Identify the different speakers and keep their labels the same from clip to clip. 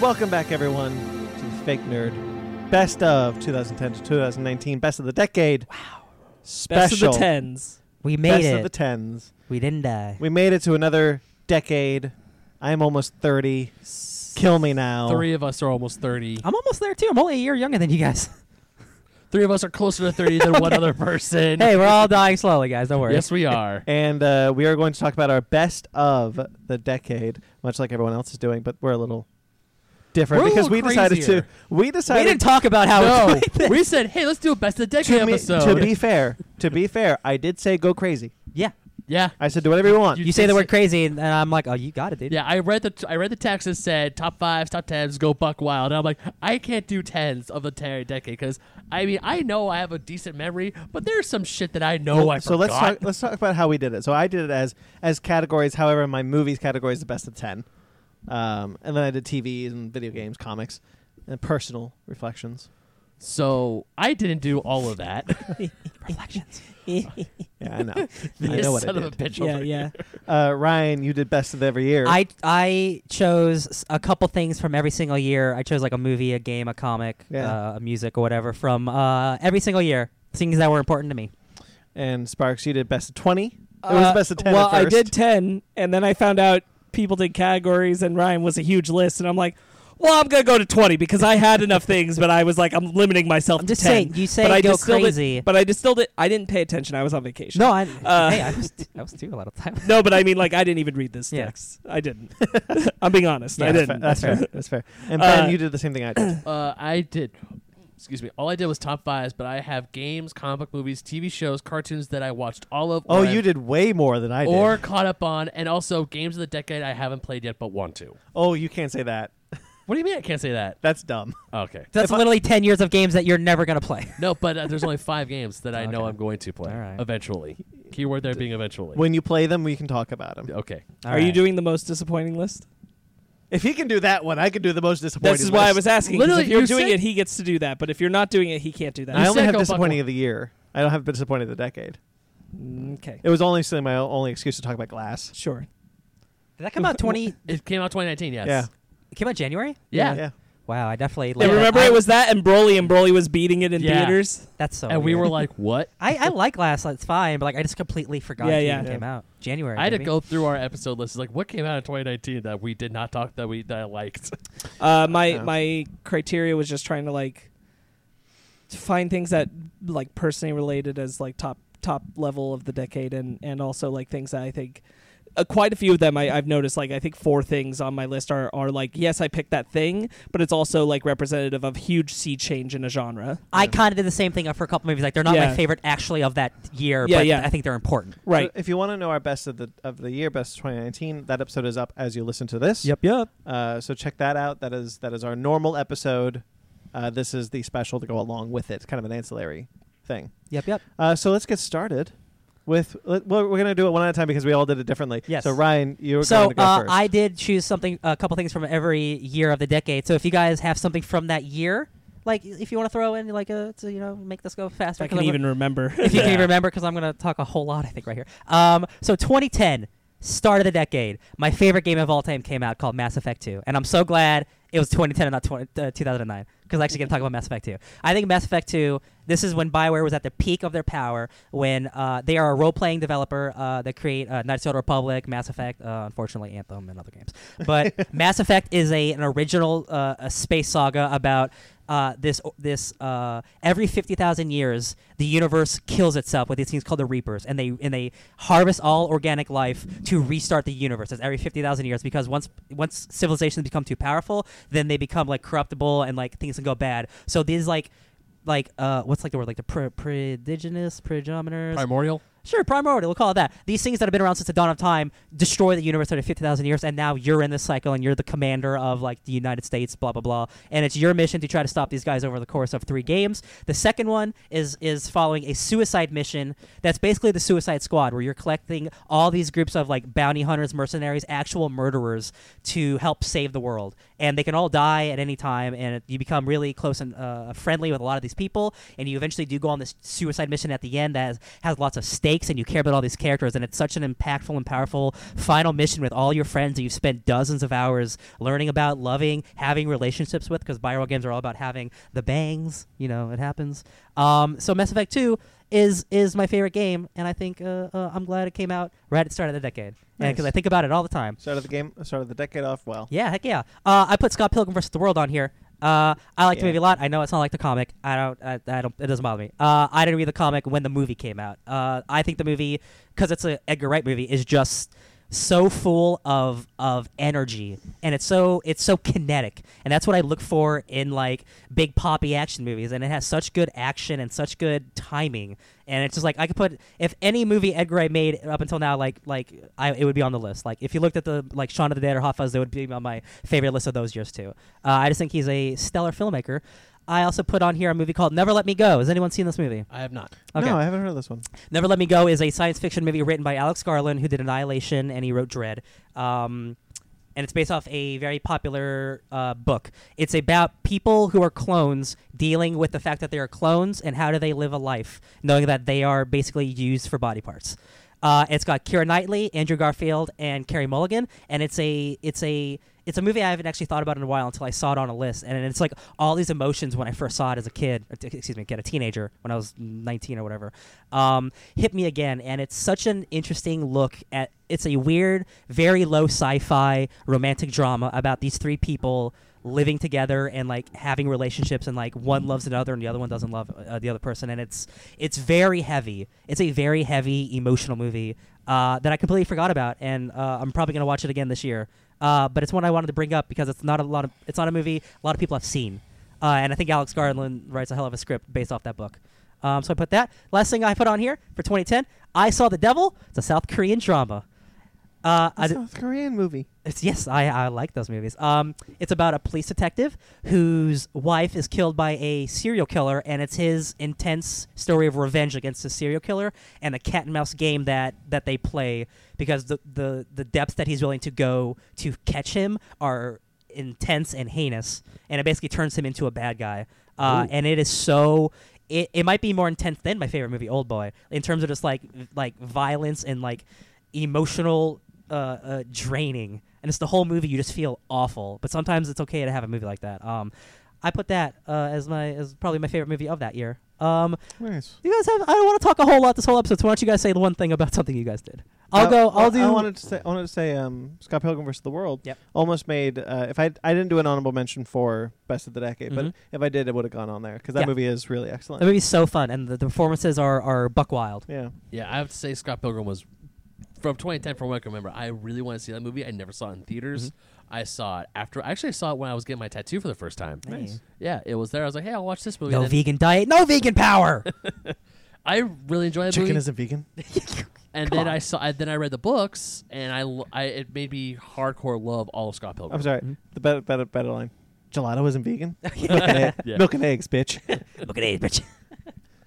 Speaker 1: Welcome back, everyone, to the Fake Nerd Best of 2010 to 2019, Best of the Decade. Wow. Special.
Speaker 2: Best of the tens.
Speaker 3: We made
Speaker 1: Best
Speaker 3: it.
Speaker 1: of the tens.
Speaker 3: we didn't die.
Speaker 1: We made it to another decade. I am almost 30. Kill me now.
Speaker 2: Three of us are almost thirty.
Speaker 3: I'm almost there too. I'm only a year younger than you guys.
Speaker 2: Three of us are closer to thirty than one other person.
Speaker 3: hey, we're all dying slowly, guys. Don't worry.
Speaker 2: yes, we are.
Speaker 1: And uh, we are going to talk about our best of the decade, much like everyone else is doing, but we're a little different
Speaker 2: We're a
Speaker 1: because
Speaker 2: little
Speaker 1: we decided
Speaker 2: crazier.
Speaker 1: to. We
Speaker 3: we
Speaker 1: decided
Speaker 3: didn't talk about how it's
Speaker 2: no,
Speaker 3: like this.
Speaker 2: we said, hey, let's do a best of decade
Speaker 1: to, me-
Speaker 2: episode.
Speaker 1: to be fair. To be fair, I did say go crazy.
Speaker 3: Yeah.
Speaker 2: yeah,
Speaker 1: I said do whatever you want.
Speaker 3: You,
Speaker 2: You
Speaker 3: say
Speaker 2: did
Speaker 3: the
Speaker 2: say-
Speaker 3: word crazy, and, and I'm like, oh, you got it, dude.
Speaker 2: yeah. I read the t- I read the text that said top fives, top tens, go buck wild. And I'm like, I can't do tens of the entire decade because I mean, I know I have a decent memory, but there's some shit that I know I
Speaker 1: so
Speaker 2: forgot.
Speaker 1: let's talk. Let's talk about how we did it. So I did it as as categories. However, my movies category is the best of ten, um, and then I did TV and video games, comics, and personal reflections.
Speaker 2: So I didn't do all of that.
Speaker 3: Reflections.
Speaker 1: Yeah, I know. I
Speaker 2: This
Speaker 1: know what I
Speaker 2: son of a
Speaker 1: did.
Speaker 2: bitch.
Speaker 3: yeah,
Speaker 2: over
Speaker 3: yeah.
Speaker 1: Uh, Ryan, you did best of every year.
Speaker 3: I I chose s- a couple things from every single year. I chose like a movie, a game, a comic,
Speaker 1: Yeah.
Speaker 3: uh, a music, or whatever from uh, every single year. Things that were important to me.
Speaker 1: and Sparks, you did best of twenty. It
Speaker 4: Uh,
Speaker 1: was best of ten.
Speaker 4: Well,
Speaker 1: at first.
Speaker 4: I did ten, and then I found out people did categories, and Ryan was a huge list, and I'm like, well, I'm gonna go to twenty because I had enough things, but I was like, I'm limiting myself
Speaker 3: I'm
Speaker 4: to
Speaker 3: just
Speaker 4: 10.
Speaker 3: saying, you say
Speaker 4: but I
Speaker 3: go
Speaker 4: distilled it-
Speaker 3: crazy.
Speaker 4: but I distilled it. I didn't pay attention. I was on vacation.
Speaker 3: No, I,
Speaker 4: Uh,
Speaker 3: hey, I was, I was too a lot of time.
Speaker 4: No, but I mean, like, I didn't even read this
Speaker 3: Yeah.
Speaker 4: text. I didn't. I'm being honest.
Speaker 1: Yeah,
Speaker 4: I
Speaker 1: that's
Speaker 4: didn't.
Speaker 1: fair. That's fair. That's fair. And Ben,
Speaker 4: Uh,
Speaker 1: you did the same thing I did.
Speaker 2: Uh, I did. Excuse me. All I did was top fives, but I have games, comic book movies, TV shows, cartoons that I watched all of.
Speaker 1: Oh,
Speaker 2: or
Speaker 1: you
Speaker 2: I've-
Speaker 1: did way more than I did.
Speaker 2: Or caught up on, and also games of the decade I haven't played yet but want to.
Speaker 1: oh, you can't say that.
Speaker 2: What do you mean I can't say that?
Speaker 1: That's dumb.
Speaker 2: Okay.
Speaker 3: That's
Speaker 1: If I-
Speaker 3: literally ten years of games that you're never gonna play.
Speaker 2: No, but uh, there's only five games that I know
Speaker 3: Okay.
Speaker 2: I'm going to play
Speaker 3: All right.
Speaker 2: eventually. Keyword there being eventually.
Speaker 1: When you play them, we can talk about them.
Speaker 2: Okay.
Speaker 3: All
Speaker 4: Are you
Speaker 3: right.
Speaker 4: doing the most disappointing list?
Speaker 1: If he can do that one, I can do the most disappointing.
Speaker 4: This is why I
Speaker 1: list.
Speaker 4: was asking. 'cause
Speaker 2: Literally,
Speaker 4: if you're
Speaker 2: you
Speaker 4: doing
Speaker 2: said-
Speaker 4: it, he gets to do that. But if you're not doing it, he can't do
Speaker 1: I
Speaker 4: that.
Speaker 2: You
Speaker 1: only
Speaker 2: said
Speaker 1: have
Speaker 2: go buck
Speaker 1: disappointing
Speaker 2: wild.
Speaker 1: of the year. I don't have disappointing of the decade.
Speaker 4: Mm, Okay.
Speaker 1: It was only so my only excuse to talk about glass.
Speaker 4: Sure.
Speaker 3: Did that come out twenty? it
Speaker 2: It came out 2019, yes.
Speaker 1: Yeah.
Speaker 3: came out January.
Speaker 2: Yeah.
Speaker 1: Yeah.
Speaker 3: Wow, I definitely.
Speaker 4: And
Speaker 3: like-
Speaker 4: remember,
Speaker 3: I-
Speaker 4: it was that, and Broly, and Broly was beating it in
Speaker 2: Yeah.
Speaker 4: theaters.
Speaker 3: That's so.
Speaker 2: And we
Speaker 3: weird.
Speaker 2: were like, what?
Speaker 3: I, I like Last Light's fine, but like I just completely forgot
Speaker 4: Yeah,
Speaker 3: it
Speaker 4: yeah.
Speaker 3: even came out January.
Speaker 2: I had to
Speaker 3: maybe.
Speaker 2: go through our episode list. It's like, what came out in 2019 that we did not talk that we that I liked?
Speaker 4: Uh, my
Speaker 1: Yeah.
Speaker 4: my criteria was just trying to like to find things that like personally related as like top top level of the decade, and and also like things that I think. Uh, quite a few of them I, I've noticed. Like I think four things on my list are are like yes, I picked that thing, but it's also like representative of huge sea change in a genre.
Speaker 3: I kind of did the same thing for a couple movies. Like they're not my
Speaker 4: Yeah.
Speaker 3: favorite actually of that year,
Speaker 4: Yeah,
Speaker 3: but
Speaker 4: yeah.
Speaker 3: I think they're important.
Speaker 4: Right.
Speaker 1: So if you want to know our best of the of the year, best of 2019, that episode is up as you listen to this.
Speaker 4: Yep.
Speaker 1: Uh, so check that out. That is that is our normal episode. Uh, this is the special to go along with it. It's kind of an ancillary thing.
Speaker 3: Yep, yep.
Speaker 1: Uh, so let's get started with. Let, well, we're gonna do it one at a time because we all did it differently.
Speaker 3: Yes.
Speaker 1: So Ryan, you're
Speaker 3: so
Speaker 1: going to go
Speaker 3: uh,
Speaker 1: first.
Speaker 3: I did choose something, a couple things from every year of the decade. So if you guys have something from that year, like if you want to throw in, like a, to, you know, make this go faster.
Speaker 4: I
Speaker 3: 'cause
Speaker 4: can
Speaker 3: I'm
Speaker 4: even remember.
Speaker 3: if you can
Speaker 2: Yeah.
Speaker 3: remember, because I'm going to talk a whole lot, I think, right here. Um, so 2010, start of the decade, my favorite game of all time came out called Mass Effect 2, and I'm so glad it was 2010 and not 20, uh, 2009 because I'm actually going to talk about Mass Effect 2. I think Mass Effect 2. This is when Bioware was at the peak of their power, when uh, they are a role-playing developer uh, that create uh, Knights of the Old Republic, Mass Effect, uh, unfortunately Anthem, and other games. But Mass Effect is a an original uh, a space saga about uh, this this uh, every fifty thousand years the universe kills itself with these things called the Reapers, and they and they harvest all organic life to restart the universe. That's every fifty thousand years because once once civilizations become too powerful, then they become like corruptible and like things can go bad. So these like like uh what's like the word like the pre- predigenous predominators
Speaker 2: Primordial?
Speaker 3: Sure, primordial. We'll call it that. These things that have been around since the dawn of time destroy the universe over 50,000 years, and now you're in this cycle, and you're the commander of like the United States, blah blah blah. And it's your mission to try to stop these guys over the course of three games. The second one is is following a suicide mission that's basically the Suicide Squad, where you're collecting all these groups of like bounty hunters, mercenaries, actual murderers to help save the world. And they can all die at any time, and it- you become really close and uh, friendly with a lot of these people. And you eventually do go on this suicide mission at the end that has, has lots of stakes stakes and you care about all these characters and it's such an impactful and powerful final mission with all your friends that you've spent dozens of hours learning about, loving, having relationships with because Bioworld games are all about having the bangs, you know, it happens. Um, so Mass Effect 2 is is my favorite game and I think uh, uh, I'm glad it came out right at the start of the decade
Speaker 1: Nice.
Speaker 3: because I think about it all the time.
Speaker 1: Started the game, started the decade off well.
Speaker 3: Yeah, heck yeah. Uh, I put Scott Pilgrim versus the World on here. Uh, I like the
Speaker 1: Yeah.
Speaker 3: movie a lot. I know it's not like the comic. I don't. I, I don't. It doesn't bother me. Uh, I didn't read the comic when the movie came out. Uh, I think the movie, because it's a Edgar Wright movie, is just so full of of energy and it's so it's so kinetic and that's what i look for in like big poppy action movies and it has such good action and such good timing and it's just like i could put if any movie edgar wright made up until now like like i it would be on the list like if you looked at the like shaun of the dead or hot fuzz they would be on my favorite list of those years too uh, i just think he's a stellar filmmaker i also put on here a movie called never let me go has anyone seen this movie
Speaker 2: I have not.
Speaker 1: No, I haven't heard of this one.
Speaker 3: Never Let Me Go is a science fiction movie written by Alex Garland, who did Annihilation and he wrote Dread. Um, and it's based off a very popular uh, book. It's about people who are clones dealing with the fact that they are clones and how do they live a life knowing that they are basically used for body parts. Uh, it's got Kira Knightley, Andrew Garfield, and Carey Mulligan, and it's a it's a it's a movie I haven't actually thought about in a while until I saw it on a list, and it's like all these emotions when I first saw it as a kid, or t- excuse me, kid, a teenager when I was 19 or whatever, um, hit me again, and it's such an interesting look at. It's a weird, very low sci-fi romantic drama about these three people living together and like having relationships and like one loves another and the other one doesn't love uh, the other person and it's it's very heavy it's a very heavy emotional movie uh, that i completely forgot about and uh, i'm probably going to watch it again this year uh, but it's one i wanted to bring up because it's not a lot of it's not a movie a lot of people have seen uh, and i think alex garland writes a hell of a script based off that book um, so i put that last thing i put on here for 2010 i saw the devil it's a south korean drama uh, I d-
Speaker 1: South Korean movie.
Speaker 3: it's yes, I, I like those movies. Um, it's about a police detective whose wife is killed by a serial killer, and it's his intense story of revenge against the serial killer and the cat and mouse game that that they play because the the the depths that he's willing to go to catch him are intense and heinous, and it basically turns him into a bad guy. Uh, and it is so. It, it might be more intense than my favorite movie, Old Boy, in terms of just like like violence and like emotional uh, uh, draining, and it's the whole movie. You just feel awful, but sometimes it's okay to have a movie like that. Um, I put that uh, as my as probably my favorite movie of that year. Um,
Speaker 1: Nice.
Speaker 3: you guys have I don't want to talk a whole lot this whole episode. So why don't you guys say the one thing about something you guys did? I'll
Speaker 1: Uh,
Speaker 3: go.
Speaker 1: well,
Speaker 3: I'll do.
Speaker 1: I wanted to say. I wanted to say. Um, Scott Pilgrim versus the World.
Speaker 3: Yep.
Speaker 1: Almost made. Uh, if I I didn't do an honorable mention for best of the decade,
Speaker 3: Mhm.
Speaker 1: but if I did, it would have gone on there because that
Speaker 3: Yeah.
Speaker 1: movie is really
Speaker 3: the
Speaker 1: excellent.
Speaker 3: movie's so fun, and the, the performances are are buck wild.
Speaker 1: yeah.
Speaker 2: Yeah, I have to say Scott Pilgrim was from 2010 from what I can remember. I really want to see that movie. I never saw it in theaters. I saw it after. I actually saw it when I was getting my tattoo for the first time.
Speaker 1: Nice.
Speaker 2: Yeah, it was there. I was like, hey, I'll watch this movie.
Speaker 3: No
Speaker 2: And then
Speaker 3: vegan diet. No vegan power.
Speaker 2: I really enjoyed that
Speaker 1: Chicken
Speaker 2: movie.
Speaker 1: isn't vegan.
Speaker 2: and
Speaker 3: Come
Speaker 2: then
Speaker 3: on.
Speaker 2: I saw. I, then I read the books, and I, lo- I it made me hardcore love all of Scott Pilgrim.
Speaker 1: I'm sorry.
Speaker 3: Mhm.
Speaker 1: The better better better line. Gelato isn't vegan. Milk and egg-
Speaker 2: Yeah.
Speaker 1: Milk and eggs, bitch.
Speaker 3: Look at it, bitch.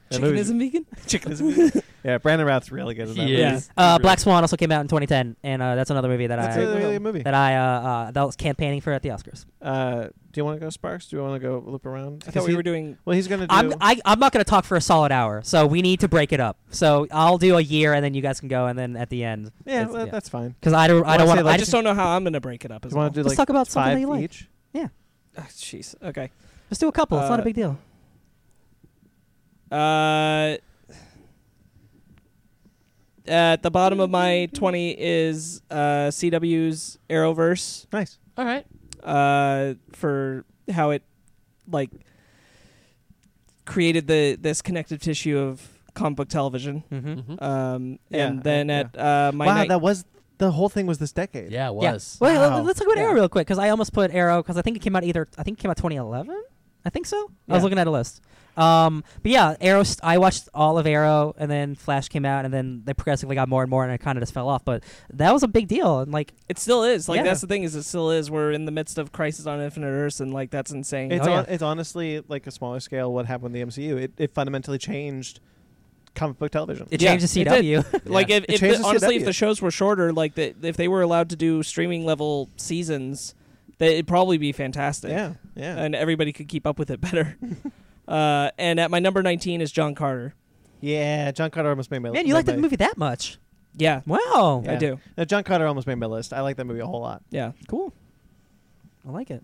Speaker 1: That
Speaker 4: Chicken
Speaker 1: movie's-
Speaker 4: isn't vegan.
Speaker 1: chicken isn't vegan. Yeah, Brandon Routh's really good at that.
Speaker 2: He
Speaker 1: movie.
Speaker 4: Yeah.
Speaker 2: is.
Speaker 3: Uh,
Speaker 2: Really-
Speaker 3: Black Swan also came out in 2010, and uh, that's another movie that
Speaker 1: That's
Speaker 3: I
Speaker 1: a really good movie.
Speaker 3: that I uh, uh, that was campaigning for at the Oscars.
Speaker 1: Uh, do you want to go Sparks? Do you want to go loop around?
Speaker 4: I
Speaker 1: Because
Speaker 4: thought we
Speaker 1: he-
Speaker 4: were doing.
Speaker 1: Well, he's gonna do.
Speaker 3: I'm I, I'm not gonna talk for a solid hour, so we need to break it up. So I'll do a year, and then you guys can go, and then at the end,
Speaker 1: yeah,
Speaker 3: it's-
Speaker 1: well,
Speaker 3: yeah.
Speaker 1: that's fine.
Speaker 3: because I don't I
Speaker 1: Wanna
Speaker 3: don't
Speaker 1: say,
Speaker 3: want to.
Speaker 1: like,
Speaker 4: I
Speaker 3: I
Speaker 4: just
Speaker 3: just
Speaker 4: don't know how I'm gonna break it up. As
Speaker 1: You want to
Speaker 4: well.
Speaker 1: do
Speaker 3: Let's
Speaker 1: like
Speaker 3: talk about something
Speaker 1: five
Speaker 3: that you like.
Speaker 1: each?
Speaker 4: Ah, Jeez. okay.
Speaker 3: let's do a couple. it's not a
Speaker 4: uh,
Speaker 3: big deal.
Speaker 4: Uh, at the bottom of my 20 is uh, CW's Arrowverse
Speaker 1: Nice.
Speaker 2: All right.
Speaker 4: uh, for how it like created the this connective tissue of comic book television.
Speaker 3: Mm-hmm.
Speaker 2: Mhm.
Speaker 4: Um,
Speaker 1: Yeah,
Speaker 4: and then
Speaker 1: I-
Speaker 4: at uh, my
Speaker 1: wow,
Speaker 4: night-
Speaker 1: that was the whole thing was this decade.
Speaker 2: Yeah, it was.
Speaker 3: Wait, let-
Speaker 1: Wow.
Speaker 3: let's talk about
Speaker 4: Yeah.
Speaker 3: Arrow real quick because I almost put Arrow because I think it came out either I think it came out 2011. I think so. I was
Speaker 4: Yeah.
Speaker 3: looking at a list. Um, but yeah, Arrow. St- I watched all of Arrow, and then Flash came out, and then they progressively got more and more, and I kind of just fell off. But that was a big deal, and like
Speaker 4: it still is like
Speaker 3: Yeah.
Speaker 4: that's the thing is it still is. We're in the midst of Crisis on Infinite Earths, and like that's insane.
Speaker 1: It's
Speaker 3: Oh, yeah.
Speaker 1: on, it's honestly like a smaller scale what happened with the MCU. It, it fundamentally changed comic book television.
Speaker 3: it
Speaker 4: Yeah,
Speaker 3: changed the
Speaker 4: it did.
Speaker 3: CW.
Speaker 4: Like
Speaker 2: Yeah.
Speaker 4: if,
Speaker 1: It
Speaker 4: if
Speaker 1: changed
Speaker 4: the,
Speaker 1: the
Speaker 4: honestly, if
Speaker 1: CW.
Speaker 4: the shows were shorter, like the, if they were allowed to do streaming level seasons, that it'd probably be fantastic.
Speaker 1: yeah, yeah.
Speaker 4: and everybody could keep up with it better. uh, and at my number nineteen is John Carter.
Speaker 1: Yeah, John Carter almost made my list.
Speaker 3: Man, you like that movie that much?
Speaker 4: Yeah,
Speaker 3: Wow.
Speaker 1: Yeah.
Speaker 4: I do.
Speaker 1: No, John Carter almost made my list. I like that movie a whole lot.
Speaker 4: Yeah.
Speaker 3: Cool. I like it.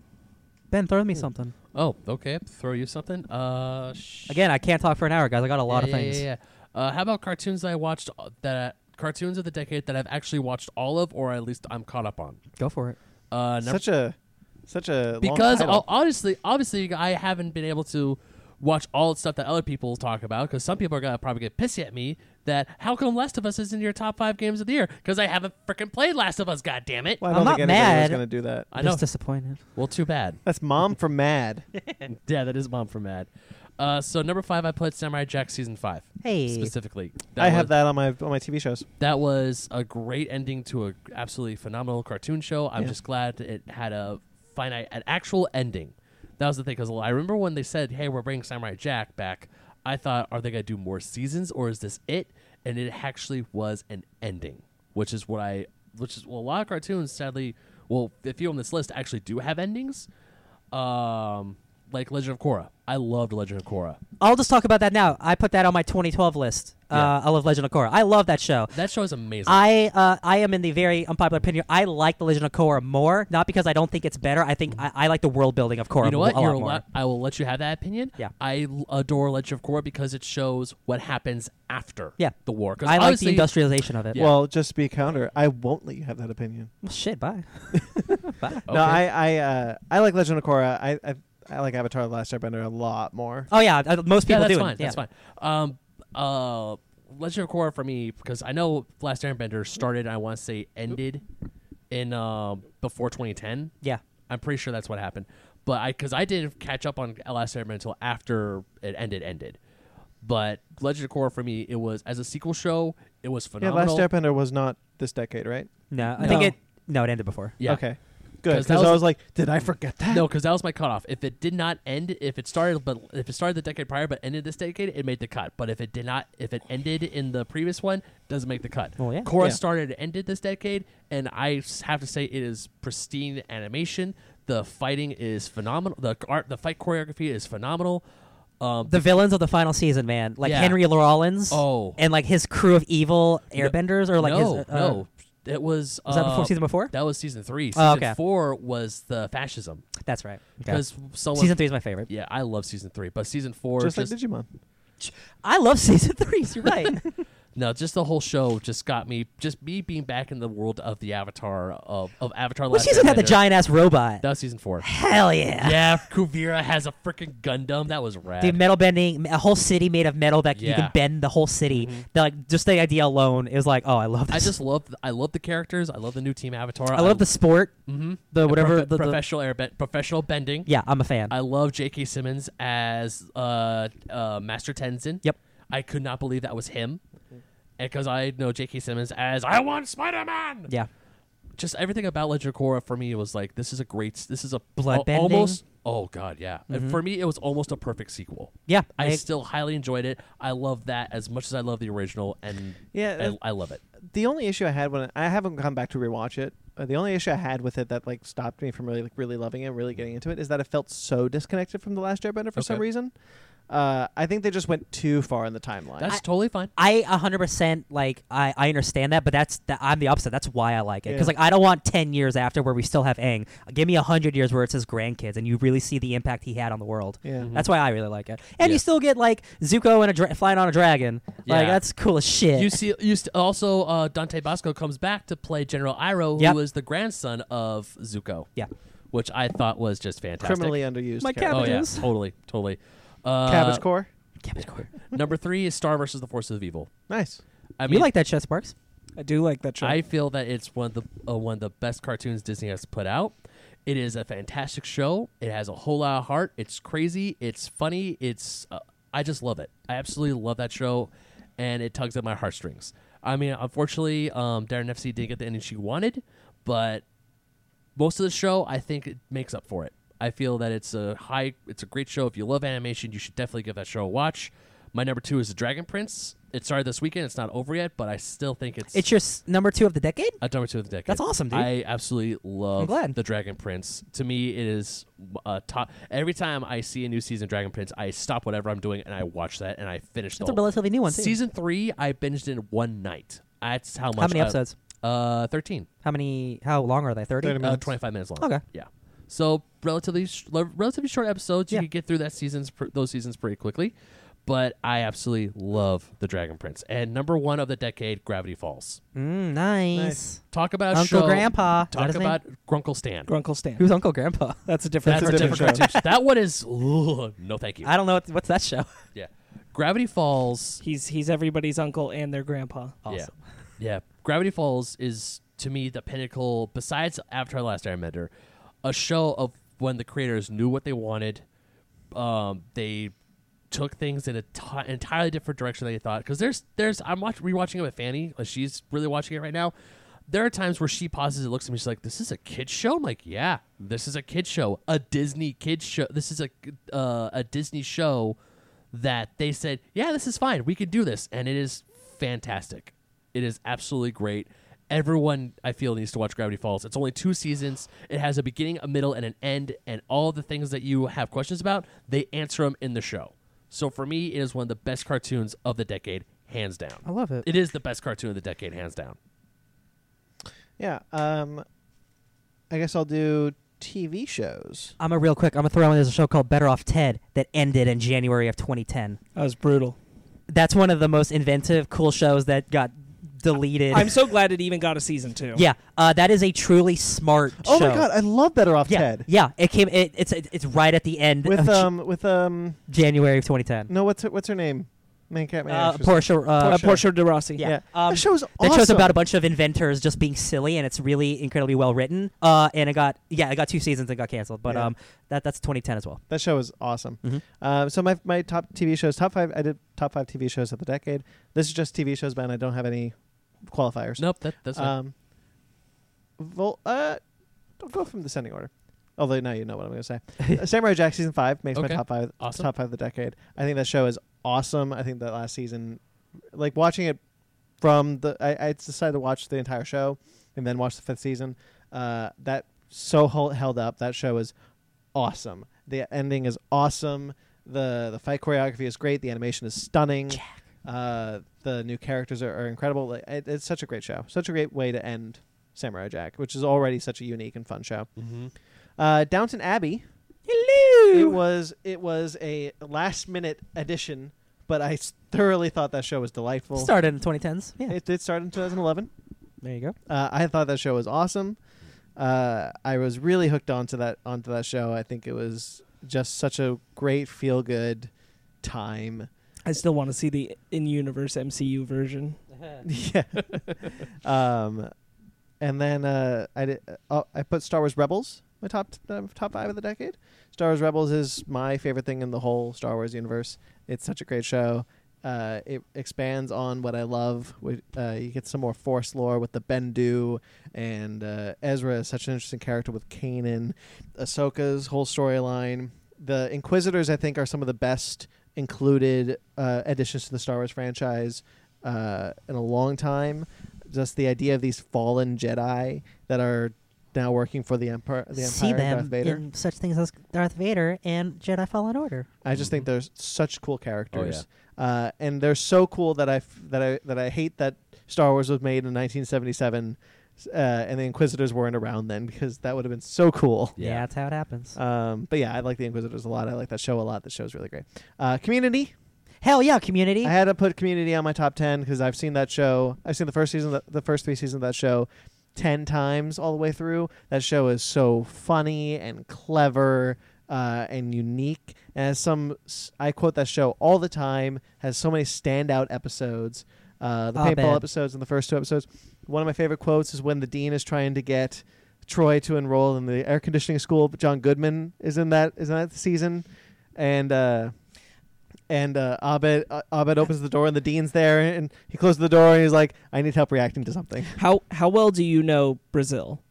Speaker 3: Ben, throw me something.
Speaker 2: Oh, okay. Throw you something. Uh, sh-
Speaker 3: Again, I can't talk for an hour, guys. I got a lot
Speaker 2: Yeah,
Speaker 3: of
Speaker 2: yeah,
Speaker 3: things.
Speaker 2: Yeah, yeah. Uh, how about cartoons that I watched uh, that cartoons of the decade that I've actually watched all of, or at least I'm caught up on.
Speaker 3: Go for it.
Speaker 2: Uh, number
Speaker 1: Such a such a long
Speaker 2: because
Speaker 1: title.
Speaker 2: o- honestly, obviously, I haven't been able to watch all the stuff that other people talk about because some people are gonna probably get pissy at me that how come Last of Us is in your top five games of the year because I haven't freaking played Last of Us. God damn it!
Speaker 1: Well, I
Speaker 3: I'm
Speaker 1: don't
Speaker 3: not
Speaker 1: think anybody was
Speaker 3: mad.
Speaker 1: going to do that.
Speaker 2: I know.
Speaker 3: Just disappointed.
Speaker 2: well, too bad.
Speaker 1: That's mom for mad.
Speaker 2: yeah, that is mom for mad. Uh, so number five, I played Samurai Jack season five
Speaker 3: Hey.
Speaker 2: specifically.
Speaker 1: I
Speaker 2: was-
Speaker 1: have that on my on my TV shows.
Speaker 2: that was a great ending to a absolutely phenomenal cartoon show. I'm
Speaker 1: Yeah.
Speaker 2: just glad it had a finite, an actual ending. That was the thing because I remember when they said, "Hey, we're bringing Samurai Jack back." I thought, "Are they gonna do more seasons, or is this it?" And it actually was an ending, which is what I, which is well, a lot of cartoons, sadly, well, a few on this list actually do have endings. Um, like Legend of Korra. I loved Legend of Korra.
Speaker 3: I'll just talk about that now. I put that on my 2012 list. Uh,
Speaker 2: Yeah.
Speaker 3: I love Legend of Korra. I love that show.
Speaker 2: That show is amazing.
Speaker 3: I uh, I am in the very unpopular opinion. I like the Legend of Korra more, not because I don't think it's better. I think I, I like the world building of Korra.
Speaker 2: You know
Speaker 3: a
Speaker 2: what?
Speaker 3: lot
Speaker 2: You're
Speaker 3: more.
Speaker 2: allo- I will let you have that opinion.
Speaker 3: Yeah.
Speaker 2: I l- adore Legend of Korra because it shows what happens after
Speaker 3: Yeah.
Speaker 2: the war. 'Cause
Speaker 3: I like the
Speaker 2: obviously-
Speaker 3: industrialization of it.
Speaker 2: Yeah.
Speaker 1: Well, just to be counter, I won't let you have that opinion.
Speaker 3: Well, shit. Bye. bye.
Speaker 2: Okay.
Speaker 1: No, I I uh, I like Legend of Korra. I, I I like Avatar: The Last Airbender a lot more.
Speaker 3: Oh yeah, uh, most
Speaker 2: yeah,
Speaker 3: people
Speaker 2: that's
Speaker 3: do. it.
Speaker 2: fine.
Speaker 3: Yeah.
Speaker 2: That's fine. Um, uh, Legend of Korra for me because I know Last Airbender started. I want to say ended in uh, before 2010.
Speaker 3: Yeah.
Speaker 2: I'm pretty sure that's what happened. But I because I didn't catch up on Last Airbender until after it ended ended. But Legend of Korra for me, it was as a sequel show, it was
Speaker 1: Yeah,
Speaker 2: phenomenal.
Speaker 1: Last Airbender was not this decade, right?
Speaker 3: No, I
Speaker 4: No.
Speaker 3: think it. No, it ended before.
Speaker 2: yeah.
Speaker 1: Okay. Good.
Speaker 2: 'Cause that
Speaker 1: Because I
Speaker 2: was-
Speaker 1: was like, did I forget that?
Speaker 2: No, because that was my cutoff. If it did not end, if it started, but if it started the decade prior but ended this decade, it made the cut. But if it did not, if it ended in the previous one, doesn't make the cut.
Speaker 3: Well, yeah.
Speaker 2: Korra
Speaker 1: Yeah.
Speaker 2: started and ended this decade, and I s- have to say it is pristine animation. The fighting is phenomenal. The art, the fight choreography is phenomenal. Um,
Speaker 3: The villains of the final season, man, like
Speaker 2: Yeah.
Speaker 3: Henry Rollins.
Speaker 2: oh
Speaker 3: And like his crew of evil airbenders, or like
Speaker 2: no,
Speaker 3: his uh,
Speaker 2: no, it was
Speaker 3: was that before
Speaker 2: uh,
Speaker 3: season before?
Speaker 2: That was season three. Season
Speaker 3: Oh, okay.
Speaker 2: four was the fascism
Speaker 3: That's right. Okay.
Speaker 2: because someone.
Speaker 3: Season three is my favorite.
Speaker 2: yeah, I love season three, but season four
Speaker 1: just,
Speaker 2: just
Speaker 1: like Digimon.
Speaker 3: I love season threes. You're right.
Speaker 2: No, just the whole show just got me. Just me being back in the world of the Avatar of, of Avatar.
Speaker 3: Which
Speaker 2: Last
Speaker 3: season had the
Speaker 2: Airbender.
Speaker 3: giant ass robot?
Speaker 2: That was season four.
Speaker 3: Hell yeah.
Speaker 2: yeah, Kuvira has a freaking Gundam. That was rad.
Speaker 3: Dude, metal bending, a whole city made of metal that you
Speaker 2: Yeah. Mm-hmm.
Speaker 3: can bend the whole city. The, like just the idea alone is like, oh, I love this.
Speaker 2: I just love. I love the characters. I love the new Team Avatar.
Speaker 3: I love the sport,
Speaker 2: hmm
Speaker 3: the whatever, the, the-
Speaker 2: professional air airbend, professional bending.
Speaker 3: yeah, I'm a fan.
Speaker 2: I love J.K. Simmons as uh, uh, Master Tenzin.
Speaker 3: Yep.
Speaker 2: I could not believe that was him, because I know J.K. Simmons as I want Spider Man.
Speaker 3: yeah,
Speaker 2: just everything about Legend of Korra for me was like this is a great this is a
Speaker 3: Blood
Speaker 2: al-
Speaker 3: bending.
Speaker 2: almost oh god yeah And for me it was almost a perfect sequel
Speaker 3: yeah.
Speaker 2: I,
Speaker 3: I,
Speaker 2: still highly enjoyed it I love that as much as I love the original and
Speaker 1: Yeah,
Speaker 2: I,
Speaker 1: that-
Speaker 2: I love it
Speaker 1: the only issue I had when I, I haven't come back to rewatch it, uh, the only issue I had with it that like stopped me from really like really loving it, and really getting into it, is that it felt so disconnected from the Last Airbender for some
Speaker 2: Okay.
Speaker 1: reason. Uh, I think they just went too far in the timeline.
Speaker 2: that's totally fine
Speaker 3: I 100% like I, I understand that, but that's that I'm the opposite. That's why I like it because
Speaker 1: Yeah.
Speaker 3: like I don't want 10 years after where we still have Aang. Give me 100 years where it's his grandkids and you really see the impact he had on the world.
Speaker 1: yeah.
Speaker 3: That's why I really like it. And
Speaker 2: Mm-hmm. Yeah.
Speaker 3: you still get like Zuko and a dra- flying on a dragon. Like
Speaker 2: Yeah.
Speaker 3: that's cool as shit.
Speaker 2: you see you st- also uh, Dante Bosco comes back to play General Iroh who
Speaker 3: Yep.
Speaker 2: was the grandson of Zuko
Speaker 3: Yeah.
Speaker 2: which I thought was just fantastic
Speaker 1: criminally underused.
Speaker 3: My
Speaker 1: character.
Speaker 2: oh yeah
Speaker 3: Cabbages.
Speaker 2: totally totally uh,
Speaker 1: Cabbage Core.
Speaker 3: Cabbage Corps.
Speaker 2: number three is Star versus the Forces of Evil
Speaker 1: Nice.
Speaker 2: I mean
Speaker 3: you like that shit, Sparks?
Speaker 4: I do like that show.
Speaker 2: I feel that it's one of the uh, one of the best cartoons Disney has put out. It is a fantastic show. It has a whole lot of heart. It's crazy. It's funny. It's uh, I just love it. I absolutely love that show, and it tugs at my heartstrings. I mean, unfortunately, um, Darren FC didn't get the ending she wanted, but most of the show, I think it makes up for it. I feel that it's a high, it's a great show. If you love animation, you should definitely give that show a watch. My number two is The Dragon Prince. It started this weekend. It's not over yet, but I still think it's
Speaker 3: It's your s- number two of the decade.
Speaker 2: a number two of the decade.
Speaker 3: That's awesome, dude.
Speaker 2: I absolutely love
Speaker 3: I'm glad.
Speaker 2: the Dragon Prince. To me, it is uh, top. Every time I see a new season of Dragon Prince, I stop whatever I'm doing and I watch that and I finish the
Speaker 3: That's a
Speaker 2: whole-
Speaker 3: relatively new one. Too.
Speaker 2: season three. I binged in one night. That's how much.
Speaker 3: How many
Speaker 2: I-
Speaker 3: episodes?
Speaker 2: Uh, thirteen.
Speaker 3: How many? How long are they? Thirty.
Speaker 1: 30
Speaker 2: Uh,
Speaker 1: minutes.
Speaker 2: Twenty-five minutes long.
Speaker 3: Okay.
Speaker 2: Yeah. So relatively, sh- lo- relatively short episodes. You
Speaker 3: Yeah.
Speaker 2: can get through that seasons, pr- those seasons pretty quickly. But I absolutely love the Dragon Prince and number one of the decade, Gravity Falls.
Speaker 3: Mm, nice.
Speaker 1: Nice.
Speaker 2: Talk about a
Speaker 3: Uncle
Speaker 2: show.
Speaker 3: Grandpa. Is that
Speaker 2: Talk
Speaker 3: his name?
Speaker 2: about Grunkle Stan.
Speaker 4: Grunkle Stan.
Speaker 3: who's Uncle Grandpa.
Speaker 4: That's a different.
Speaker 2: That's
Speaker 1: That's
Speaker 2: a
Speaker 1: a
Speaker 2: different
Speaker 1: different
Speaker 2: cartoon. That one is ugh, no, thank you.
Speaker 3: I don't know what, what's that show.
Speaker 2: yeah, Gravity Falls.
Speaker 4: he's he's everybody's uncle and their grandpa.
Speaker 3: Awesome.
Speaker 2: Yeah, yeah. Gravity Falls is to me the pinnacle. Besides Avatar: The Last Airbender, a show of when the creators knew what they wanted. Um, they took things in a t- entirely different direction than they thought. Because there's there's I'm watch- rewatching it with Fanny. Like she's really watching it right now. There are times where she pauses and looks at me. She's like, "This is a kid show." I'm like, "Yeah, this is a kid show, a Disney kid show. This is a uh, a Disney show that they said, "Yeah, this is fine. We could do this," and it is fantastic. It is absolutely great. Everyone, I feel, needs to watch Gravity Falls. It's only two seasons. It has a beginning, a middle, and an end, and all the things that you have questions about, they answer them in the show. So for me, it is one of the best cartoons of the decade, hands down.
Speaker 3: I love it.
Speaker 2: It is the best cartoon of the decade, hands down.
Speaker 1: Yeah. Um, I guess I'll do TV shows.
Speaker 3: I'm a real quick. I'm gonna throw in. There's a show called Better Off Ted that ended in January of 2010.
Speaker 4: That was brutal.
Speaker 3: That's one of the most inventive, cool shows that got deleted.
Speaker 4: I'm so glad it even got a season two.
Speaker 3: yeah, uh, that is a truly smart.
Speaker 1: Oh
Speaker 3: show.
Speaker 1: my god, I love Better Off
Speaker 3: Yeah,
Speaker 1: Ted.
Speaker 3: yeah. It came. It, it's it's right at the end of
Speaker 1: With
Speaker 3: J-
Speaker 1: um with um
Speaker 3: January of 2010.
Speaker 1: no what's her, what's her name? Man cat man.
Speaker 3: Uh,
Speaker 1: actress.
Speaker 3: Portia. Uh,
Speaker 4: Uh,
Speaker 1: Portia.
Speaker 4: Portia de Rossi.
Speaker 3: yeah.
Speaker 1: that
Speaker 3: Um,
Speaker 1: show is
Speaker 3: That
Speaker 1: awesome.
Speaker 3: show's about a bunch of inventors just being silly, and it's really incredibly well written. Uh, and it got yeah, it got two seasons and got canceled. But
Speaker 1: Yeah.
Speaker 3: um, that that's 2010 as well.
Speaker 1: That show is awesome.
Speaker 3: Mhm.
Speaker 1: Um, so my my top TV shows, top five. I did top five TV shows of the decade. This is just TV shows, but I don't have any qualifiers.
Speaker 2: Nope, that, that's fine.
Speaker 1: Um, Vol- uh, don't go from descending order. Although now you know what I'm going to say. Uh, Samurai Jack season five makes
Speaker 2: Okay.
Speaker 1: my top five.
Speaker 2: Awesome.
Speaker 1: Top five of the decade. I think that show is awesome. I think that last season, like watching it from the, I, I decided to watch the entire show and then watch the fifth season. Uh, that so hol- held up. That show is awesome. The ending is awesome. The the fight choreography is great. The animation is stunning. Uh, the new characters are, are incredible. Like, it, it's such a great show. Such a great way to end Samurai Jack, which is already such a unique and fun show.
Speaker 2: Mhm.
Speaker 1: Uh, Downton Abbey.
Speaker 3: Hello.
Speaker 1: It was it was a last minute addition, but I s- thoroughly thought that show was delightful.
Speaker 3: started in 2010s. Yeah.
Speaker 1: It did start in 2011.
Speaker 3: there you go.
Speaker 1: Uh, I thought that show was awesome. Uh, I was really hooked onto that onto that show. I think it was just such a great feel good time.
Speaker 4: I still want to see the in-universe MCU version.
Speaker 1: yeah. um, and then uh, I did, uh, I put Star Wars Rebels my top uh, top five of the decade. Star Wars Rebels is my favorite thing in the whole Star Wars universe. It's such a great show. Uh, it expands on what I love. With, uh, you get some more Force lore with the Bendu and uh, Ezra is such an interesting character with Kanan, Ahsoka's whole storyline. The Inquisitors, I think, are some of the best included uh, additions to the Star Wars franchise uh, in a long time. Just the idea of these fallen Jedi that are now working for the Empire, the Empire,
Speaker 3: See
Speaker 1: and Darth
Speaker 3: them
Speaker 1: Vader.
Speaker 3: in such things as Darth Vader and Jedi Fallen Order.
Speaker 1: I just think
Speaker 2: Mhm.
Speaker 1: they're such cool characters, uh, and they're so cool that I f- that I that I hate that Star Wars was made in 1977, uh, and the Inquisitors weren't around then because that would have been so cool.
Speaker 3: Yeah, that's how it happens.
Speaker 1: Um, but yeah, I like the Inquisitors a lot. I like that show a lot. The show's really great. Uh, Community.
Speaker 3: Hell yeah, community.
Speaker 1: I had to put Community on my top ten because I've seen that show. I've seen the first season, the, the first three seasons of that show, ten times all the way through. That show is so funny and clever uh, and unique. And has some, s- I quote that show all the time. Has so many standout episodes. Uh, the
Speaker 3: Aw,
Speaker 1: paintball
Speaker 3: man.
Speaker 1: episodes and the first two episodes. One of my favorite quotes is when the dean is trying to get Troy to enroll in the air conditioning school. But John Goodman is in that is in that season, and uh, and uh, Abed uh, Abed opens the door and the dean's there and he closes the door and he's like, "I need help reacting to something."
Speaker 4: How how well do you know Brazil?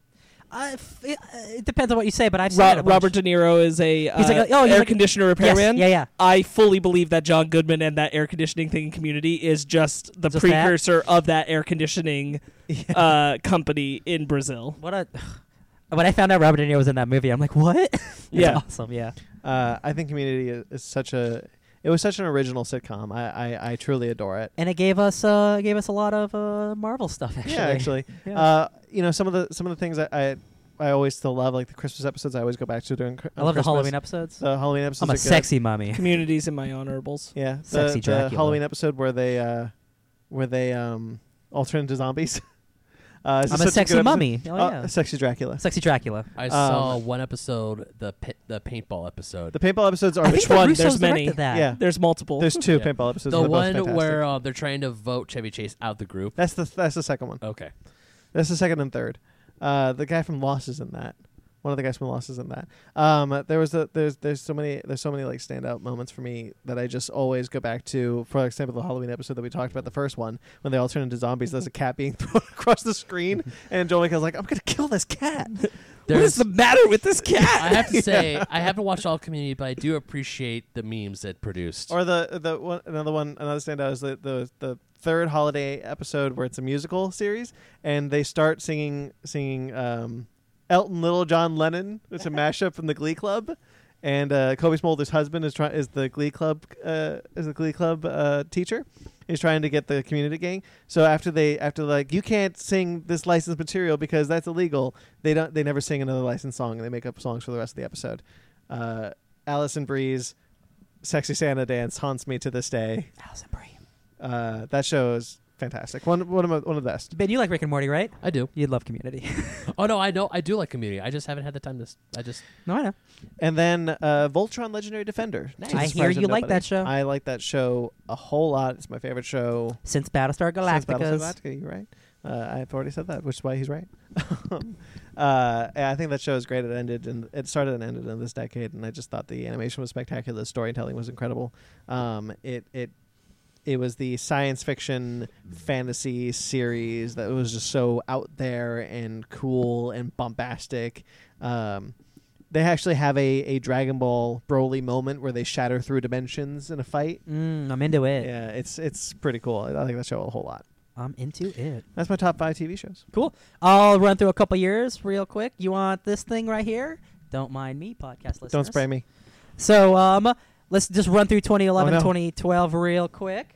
Speaker 3: I f- it, uh, it depends on what you say, but I've seen it
Speaker 4: Ro-
Speaker 3: a bunch.
Speaker 4: Robert De Niro is a uh,
Speaker 3: like a- oh, he's
Speaker 4: air
Speaker 3: like a-
Speaker 4: conditioner
Speaker 3: Yes,
Speaker 4: repairman.
Speaker 3: Yeah, yeah.
Speaker 4: I fully believe that John Goodman and that air conditioning thing in Community is just the
Speaker 3: Just that?
Speaker 4: precursor of that air conditioning uh, company in Brazil.
Speaker 3: What a. When I found out Robert De Niro was in that movie, I'm like, what? It's
Speaker 4: Yeah.
Speaker 3: awesome. Yeah.
Speaker 1: Uh, I think Community is, is such a. It was such an original sitcom. I, I, I truly adore it.
Speaker 3: And it gave us uh it gave us a lot of uh Marvel stuff actually.
Speaker 1: Yeah, actually,
Speaker 3: Yeah.
Speaker 1: Uh, you know some of the some of the things I, I I always still love, like the Christmas episodes. I always go back to during. cr-
Speaker 3: I
Speaker 1: on
Speaker 3: love the
Speaker 1: Christmas. Uh,
Speaker 3: Halloween episodes.
Speaker 1: The Halloween episodes.
Speaker 3: I'm
Speaker 1: are
Speaker 3: a
Speaker 1: good.
Speaker 3: sexy mommy.
Speaker 4: Communities in my honorables.
Speaker 1: Yeah, the,
Speaker 3: Sexy
Speaker 1: the
Speaker 3: Dracula.
Speaker 1: Halloween episode where they uh, where they um, alternate into zombies. uh, it's
Speaker 3: I'm
Speaker 1: such
Speaker 3: a
Speaker 1: good
Speaker 3: sexy
Speaker 1: episode.
Speaker 3: mummy. Oh
Speaker 1: Uh,
Speaker 3: yeah.
Speaker 1: sexy Dracula.
Speaker 3: Sexy Dracula.
Speaker 2: I saw one episode, the pa- the paintball episode.
Speaker 1: The paintball episodes are
Speaker 3: I
Speaker 4: which
Speaker 3: think the
Speaker 4: one?
Speaker 3: Russos
Speaker 4: There's
Speaker 3: directed
Speaker 4: many.
Speaker 3: That.
Speaker 1: yeah.
Speaker 4: There's multiple.
Speaker 1: There's two
Speaker 2: Yeah.
Speaker 1: paintball episodes.
Speaker 2: the
Speaker 1: They're both
Speaker 2: one
Speaker 1: fantastic.
Speaker 2: where uh, they're trying to vote Chevy Chase out the group.
Speaker 1: that's the that's the second one.
Speaker 2: Okay.
Speaker 1: That's the second and third. Uh, the guy from Lost is in that. One of the guys from Lost is in that. Um, there was a, there's there's so many there's so many like standout moments for me that I just always go back to. For example, the Halloween episode that we talked about, the first one when they all turn into zombies. There's a cat being thrown across the screen, and Joel McHale's like, "I'm gonna kill this cat."
Speaker 4: what is the matter with this cat?
Speaker 2: I have to say, I haven't watched all of Community, but I do appreciate the memes it produced.
Speaker 1: Or the the one another one another standout is the the, the third holiday episode where it's a musical series and they start singing singing um, Elton Little John Lennon. It's a mashup from the Glee Club, and uh, Kobe Smulders' husband is trying is the Glee Club uh, is the Glee Club uh, teacher. He's trying to get the community gang. So after they after like you can't sing this licensed material because that's illegal. They don't they never sing another licensed song and they make up songs for the rest of the episode. Uh, Allison Breeze, sexy Santa dance haunts me to this day.
Speaker 3: Allison Brie.
Speaker 1: Uh, that show is fantastic. One one of my, one of the best.
Speaker 3: Ben, you like Rick and Morty, right?
Speaker 2: I do.
Speaker 3: You'd love Community.
Speaker 2: Oh no, I know. I do like Community. I just haven't had the time to. s- I just
Speaker 3: no, I know.
Speaker 1: And then uh, Voltron Legendary Defender.
Speaker 2: Nice.
Speaker 1: To the
Speaker 3: I
Speaker 1: surprise
Speaker 3: hear
Speaker 1: of
Speaker 3: you like
Speaker 1: nobody.
Speaker 3: that show.
Speaker 1: I like that show a whole lot. It's my favorite show.
Speaker 3: Since Battlestar
Speaker 1: since Battlestar
Speaker 3: Galactica.
Speaker 1: Galactica, you're right. Uh, I've already said that, which is why he's right. uh, and I think that show is great. It ended and it started and ended in this decade, and I just thought the animation was spectacular. The storytelling was incredible. Um, it it it was the science fiction fantasy series that was just so out there and cool and bombastic. Um, they actually have a, a Dragon Ball Broly moment where they shatter through dimensions in a fight.
Speaker 3: Mm, I'm into it.
Speaker 1: Yeah, it's it's pretty cool. I like that show a whole lot.
Speaker 3: I'm into it.
Speaker 1: That's my top five TV shows.
Speaker 3: Cool. I'll run through a couple years real quick. You want this thing right here? Don't mind me, podcast listeners.
Speaker 1: Don't spray me.
Speaker 3: So um, let's just run through 2011,
Speaker 1: Oh, no.
Speaker 3: 2012 real quick.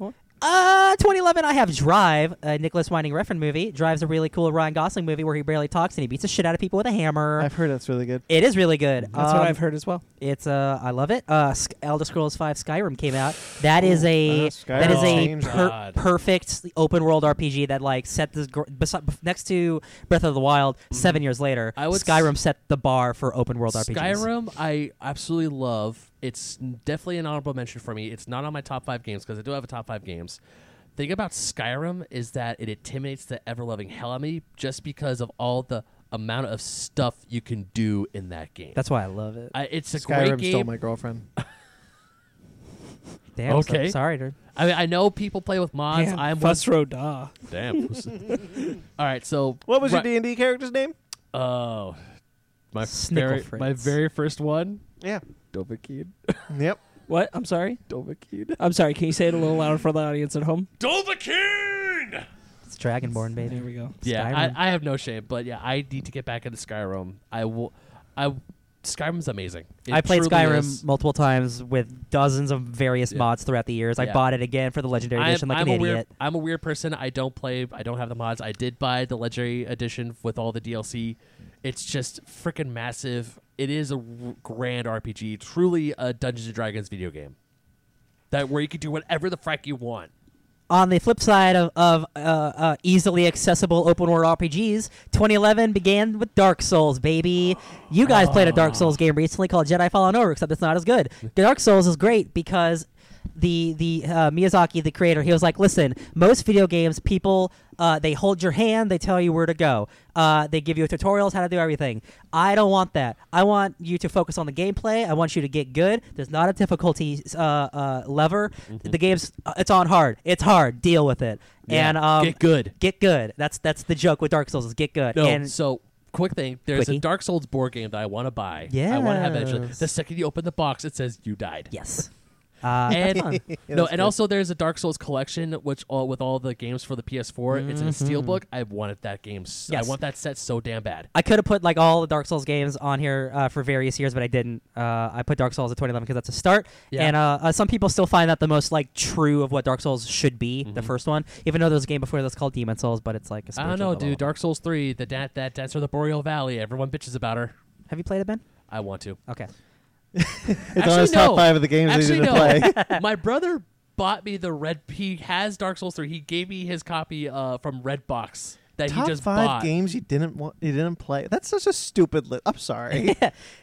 Speaker 4: Go on.
Speaker 3: Uh, 2011, I have Drive, a Nicholas Winding Refn movie. Drive's a really cool Ryan Gosling movie where he barely talks and he beats the shit out of people with a hammer.
Speaker 1: I've heard that's really good.
Speaker 3: it is really good.
Speaker 4: That's
Speaker 3: Um,
Speaker 4: what I've heard as well.
Speaker 3: It's uh, I love it. Uh, Sk- Elder Scrolls Five Skyrim came out. That is a
Speaker 1: Uh, Skyrim
Speaker 3: that is a
Speaker 1: changed
Speaker 3: per-
Speaker 2: God.
Speaker 3: perfect open world RPG that like set this gr- besi- bef- next to Breath of the Wild.
Speaker 1: Mm-hmm.
Speaker 3: Seven years later,
Speaker 2: I would
Speaker 3: Skyrim set the bar for open world RPGs.
Speaker 2: Skyrim, I absolutely love. It's n- definitely an honorable mention for me. It's not on my top five games because I do have a top five games. Thing about Skyrim is that it intimidates the ever loving hell out of me just because of all the amount of stuff you can do in that game.
Speaker 3: That's why I love it.
Speaker 2: I, it's a
Speaker 1: Skyrim
Speaker 2: great game.
Speaker 1: stole my girlfriend.
Speaker 3: Damn. so-
Speaker 2: okay.
Speaker 3: sorry, dude.
Speaker 2: I mean, I know people play with mods.
Speaker 4: Damn,
Speaker 2: I'm one-
Speaker 4: Fusro Da.
Speaker 2: damn. all right, so
Speaker 1: What was your
Speaker 2: Right.
Speaker 1: D and D character's name?
Speaker 2: Oh, my
Speaker 3: Snickle
Speaker 2: very my
Speaker 3: Fritz.
Speaker 2: very first one.
Speaker 1: Yeah.
Speaker 2: Dovahkiin.
Speaker 1: Yep.
Speaker 4: What? I'm sorry.
Speaker 2: Dovahkiin.
Speaker 4: I'm sorry. Can you say it a little louder for the audience at home?
Speaker 2: Dovahkiin.
Speaker 3: It's Dragonborn,
Speaker 4: There
Speaker 3: baby.
Speaker 4: we go.
Speaker 2: Yeah,
Speaker 3: Skyrim.
Speaker 2: I, I have no shame, but yeah, I need to get back into Skyrim. I will. I Skyrim's amazing. It
Speaker 3: I played
Speaker 2: truly
Speaker 3: Skyrim
Speaker 2: is.
Speaker 3: multiple times with dozens of various
Speaker 2: Yeah.
Speaker 3: mods throughout the years. I
Speaker 2: Yeah.
Speaker 3: bought it again for the Legendary
Speaker 2: I'm,
Speaker 3: Edition like
Speaker 2: I'm
Speaker 3: an
Speaker 2: a
Speaker 3: idiot.
Speaker 2: weird. I'm a weird person. I don't play. I don't have the mods. I did buy the Legendary Edition with all the DLC. It's just freaking massive. It is a r- grand RPG. Truly a Dungeons and Dragons video game. That where you can do whatever the frack you want.
Speaker 3: on the flip side of, of uh, uh, easily accessible open world RPGs, 2011 began with Dark Souls, baby. You guys played a Dark Souls game recently called Jedi Fallen Order, except it's not as good. Dark Souls is great because the the uh, Miyazaki, the creator, he was like, listen, most video games, people uh, they hold your hand, they tell you where to go, uh, they give you tutorials how to do everything. I don't want that. I want you to focus on the gameplay. I want you to get good. There's not a difficulty uh, uh, lever. The game's uh, it's on hard. It's hard. Deal with it.
Speaker 2: Mm-hmm. Yeah.
Speaker 3: And um,
Speaker 2: get good.
Speaker 3: get good. That's that's the joke with Dark Souls is get good.
Speaker 2: No,
Speaker 3: and
Speaker 2: so quick thing. There's
Speaker 3: Quickie.
Speaker 2: a Dark Souls board game that I want to buy. I want to have it. eventually. The
Speaker 3: Yes.
Speaker 2: second you open the box, it says you died.
Speaker 3: yes. Uh,
Speaker 2: And-
Speaker 3: that's fun.
Speaker 1: Yeah,
Speaker 2: no,
Speaker 1: that's
Speaker 2: and
Speaker 1: good.
Speaker 2: also there's a Dark Souls collection, which all with all the games for the PS4. It's in a
Speaker 1: Mm-hmm.
Speaker 2: steelbook. I wanted that game. s-
Speaker 3: Yes.
Speaker 2: I want that set so damn bad.
Speaker 3: I could have put like all the Dark Souls games on here uh, for various years, but I didn't. Uh, I put Dark Souls at 2011 because that's a start.
Speaker 2: Yeah.
Speaker 3: And uh, uh, some people still find that the most like true of what Dark Souls should be, the first one. Even though there's a game before that's called Demon Souls, but it's like a
Speaker 2: Mm-hmm. I don't
Speaker 3: spiritual
Speaker 2: know, dude.
Speaker 3: development.
Speaker 2: Dark Souls three, the da- that dancer of the Boreal Valley. Everyone bitches about her.
Speaker 3: Have you played it, Ben?
Speaker 2: I want to.
Speaker 3: Okay.
Speaker 1: It's on his top five of the games
Speaker 2: Actually,
Speaker 1: that he didn't play.
Speaker 2: no. My brother bought me the red. He has Dark Souls three. He gave me his copy uh, from Redbox that
Speaker 1: Top
Speaker 2: he just
Speaker 1: five
Speaker 2: bought.
Speaker 1: games you didn't want, you didn't play. That's such a stupid. Li- I'm sorry.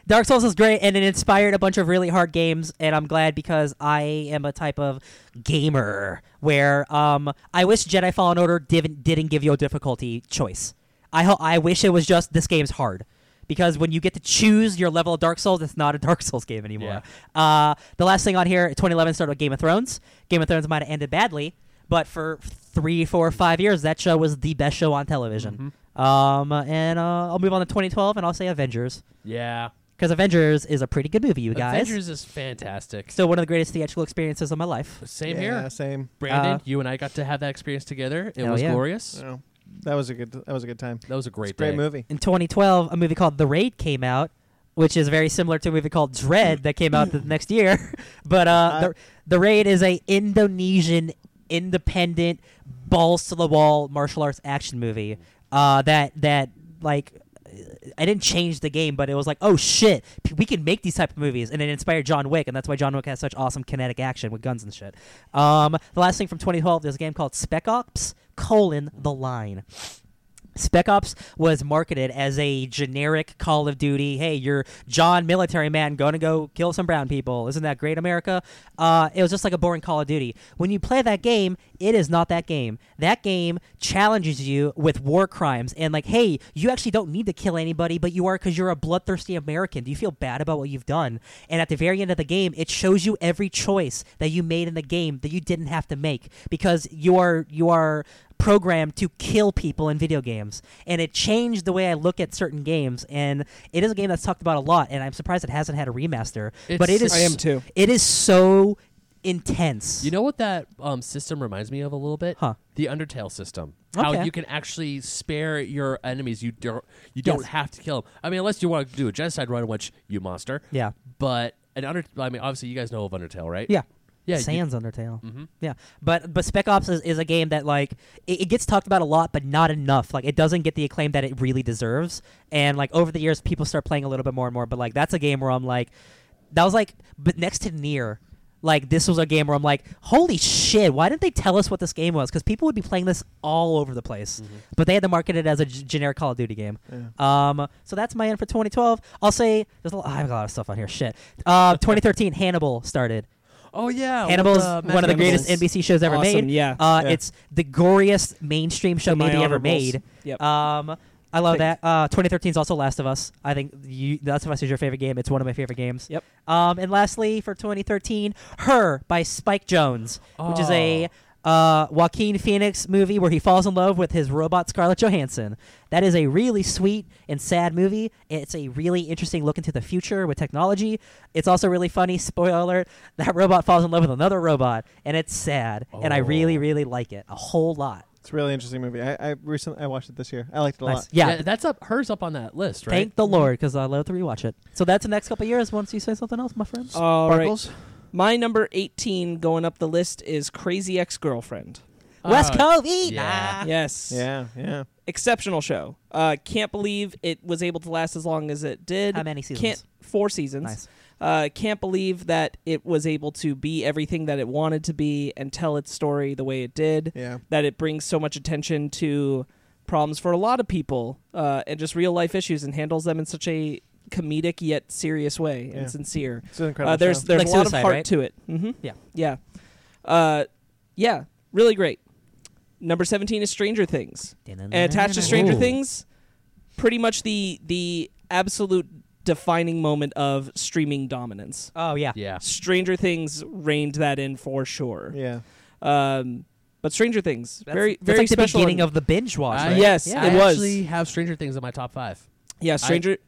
Speaker 3: Dark Souls is great, and it inspired a bunch of really hard games, and I'm glad because I am a type of gamer where um, I wish Jedi Fallen Order didn't didn't give you a difficulty choice. I ho- I wish it was just this game's hard. Because when you get to choose your level of Dark Souls, it's not a Dark Souls game anymore. Uh, the last thing on here, 2011 started with Game of Thrones. Game of Thrones might have ended badly, but for three, four, five years, that show was the best show on television. Um, and uh, I'll move on to 2012, and I'll say Avengers.
Speaker 2: Yeah,
Speaker 3: Because Avengers is a pretty good movie, you guys.
Speaker 2: Avengers is fantastic.
Speaker 3: Still one of the greatest theatrical experiences of my life.
Speaker 2: Same
Speaker 1: yeah,
Speaker 2: here,
Speaker 1: Same.
Speaker 2: Brandon.
Speaker 3: Uh,
Speaker 2: you and I got to have that experience together. It
Speaker 3: Hell
Speaker 2: was
Speaker 3: yeah.
Speaker 2: glorious.
Speaker 1: No, that was a good. That was a good time.
Speaker 2: That was a
Speaker 1: It's
Speaker 2: great,
Speaker 1: a great
Speaker 2: day.
Speaker 1: movie.
Speaker 3: In 2012, a movie called The Raid came out, which is very similar to a movie called Dread that came out the next year. But uh, the, the Raid is a Indonesian independent balls to the wall martial arts action movie uh, that that like I didn't change the game, but it was like, oh shit, p- we can make these type of movies, and it inspired John Wick, and that's why John Wick has such awesome kinetic action with guns and shit. Um, the last thing from 2012, there's a game called Spec Ops: colon, The Line. Spec Ops was marketed as a generic Call of Duty. Hey, you're John Military Man, gonna go kill some brown people. Isn't that great, America? Uh, it was just like a boring Call of Duty. When you play that game, it is not that game. That game challenges you with war crimes and like, hey, you actually don't need to kill anybody, but you are because you're a bloodthirsty American. Do you feel bad about what you've done? And at the very end of the game, it shows you every choice that you made in the game that you didn't have to make because you are you are programmed to kill people in video games and it changed the way i look at certain games and it is a game that's talked about a lot and i'm surprised it hasn't had a remaster but
Speaker 2: It's-
Speaker 3: it is
Speaker 4: I am too.
Speaker 3: it is so intense
Speaker 2: You know what that um, system reminds me of a little bit?
Speaker 3: Huh.
Speaker 2: The Undertale system. How
Speaker 3: Okay.
Speaker 2: you can actually spare your enemies. You don't. You don't
Speaker 3: Yes.
Speaker 2: have to kill them. I mean, unless you want to do a genocide run, which you monster.
Speaker 3: yeah
Speaker 2: But an under. I mean, obviously, you guys know of Undertale, right?
Speaker 3: yeah
Speaker 2: Yeah. you-
Speaker 3: sans undertale
Speaker 2: Mhm.
Speaker 3: yeah but but spec ops is, is a game that like it, it gets talked about a lot but not enough like it doesn't get the acclaim that it really deserves and like over the years people start playing a little bit more and more but like that's a game where i'm like that was like but next to near like this was a game where i'm like holy shit why didn't they tell us what this game was because people would be playing this all over the place
Speaker 2: Mm-hmm.
Speaker 3: but they had to market it as a g- generic call of duty game um, so that's my end for 2012 i'll say there's a lot, I have a lot of stuff on here shit uh, 2013 hannibal started
Speaker 2: Oh yeah.
Speaker 3: Hannibal's
Speaker 2: with, uh,
Speaker 3: one of
Speaker 2: Matthew
Speaker 3: the greatest
Speaker 2: Hannibal's-
Speaker 3: NBC shows ever
Speaker 4: Awesome,
Speaker 3: made.
Speaker 4: yeah.
Speaker 3: Uh,
Speaker 1: Yeah.
Speaker 3: It's the goriest mainstream show
Speaker 4: To my
Speaker 3: maybe ever
Speaker 4: honorables.
Speaker 3: made.
Speaker 4: Yep.
Speaker 3: Um, I love
Speaker 4: Thank-
Speaker 3: that. Uh, 2013 is also Last of Us. I think you, Last of Us is your favorite game. It's one of my favorite games.
Speaker 4: Yep.
Speaker 3: Um, and lastly, for 2013, Her by Spike Jones, which is a
Speaker 4: Oh.
Speaker 3: uh, Joaquin Phoenix movie where he falls in love with his robot Scarlett Johansson. That is a really sweet and sad movie. It's a really interesting look into the future with technology. It's also really funny. Spoiler alert, that robot falls in love with another robot, and it's sad. And I
Speaker 2: Oh.
Speaker 3: really, really like it a whole lot.
Speaker 1: It's a really interesting movie. I, I recently I watched it this year. I liked it a
Speaker 3: Nice.
Speaker 1: lot.
Speaker 3: Yeah.
Speaker 2: That's up. Hers up on that list, right?
Speaker 3: Thank the
Speaker 4: Mm-hmm.
Speaker 3: Lord, because I love to rewatch it. So that's the next couple years. Once you say something else, my friends.
Speaker 4: All right.
Speaker 1: Sparkles.
Speaker 4: My number 18 going up the list is Crazy Ex-Girlfriend.
Speaker 3: West
Speaker 2: Uh,
Speaker 3: Covey.
Speaker 2: yeah.
Speaker 3: Nah.
Speaker 4: Yes.
Speaker 1: Yeah, yeah.
Speaker 4: Exceptional show. Uh, can't believe it was able to last as long as it did.
Speaker 3: How many seasons?
Speaker 4: Can't four seasons.
Speaker 3: Nice.
Speaker 4: Uh, can't believe that it was able to be everything that it wanted to be and tell its story the way it did.
Speaker 1: Yeah.
Speaker 4: That it brings so much attention to problems for a lot of people uh, and just real life issues and handles them in such a comedic yet serious way and
Speaker 1: Yeah.
Speaker 4: sincere.
Speaker 1: It's an incredible.
Speaker 4: Uh, there's
Speaker 1: show.
Speaker 4: there's
Speaker 3: Like
Speaker 4: a lot
Speaker 3: Suicide,
Speaker 4: of heart
Speaker 3: right?
Speaker 4: to it. hmm
Speaker 3: Yeah.
Speaker 4: yeah. Uh, yeah, really great. Number seventeen is Stranger Things. And attached to Stranger
Speaker 2: Ooh.
Speaker 4: Things, pretty much the the absolute defining moment of streaming dominance.
Speaker 3: Oh yeah.
Speaker 2: Yeah.
Speaker 4: Stranger Things reined that in for sure.
Speaker 1: Yeah.
Speaker 4: Um, but Stranger Things,
Speaker 3: That's,
Speaker 4: very
Speaker 3: that's
Speaker 4: very
Speaker 3: like
Speaker 4: special.
Speaker 3: the beginning
Speaker 4: one.
Speaker 3: of the binge watch.
Speaker 2: I-
Speaker 3: right?
Speaker 4: yes,
Speaker 3: Yeah.
Speaker 4: it
Speaker 2: I
Speaker 4: was.
Speaker 2: actually have Stranger Things in my top five.
Speaker 4: yeah, Stranger.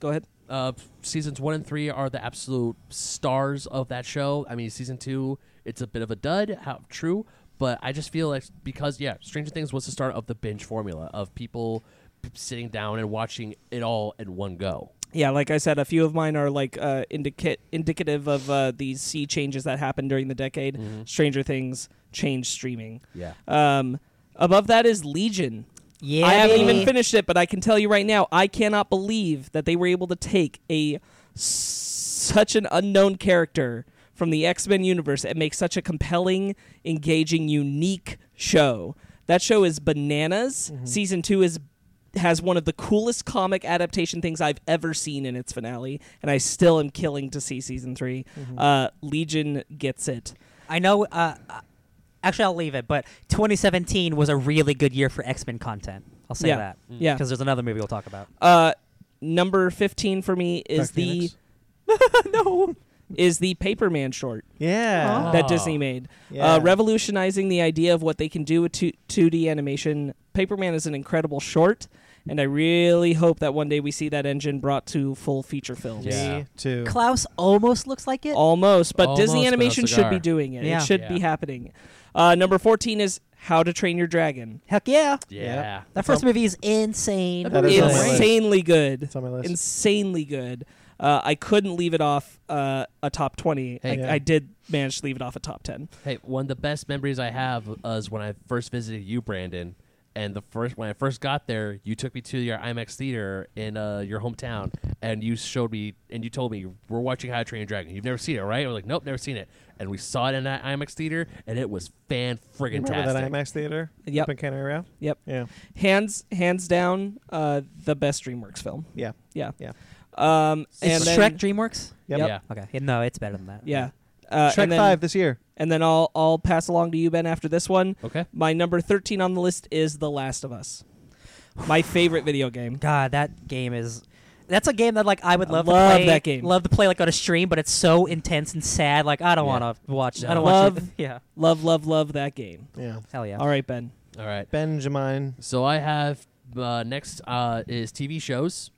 Speaker 4: go ahead.
Speaker 2: Uh, seasons one and three are the absolute stars of that show. I mean, season two, it's a bit of a dud. How true, but I just feel like because yeah, Stranger Things was the start of the binge formula of people p- sitting down and watching it all in one go.
Speaker 4: Yeah, like I said, a few of mine are like uh, indica- indicative of uh, these sea changes that happened during the decade. Stranger Things changed streaming.
Speaker 2: Yeah,
Speaker 4: Um, above that is Legion.
Speaker 3: Yeah.
Speaker 4: I haven't even
Speaker 3: baby.
Speaker 4: finished it, but I can tell you right now, I cannot believe that they were able to take a such an unknown character from the X Men universe and make such a compelling, engaging, unique show. That show is bananas.
Speaker 1: Mm-hmm.
Speaker 4: Season two is has one of the coolest comic adaptation things I've ever seen in its finale, and I still am killing to see season 3
Speaker 1: Mm-hmm.
Speaker 4: Uh, Legion gets it.
Speaker 3: I know. Uh, uh, actually, I'll leave it. But 2017 was a really good year for X Men content. I'll say
Speaker 4: Yeah.
Speaker 3: that
Speaker 1: Mm.
Speaker 4: Yeah.
Speaker 3: because there's another movie we'll talk about.
Speaker 4: Uh, number fifteen for me is
Speaker 1: Dark
Speaker 4: the
Speaker 1: Phoenix?
Speaker 4: no is the Paperman short
Speaker 1: Yeah.
Speaker 2: Aw.
Speaker 4: that Disney made,
Speaker 1: Yeah.
Speaker 4: uh, revolutionizing the idea of what they can do with two D animation. Paperman is an incredible short, and I really hope that one day we see that engine brought to full feature films.
Speaker 2: Yeah.
Speaker 1: Me too.
Speaker 3: Klaus almost looks like it.
Speaker 4: Almost, but
Speaker 2: Almost, but
Speaker 4: Disney
Speaker 2: a
Speaker 4: Animation should
Speaker 2: cigar.
Speaker 4: be doing it.
Speaker 3: Yeah.
Speaker 4: It should be
Speaker 2: Yeah.
Speaker 4: happening. Uh, number fourteen is How to Train Your Dragon.
Speaker 3: Heck yeah.
Speaker 2: yeah.
Speaker 3: That first movie is insane.
Speaker 1: That is on my list.
Speaker 4: Insanely good.
Speaker 1: It's on my list.
Speaker 4: insanely good. Uh, I couldn't leave it off uh, a top 20. I,
Speaker 2: Hey.
Speaker 1: Yeah.
Speaker 4: I did manage to leave it off a top 10.
Speaker 2: Hey, one of the best memories I have is when I first visited you, Brandon. And the first when I first got there, you took me to your IMAX theater in uh, your hometown, and you showed me and you told me we're watching How to Train Your Dragon. You've never seen it, right? I was like, nope, never seen it. And we saw it in that IMAX theater, and it was fan friggin'
Speaker 1: Remember that
Speaker 2: tastic.
Speaker 1: IMAX theater
Speaker 4: Yep.
Speaker 1: up in Canary Row?
Speaker 4: Yep.
Speaker 1: Yeah.
Speaker 4: Hands hands down, uh, the best DreamWorks film.
Speaker 1: Yeah.
Speaker 4: Yeah.
Speaker 1: Yeah.
Speaker 4: Um, and
Speaker 3: Is
Speaker 4: then-
Speaker 3: Shrek DreamWorks?
Speaker 1: Yep.
Speaker 2: Yeah,
Speaker 3: Okay. Yeah, no, it's better than that.
Speaker 4: Yeah. Uh,
Speaker 1: Shrek
Speaker 4: and then,
Speaker 1: Five this year.
Speaker 4: And then I'll, I'll pass along to you, Ben, after this one.
Speaker 2: okay.
Speaker 4: My number 13 on the list is The Last of Us. My favorite video game.
Speaker 3: God, that game is. That's a game that like I would
Speaker 4: I
Speaker 3: love,
Speaker 4: love
Speaker 3: to play.
Speaker 4: that game.
Speaker 3: Love to play like on a stream, but it's so intense and sad. Like I don't
Speaker 2: Yeah.
Speaker 3: want to watch. I
Speaker 2: No.
Speaker 3: don't want
Speaker 4: Love-
Speaker 3: to. Yeah.
Speaker 4: Love, love, love that game.
Speaker 1: Yeah.
Speaker 3: Hell yeah.
Speaker 4: All right, Ben.
Speaker 2: All right.
Speaker 1: Benjamin.
Speaker 2: So I have uh, next uh, is TV shows.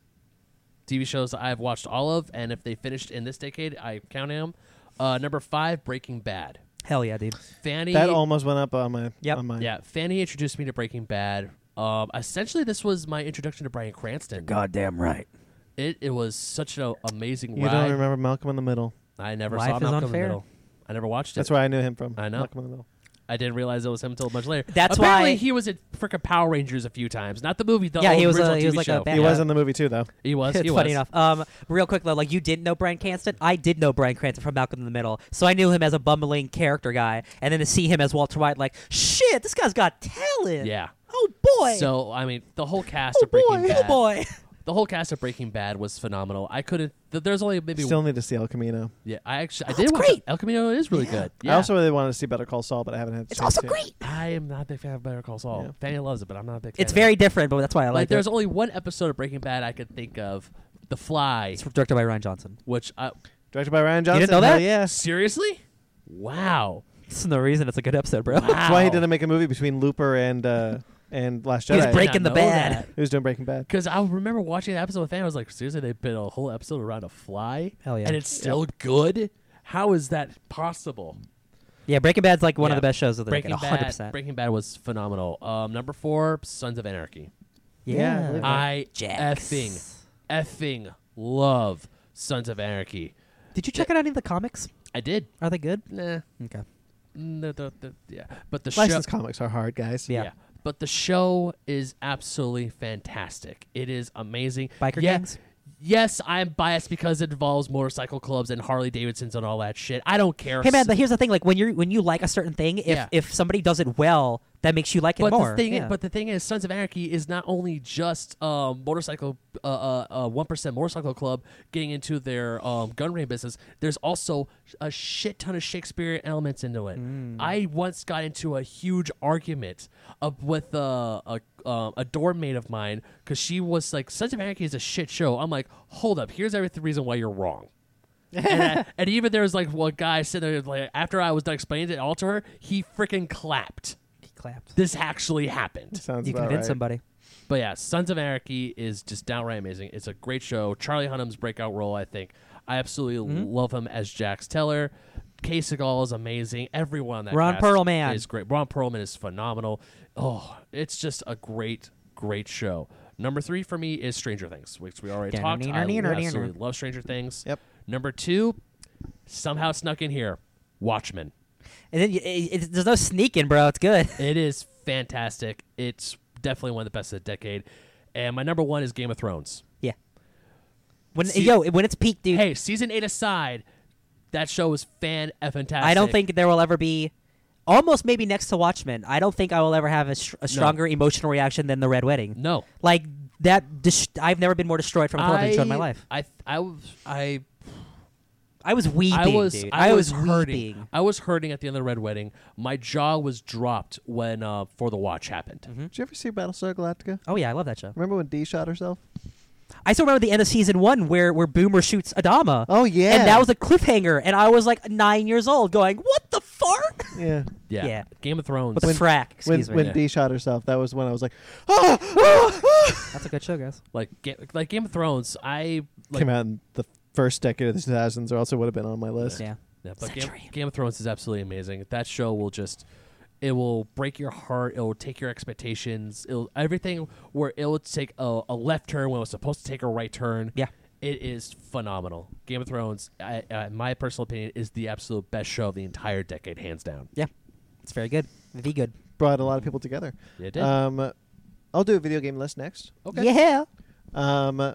Speaker 2: TV shows that I've watched all of, and if they finished in this decade, I count them. Uh, number five, Breaking Bad.
Speaker 3: Hell yeah, dude.
Speaker 2: Fanny
Speaker 1: That almost went up on my
Speaker 3: Yep.
Speaker 1: on mine.
Speaker 2: Yeah, Fanny introduced me to Breaking Bad. Um, essentially, this was my introduction to Brian Cranston.
Speaker 3: goddamn right.
Speaker 2: It, it was such an amazing
Speaker 1: You
Speaker 2: ride.
Speaker 1: don't remember Malcolm in the Middle.
Speaker 2: I never
Speaker 3: Life
Speaker 2: saw
Speaker 3: is
Speaker 2: Malcolm in the
Speaker 3: unfair.
Speaker 2: Middle. I never watched it.
Speaker 1: That's where I knew him from.
Speaker 2: I know.
Speaker 1: Malcolm in the Middle.
Speaker 2: I didn't realize it was him until much later.
Speaker 3: That's
Speaker 2: Apparently,
Speaker 3: why-
Speaker 2: he was in frickin' Power Rangers a few times. Not the movie, the
Speaker 3: Yeah, he
Speaker 2: old
Speaker 3: was a-
Speaker 2: original
Speaker 3: he was
Speaker 2: TV
Speaker 3: like a
Speaker 2: show.
Speaker 3: bad
Speaker 1: He
Speaker 3: Yeah.
Speaker 1: was in the movie too, though.
Speaker 2: He was.
Speaker 3: It's
Speaker 2: he was.
Speaker 3: funny enough. Um, real quick though, like you didn't know Brian Cranston. I did know Brian Cranston from Malcolm in the Middle, so I knew him as a bumbling character guy, and then to see him as Walter White, like shit, this guy's got talent.
Speaker 2: Yeah.
Speaker 3: Oh boy.
Speaker 2: So I mean, the whole cast
Speaker 3: oh
Speaker 2: of Breaking
Speaker 3: boy.
Speaker 2: Bad.
Speaker 3: Oh boy.
Speaker 2: The whole cast of Breaking Bad was phenomenal. I couldn't. Th- there's only maybe.
Speaker 1: Still need to see El Camino.
Speaker 2: yeah, I actually I
Speaker 3: Oh,
Speaker 2: did.
Speaker 3: it's
Speaker 2: watch
Speaker 3: great.
Speaker 2: El Camino is really good. Yeah.
Speaker 1: I also really wanted to see Better Call Saul, but I haven't had. a
Speaker 3: It's
Speaker 1: chance
Speaker 3: also
Speaker 1: yet.
Speaker 3: great.
Speaker 2: I am not a big fan of Better Call Saul.
Speaker 1: Yeah.
Speaker 2: Fanny loves it, but I'm not a big. fan
Speaker 3: It's
Speaker 2: of it.
Speaker 3: very different, but that's why I
Speaker 2: like
Speaker 3: like,
Speaker 2: there's
Speaker 3: it.
Speaker 2: only one episode of Breaking Bad I could think of, The Fly,
Speaker 3: It's directed by Ryan Johnson.
Speaker 2: which I
Speaker 1: Directed by Ryan Johnson.
Speaker 3: didn't know
Speaker 1: Hell
Speaker 3: that?
Speaker 1: yeah.
Speaker 2: seriously, wow,
Speaker 3: This is the reason it's a good episode, bro.
Speaker 1: That's why he
Speaker 2: Wow.
Speaker 1: didn't make a movie between Looper and uh, and Last
Speaker 3: He
Speaker 1: Jedi.
Speaker 3: was breaking the bad.
Speaker 1: He was doing Breaking Bad.
Speaker 2: Because I remember watching that episode with Fanny, I was like, seriously, they built a whole episode around a fly,
Speaker 3: Hell yeah.
Speaker 2: and it's still good. How is that possible?
Speaker 3: Yeah, Breaking Bad's like one
Speaker 2: Yeah.
Speaker 3: of the best shows of the
Speaker 2: Breaking
Speaker 3: decade. 100%.
Speaker 2: Bad, Breaking Bad was phenomenal. Um, number four, Sons of Anarchy.
Speaker 1: Yeah, I
Speaker 3: yeah.
Speaker 1: believe that.
Speaker 2: I
Speaker 3: Jax.
Speaker 2: effing effing love Sons of Anarchy.
Speaker 3: Did you check out any of the comics?
Speaker 2: I did.
Speaker 3: Are they good?
Speaker 2: Nah,
Speaker 3: Okay.
Speaker 2: Mm, the- the- the- yeah, but the show.
Speaker 1: Licensed comics are hard, guys.
Speaker 3: Yeah.
Speaker 2: Yeah. But the show is absolutely fantastic. It is amazing.
Speaker 3: Biker
Speaker 2: Yeah-
Speaker 3: gangs?
Speaker 2: Yes, I'm biased because it involves motorcycle clubs and Harley Davidsons and all that shit. I don't care.
Speaker 3: Hey man, but here's the thing: like when you are when you like a certain thing, if
Speaker 2: Yeah.
Speaker 3: if somebody does it well, that makes you like it
Speaker 2: but
Speaker 3: more.
Speaker 2: The thing
Speaker 3: yeah.
Speaker 2: but the thing is, Sons of Anarchy is not only just um, motorcycle uh, uh, uh, one percent motorcycle club getting into their um, gun running business. There's also a shit ton of Shakespearean elements into it.
Speaker 3: Mm.
Speaker 2: I once got into a huge argument up with uh, a um, a dorm mate of mine because she was like, "Sons of Anarchy is a shit show." I'm like, "Hold up, here's every th- reason why you're wrong." and, I- and even there was like one guy sitting there like after I was done explaining it all to her, he freaking clapped
Speaker 3: he clapped.
Speaker 2: this actually happened.
Speaker 1: Sounds
Speaker 3: You
Speaker 1: about
Speaker 3: convince
Speaker 1: right.
Speaker 3: somebody.
Speaker 2: But yeah, Sons of Anarchy is just downright amazing. It's a great show. Charlie Hunnam's breakout role, I think. I absolutely
Speaker 3: Mm-hmm.
Speaker 2: love him as Jax Teller. Kay Segal is amazing. Everyone on that
Speaker 3: Ron
Speaker 2: cast
Speaker 3: Perlman.
Speaker 2: is great. Ron Perlman is phenomenal. Oh, it's just a great, great show. Number three for me is Stranger Things, which we already talked. I absolutely love Stranger Things.
Speaker 1: Yep.
Speaker 2: Number two, somehow snuck in here, Watchmen.
Speaker 3: And then y it, it, there's no sneaking, bro. It's good.
Speaker 2: It is fantastic. It's definitely one of the best of the decade. And my number one is Game of Thrones.
Speaker 3: yeah. When
Speaker 2: See-
Speaker 3: yo, when it's peak, dude.
Speaker 2: Hey, season eight aside, that show is fan eh, fantastic.
Speaker 3: I don't think there will ever be. Almost maybe next to Watchmen. I don't think I will ever have a, str- a stronger emotional reaction than the Red Wedding.
Speaker 2: no.
Speaker 3: Like that, dis- I've never been more destroyed from a television show in my life.
Speaker 2: I I was I
Speaker 3: I was weeping,
Speaker 2: I was
Speaker 3: dude.
Speaker 2: I, was, hurting.
Speaker 3: weeping.
Speaker 2: I was hurting at the end of the Red Wedding. My jaw was dropped when uh, For the Watch happened.
Speaker 3: Mm-hmm.
Speaker 1: Did you ever see Battlestar Galactica?
Speaker 3: Oh yeah, I love that show.
Speaker 1: Remember when D shot herself?
Speaker 3: I still remember the end of season one where where Boomer shoots Adama.
Speaker 1: Oh yeah.
Speaker 3: And that was a cliffhanger, and I was like nine years old, going, "What the fart?"
Speaker 1: yeah.
Speaker 2: Yeah.
Speaker 3: Yeah.
Speaker 2: Game of Thrones.
Speaker 3: With the frack.
Speaker 1: When,
Speaker 3: Excuse me.
Speaker 1: when
Speaker 2: Yeah.
Speaker 1: D shot herself, that was when I was like, ah, ah, ah.
Speaker 3: That's a good show, guys.
Speaker 2: like ga- like Game of Thrones, I like
Speaker 1: came out in the first decade of the 2000s, or else it would have been on my list.
Speaker 3: Yeah.
Speaker 2: Yeah, but Game,
Speaker 3: Century.
Speaker 2: Game of Thrones is absolutely amazing. That show will just it will break your heart. It will take your expectations. It'll everything where it will take a, a left turn when it was supposed to take a right turn.
Speaker 3: Yeah.
Speaker 2: it is phenomenal. Game of Thrones, I, uh, my personal opinion, is the absolute best show of the entire decade, hands down.
Speaker 3: Yeah. It's very good. The good.
Speaker 1: Brought a lot of people together.
Speaker 2: It did.
Speaker 1: Um, I'll do a video game list next.
Speaker 3: Oh. Yeah.
Speaker 1: Um, I,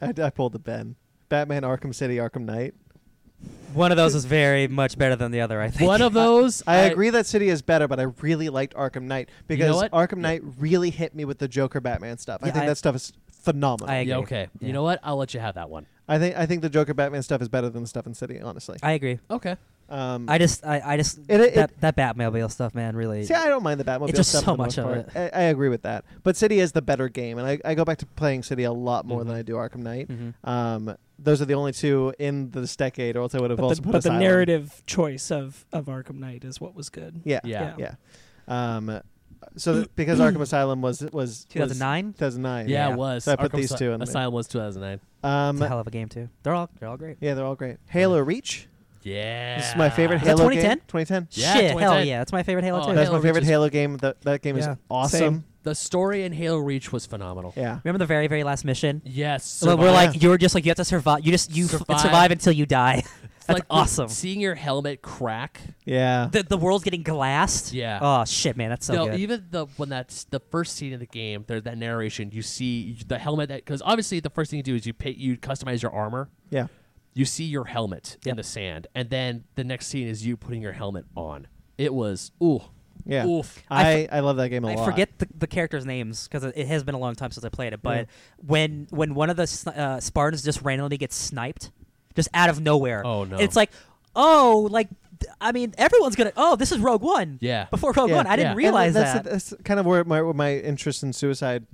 Speaker 1: I pulled the Ben. Batman Arkham City, Arkham Knight.
Speaker 3: One of those is very much better than the other, I think.
Speaker 2: One of those,
Speaker 1: I, agree that City is better, but I really liked Arkham Knight because
Speaker 2: what?
Speaker 1: Arkham Knight really hit me with the Joker Batman stuff. I
Speaker 3: Yeah,
Speaker 1: think
Speaker 3: I-
Speaker 1: that stuff is phenomenal.
Speaker 3: I
Speaker 1: I,
Speaker 3: agree.
Speaker 2: Yeah, okay.
Speaker 3: Yeah.
Speaker 2: You know what? I'll let you have that one.
Speaker 1: think I think the Joker Batman stuff is better than the stuff in City, honestly.
Speaker 3: I agree.
Speaker 2: Okay.
Speaker 1: Um,
Speaker 3: I just, I, I just
Speaker 1: It- it-
Speaker 3: that that Batmobile stuff, man, really.
Speaker 1: See, I don't mind the Batmobile
Speaker 3: It's just
Speaker 1: stuff.
Speaker 3: so
Speaker 1: for the most
Speaker 3: much of
Speaker 1: part. I, I agree with that. But City is the better game, and I, I go back to playing City a lot more than I do Arkham Knight.
Speaker 3: Mhm.
Speaker 1: Um, those are the only two in this decade, or else I would have
Speaker 4: But
Speaker 1: also
Speaker 4: the,
Speaker 1: put
Speaker 4: but the
Speaker 1: Asylum.
Speaker 4: narrative choice of of Arkham Knight is what was good.
Speaker 1: Yeah,
Speaker 2: Yeah.
Speaker 1: yeah. Um, so th- because Arkham Asylum was was
Speaker 3: 2009.
Speaker 1: two thousand nine.
Speaker 2: Yeah,
Speaker 3: Yeah.
Speaker 2: it was.
Speaker 1: So I put
Speaker 2: Arkham
Speaker 1: these
Speaker 2: Asy-
Speaker 1: two in there.
Speaker 2: Asylum was 2009.
Speaker 3: It's a
Speaker 1: Um,
Speaker 3: hell of a game too. They're all, they're all great.
Speaker 1: yeah, they're all great. Halo Reach.
Speaker 2: Yeah.
Speaker 1: This is my favorite
Speaker 3: Is that
Speaker 1: Halo game.
Speaker 3: 2010?
Speaker 1: 2010.
Speaker 2: Yeah,
Speaker 3: Shit, hell
Speaker 2: 2010.
Speaker 3: yeah, that's my favorite Halo
Speaker 2: Oh,
Speaker 3: too.
Speaker 1: That's
Speaker 2: Halo
Speaker 1: my favorite
Speaker 2: Reach is-
Speaker 1: Halo game. That that game
Speaker 4: Yeah,
Speaker 1: is awesome.
Speaker 2: The story in Halo Reach was phenomenal.
Speaker 1: Yeah.
Speaker 3: Remember the very, very last mission?
Speaker 2: Yes.
Speaker 3: Well, we're
Speaker 1: survive.
Speaker 3: like, you're just like, you have to survive. You just, you f-
Speaker 2: Survive.
Speaker 3: survive until you die.
Speaker 2: It's
Speaker 3: that's
Speaker 2: like
Speaker 3: awesome.
Speaker 2: Seeing your helmet crack.
Speaker 1: Yeah.
Speaker 3: the, the world's getting glassed.
Speaker 2: Yeah.
Speaker 3: Oh shit, man, that's so
Speaker 2: no,
Speaker 3: good.
Speaker 2: even the when that's the first scene of the game, there's that narration. You see the helmet that because obviously the first thing you do is you pay, you customize your armor.
Speaker 1: yeah.
Speaker 2: You see your helmet in
Speaker 3: Yep.
Speaker 2: the sand, and then the next scene is you putting your helmet on. It was ooh,
Speaker 1: Yeah.
Speaker 2: oof.
Speaker 1: I, I love that game a
Speaker 3: I
Speaker 1: lot.
Speaker 3: forget the, the characters' names because it, it has been a long time since I played it. But
Speaker 1: Yeah.
Speaker 3: when when one of the sni- uh, Spartans just randomly gets sniped, just out of nowhere.
Speaker 2: Oh, no.
Speaker 3: It's like, oh, like th- I mean, everyone's gonna. Oh, this is Rogue One.
Speaker 2: Yeah.
Speaker 3: Before Rogue
Speaker 1: Yeah.
Speaker 3: One, I didn't
Speaker 2: Yeah.
Speaker 1: And
Speaker 3: realize
Speaker 1: that's,
Speaker 3: that.
Speaker 1: That's kind of where my, where my interest in suicide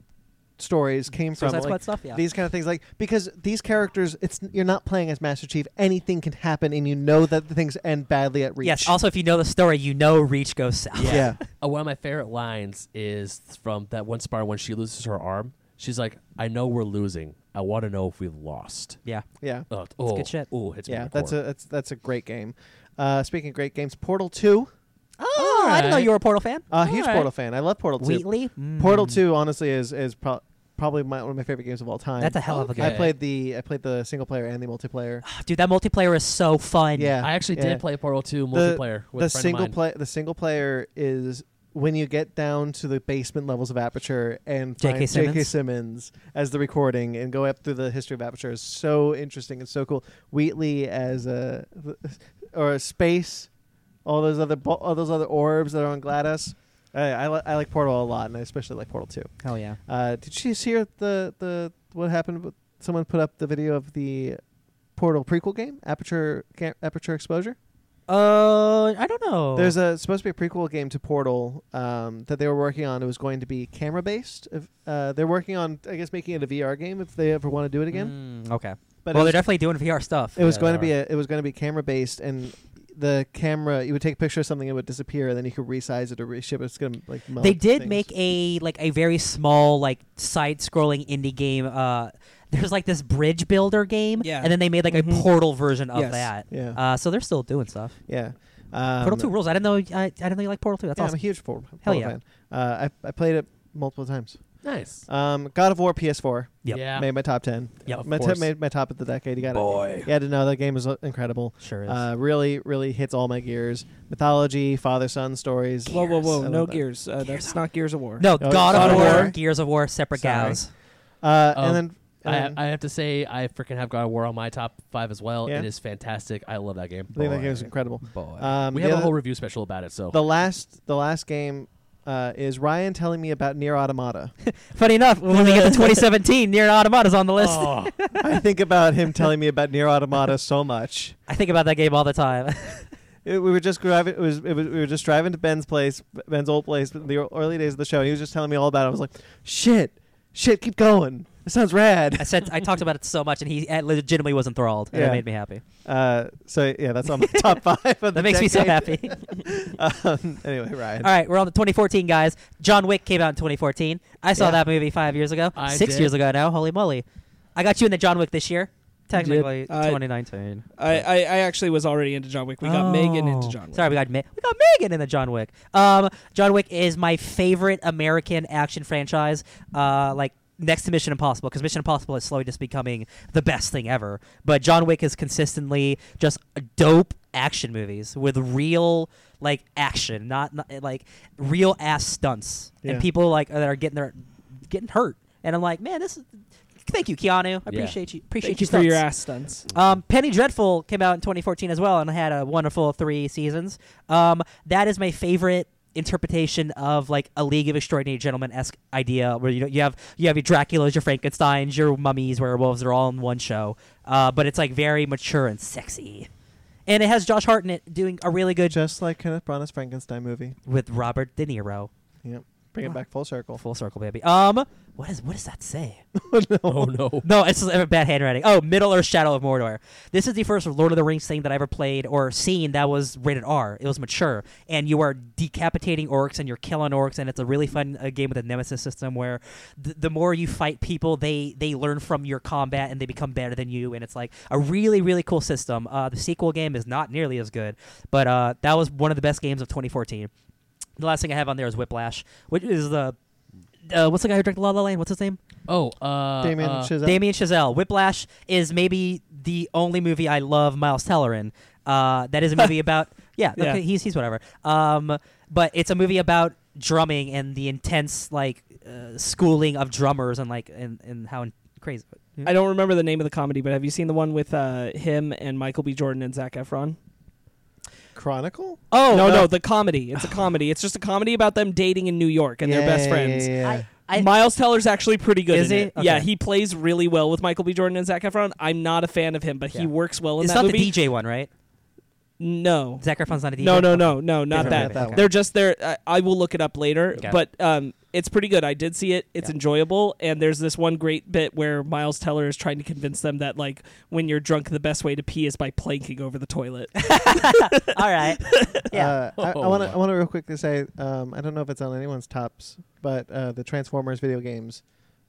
Speaker 1: stories came from.
Speaker 3: Suicide
Speaker 1: like,
Speaker 3: Squad stuff, yeah.
Speaker 1: These kind of things, like because these characters, it's you're not playing as Master Chief. Anything can happen, and you know that the things end badly at reach.
Speaker 3: Yes. Also, if you know the story, you know Reach goes south.
Speaker 1: Yeah.
Speaker 2: Uh, one of my favorite lines is from that one spar when she loses her arm. She's like, "I know we're losing. I want to know if we've lost."
Speaker 3: Yeah.
Speaker 1: yeah,
Speaker 2: Oh, oh,
Speaker 3: good shit.
Speaker 2: Ooh, hits me in
Speaker 1: yeah.
Speaker 2: the
Speaker 1: That's
Speaker 2: core.
Speaker 1: a that's that's a great game. Uh, speaking of great games, Portal Two.
Speaker 3: Oh, I didn't know
Speaker 2: Alright.
Speaker 3: you were a Portal fan.
Speaker 1: Uh, A huge
Speaker 2: Alright.
Speaker 1: Portal fan. I love Portal Two.
Speaker 3: Wheatley. Mm.
Speaker 1: Portal Two, honestly, is is pro- probably my, one of my favorite games of all time.
Speaker 3: That's a hell of a
Speaker 2: Okay.
Speaker 3: game.
Speaker 1: I played the I played the single player and the multiplayer.
Speaker 3: Dude, that multiplayer is so fun.
Speaker 1: Yeah.
Speaker 2: I actually
Speaker 1: yeah.
Speaker 2: did play Portal
Speaker 1: the-
Speaker 2: 2 multiplayer with
Speaker 1: the
Speaker 2: a friend
Speaker 1: single
Speaker 2: of mine.
Speaker 1: play the single player is when you get down to the basement levels of aperture and
Speaker 3: J.K.
Speaker 1: find J.K.
Speaker 3: Simmons?
Speaker 1: Simmons as the recording and go up through the history of aperture is so interesting and so cool. Wheatley as a or a space all those other bo- all those other orbs that are on Gladys. I I, li- I like Portal a lot, and I especially like Portal Two.
Speaker 3: Oh yeah.
Speaker 1: Uh, did you see the the what happened? with- Someone put up the video of the Portal prequel game, Aperture Ga- Aperture Exposure.
Speaker 3: Uh, I don't know.
Speaker 1: There's a supposed to be a prequel game to Portal um, that they were working on. It was going to be camera based. If, uh, they're working on, I guess, making it a VR game if they ever want to do it again.
Speaker 3: Mm, okay.
Speaker 1: But it
Speaker 3: well, they're
Speaker 1: was,
Speaker 3: definitely doing VR stuff.
Speaker 1: it was
Speaker 2: yeah,
Speaker 1: going to
Speaker 2: they
Speaker 1: be a, it was going to be camera based, and the camera you would take a picture of something, it would disappear, and then you could resize it or reshape it. It's going to like meld
Speaker 3: they did
Speaker 1: things.
Speaker 3: make a like a very small like side-scrolling indie game. Uh, there's like this bridge builder game,
Speaker 4: Yeah.
Speaker 3: and then they made like
Speaker 4: Mhm.
Speaker 3: a Portal version of
Speaker 4: Yes.
Speaker 3: that.
Speaker 1: Mm-hmm. yeah
Speaker 3: Uh, so they're still doing stuff.
Speaker 1: yeah. Um,
Speaker 3: Portal Two rules. I didn't know. I, I didn't know you like Portal Two. That's
Speaker 1: yeah, I'm a
Speaker 3: awesome.
Speaker 1: huge Portal, Portal
Speaker 3: Hell yeah.
Speaker 1: fan. Uh, I I played it multiple times.
Speaker 2: Nice.
Speaker 1: Um, God of War PS4
Speaker 3: Yep.
Speaker 2: Yeah.
Speaker 1: made my top ten.
Speaker 3: Yep.
Speaker 2: Of
Speaker 1: my, t-
Speaker 2: course.
Speaker 1: made my top of the decade. You got
Speaker 2: Boy.
Speaker 1: You had to know that game is uh, incredible.
Speaker 3: Sure is.
Speaker 1: Uh, really, really hits all my gears. Mythology, father son stories.
Speaker 4: Whoa, whoa,
Speaker 1: I
Speaker 4: whoa!
Speaker 1: love
Speaker 4: No
Speaker 1: that.
Speaker 4: gears. Uh, that's not Gears of War.
Speaker 3: no,
Speaker 1: no,
Speaker 3: God,
Speaker 1: Oh, God
Speaker 3: of
Speaker 1: of
Speaker 3: War,
Speaker 1: War.
Speaker 3: Gears of War, separate
Speaker 1: Sorry.
Speaker 3: gals.
Speaker 1: Uh,
Speaker 2: Um,
Speaker 1: and then, and
Speaker 2: I,
Speaker 1: then
Speaker 2: I have to say, I freaking have God of War on my top five as well.
Speaker 1: Yeah.
Speaker 2: It is fantastic. I love that game.
Speaker 1: I think that game is incredible.
Speaker 2: Boy.
Speaker 1: Um,
Speaker 2: we
Speaker 1: the
Speaker 2: have a
Speaker 1: other-
Speaker 2: whole review special about it, so
Speaker 1: The last, the last game uh, is Ryan telling me about Near Automata.
Speaker 3: Funny enough, when we get to 2017, Near Automata's on the list.
Speaker 2: Oh,
Speaker 1: I think about him telling me about Near Automata so much.
Speaker 3: I think about that game all the time.
Speaker 1: It- we were just driving. It was, it was. We were just driving to Ben's place, Ben's old place, the early days of the show. And he was just telling me all about it. I was like, "Shit, shit, keep going. It sounds rad."
Speaker 3: I said I talked about it so much, and he uh, legitimately was enthralled, and
Speaker 1: Yeah.
Speaker 3: it made me happy.
Speaker 1: Uh, so yeah, that's on my top five. Of the
Speaker 3: That makes me so
Speaker 1: decade.
Speaker 3: happy.
Speaker 1: um, anyway, Ryan.
Speaker 3: All right, we're on the 2014 guys. John Wick came out in 2014. I saw
Speaker 1: Yeah.
Speaker 3: that movie five years ago,
Speaker 2: I
Speaker 3: six
Speaker 2: did.
Speaker 3: years ago now. Holy moly! I got you in the John Wick this year. Technically,
Speaker 4: I-
Speaker 3: 2019.
Speaker 4: I, I, I actually was already into John Wick. We got Megan into
Speaker 3: Oh.
Speaker 4: John Wick.
Speaker 3: Sorry, we got Ma- we got Megan into John Wick. Um, John Wick is my favorite American action franchise. Uh, like next to Mission Impossible, because Mission Impossible is slowly just becoming the best thing ever. But John Wick is consistently just dope action movies with real like action, not, not like real ass stunts
Speaker 1: Yeah.
Speaker 3: and people like that are getting their getting hurt. And I'm like, man, this is. Thank you, Keanu. I
Speaker 2: Yeah.
Speaker 3: appreciate you. Appreciate
Speaker 4: Thank you for
Speaker 3: stunts.
Speaker 4: your ass stunts.
Speaker 3: Um, Penny Dreadful came out in 2014 as well and had a wonderful three seasons. Um, that is my favorite interpretation of like a League of Extraordinary Gentlemen esque idea where you know, you have you have your Draculas, your Frankenstein's, your mummies, werewolves, they're all in one show. Uh, but it's like very mature and sexy, and it has Josh Hart in it doing a really good
Speaker 1: Just like Kenneth Branagh's Frankenstein movie.
Speaker 3: with Robert De Niro.
Speaker 1: Yep. Bring it
Speaker 3: Wow.
Speaker 1: back full circle.
Speaker 3: Full circle, baby. Um, what is what does that say?
Speaker 2: oh no.
Speaker 3: No, it's just I have a bad handwriting. Oh, Middle Earth: Shadow of Mordor. This is the first Lord of the Rings thing that I ever played or seen that was rated R. It was mature, and you are decapitating orcs and you're killing orcs, and it's a really fun uh, game with a nemesis system where th- the more you fight people, they they learn from your combat and they become better than you, and it's like a really really cool system. Uh, the sequel game is not nearly as good, but uh, that was one of the best games of 2014. The last thing I have on there is Whiplash, which is the uh, what's the guy who directed La La Land? What's his name?
Speaker 2: Oh, uh,
Speaker 1: Damien
Speaker 2: uh,
Speaker 1: Chazelle.
Speaker 3: Damien Chazelle. Whiplash is maybe the only movie I love Miles Teller in. Uh, that is a movie about yeah,
Speaker 4: Yeah.
Speaker 3: Okay, he's he's whatever. Um, but it's a movie about drumming and the intense like uh, schooling of drummers and like and, and how in- crazy.
Speaker 4: I don't remember the name of the comedy, but have you seen the one with uh, him and Michael B. Jordan and Zach Efron?
Speaker 1: Chronicle?
Speaker 3: Oh
Speaker 4: no, no, the comedy. It's a comedy. It's just a comedy about them dating in New York and
Speaker 1: Yeah,
Speaker 4: they're best
Speaker 1: yeah, uh,
Speaker 4: friends.
Speaker 1: yeah, yeah.
Speaker 3: I-
Speaker 4: Miles Teller's actually pretty good.
Speaker 3: Is
Speaker 4: in
Speaker 3: he?
Speaker 4: it. Yeah,
Speaker 3: Okay.
Speaker 4: he plays really well with Michael B. Jordan and Zach Efron. I'm not a fan of him, but he
Speaker 3: Yeah.
Speaker 4: works well in
Speaker 3: it's
Speaker 4: that
Speaker 3: not
Speaker 4: movie.
Speaker 3: the DJ one, right?
Speaker 4: No,
Speaker 3: Zac Efron's not a DJ.
Speaker 4: no, no, no, no, not
Speaker 3: Different
Speaker 4: that.
Speaker 3: movie,
Speaker 1: That
Speaker 3: okay.
Speaker 4: They're just there. I, I will look it up later,
Speaker 3: Okay.
Speaker 4: but um, it's pretty good. I did see it. It's
Speaker 3: Yeah.
Speaker 4: enjoyable, and there's this one great bit where Miles Teller is trying to convince them that like when you're drunk, the best way to pee is by planking over the toilet.
Speaker 3: All right. Yeah.
Speaker 1: Uh, I- I
Speaker 2: Oh,
Speaker 1: want to.
Speaker 2: my.
Speaker 1: I want to real quickly say. Um, I don't know if it's on anyone's tops, but uh, the Transformers video games,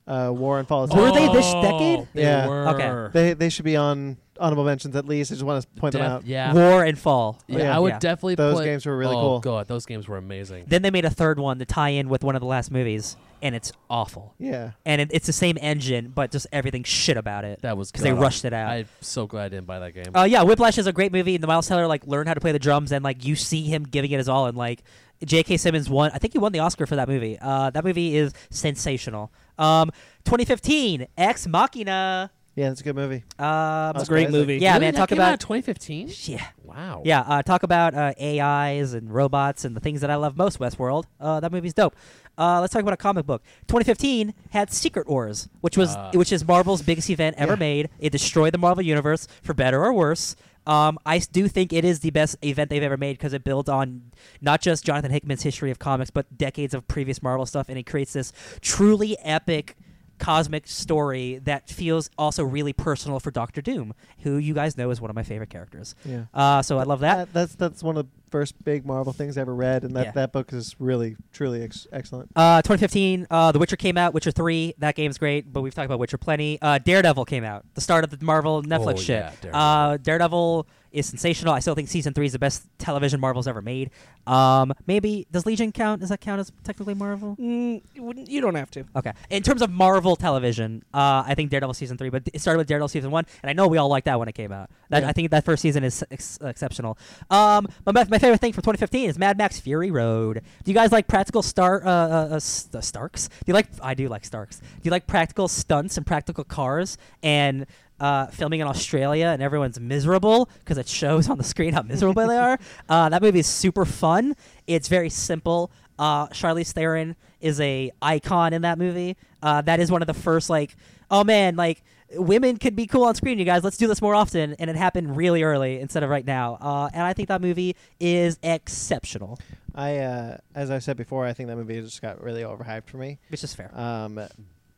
Speaker 1: uh, War and Fall.
Speaker 2: oh.
Speaker 1: is-
Speaker 3: Were they this decade?
Speaker 2: They
Speaker 1: Yeah.
Speaker 2: Were.
Speaker 3: Okay.
Speaker 1: They they should be on honorable mentions at least. I just want to point them
Speaker 2: Def-
Speaker 1: out.
Speaker 2: Yeah.
Speaker 3: War and Fall.
Speaker 2: yeah.
Speaker 1: yeah.
Speaker 2: I would
Speaker 3: Yeah.
Speaker 2: definitely.
Speaker 1: Those
Speaker 2: put-
Speaker 1: games were really
Speaker 2: oh,
Speaker 1: cool.
Speaker 2: God, those games were amazing.
Speaker 3: Then they made a third one to tie in with one of the last movies, and it's awful.
Speaker 1: Yeah.
Speaker 3: And it, it's the same engine, but just everything shit about it.
Speaker 2: that was
Speaker 3: because they
Speaker 2: god.
Speaker 3: rushed it out.
Speaker 2: I'm so glad I didn't buy that game.
Speaker 3: Uh, yeah, Whiplash is a great movie, and the Miles Teller like learned how to play the drums, and like you see him giving it his all, and like J.K. Simmons won. I think he won the Oscar for that movie. Uh, that movie is sensational. Um, 2015, Ex Machina.
Speaker 1: Yeah, that's a good movie.
Speaker 3: Um,
Speaker 1: That's
Speaker 4: It's a great
Speaker 1: crazy.
Speaker 4: movie.
Speaker 3: Yeah,
Speaker 2: Really?
Speaker 3: man.
Speaker 2: That
Speaker 3: Talk
Speaker 2: came out in
Speaker 3: about
Speaker 2: 2015.
Speaker 3: yeah,
Speaker 2: Wow.
Speaker 3: yeah. Uh, talk about uh, AIs and robots and the things that I love most. Westworld. Uh, that movie's dope. Uh, let's talk about a comic book. 2015 had Secret Wars, which was
Speaker 2: Ah.
Speaker 3: which is Marvel's biggest event ever
Speaker 1: Yeah.
Speaker 3: made. It destroyed the Marvel universe for better or worse. Um, I s- do think it is the best event they've ever made because it builds on not just Jonathan Hickman's history of comics, but decades of previous Marvel stuff, and it creates this truly epic cosmic story that feels also really personal for Doctor Doom, who you guys know is one of my favorite characters.
Speaker 1: Yeah.
Speaker 3: Uh, so I love that.
Speaker 1: that's that's one of the first big Marvel things I ever read, and that,
Speaker 3: Yeah.
Speaker 1: that book is really truly ex- excellent.
Speaker 3: Uh, 2015, uh, The Witcher came out. Witcher 3, that game's great, but we've talked about Witcher plenty. Uh, Daredevil came out, the start of the Marvel Netflix
Speaker 2: Oh,
Speaker 3: shit.
Speaker 2: yeah, Daredevil.
Speaker 3: Uh, Daredevil is sensational. I still think season three is the best television Marvel's ever made. Um, maybe does Legion count? Does that count as technically Marvel?
Speaker 4: Mm, you wouldn't- you don't have to.
Speaker 3: Okay. In terms of Marvel television, uh, I think Daredevil season three, but it started with Daredevil season one, and I know we all liked that when it came out. That,
Speaker 1: Yeah.
Speaker 3: I think that first season is ex- exceptional. Um, but my, my favorite thing from 2015 is Mad Max Fury Road. Do you guys like practical star uh, uh, uh, s- uh, Starks? Do you like? I do like Starks. Do you like practical stunts and practical cars and uh, filming in Australia and everyone's miserable because it shows on the screen how miserable they are. Uh, that movie is super fun. It's very simple. Uh, Charlize Theron is a icon in that movie. Uh, that is one of the first like, oh man, like women could be cool on screen. You guys, let's do this more often. And it happened really early instead of right now. Uh, and I think that movie is exceptional,
Speaker 1: I, uh, as I've said before, I think that movie just got really overhyped for me.
Speaker 3: which is fair.
Speaker 1: Um,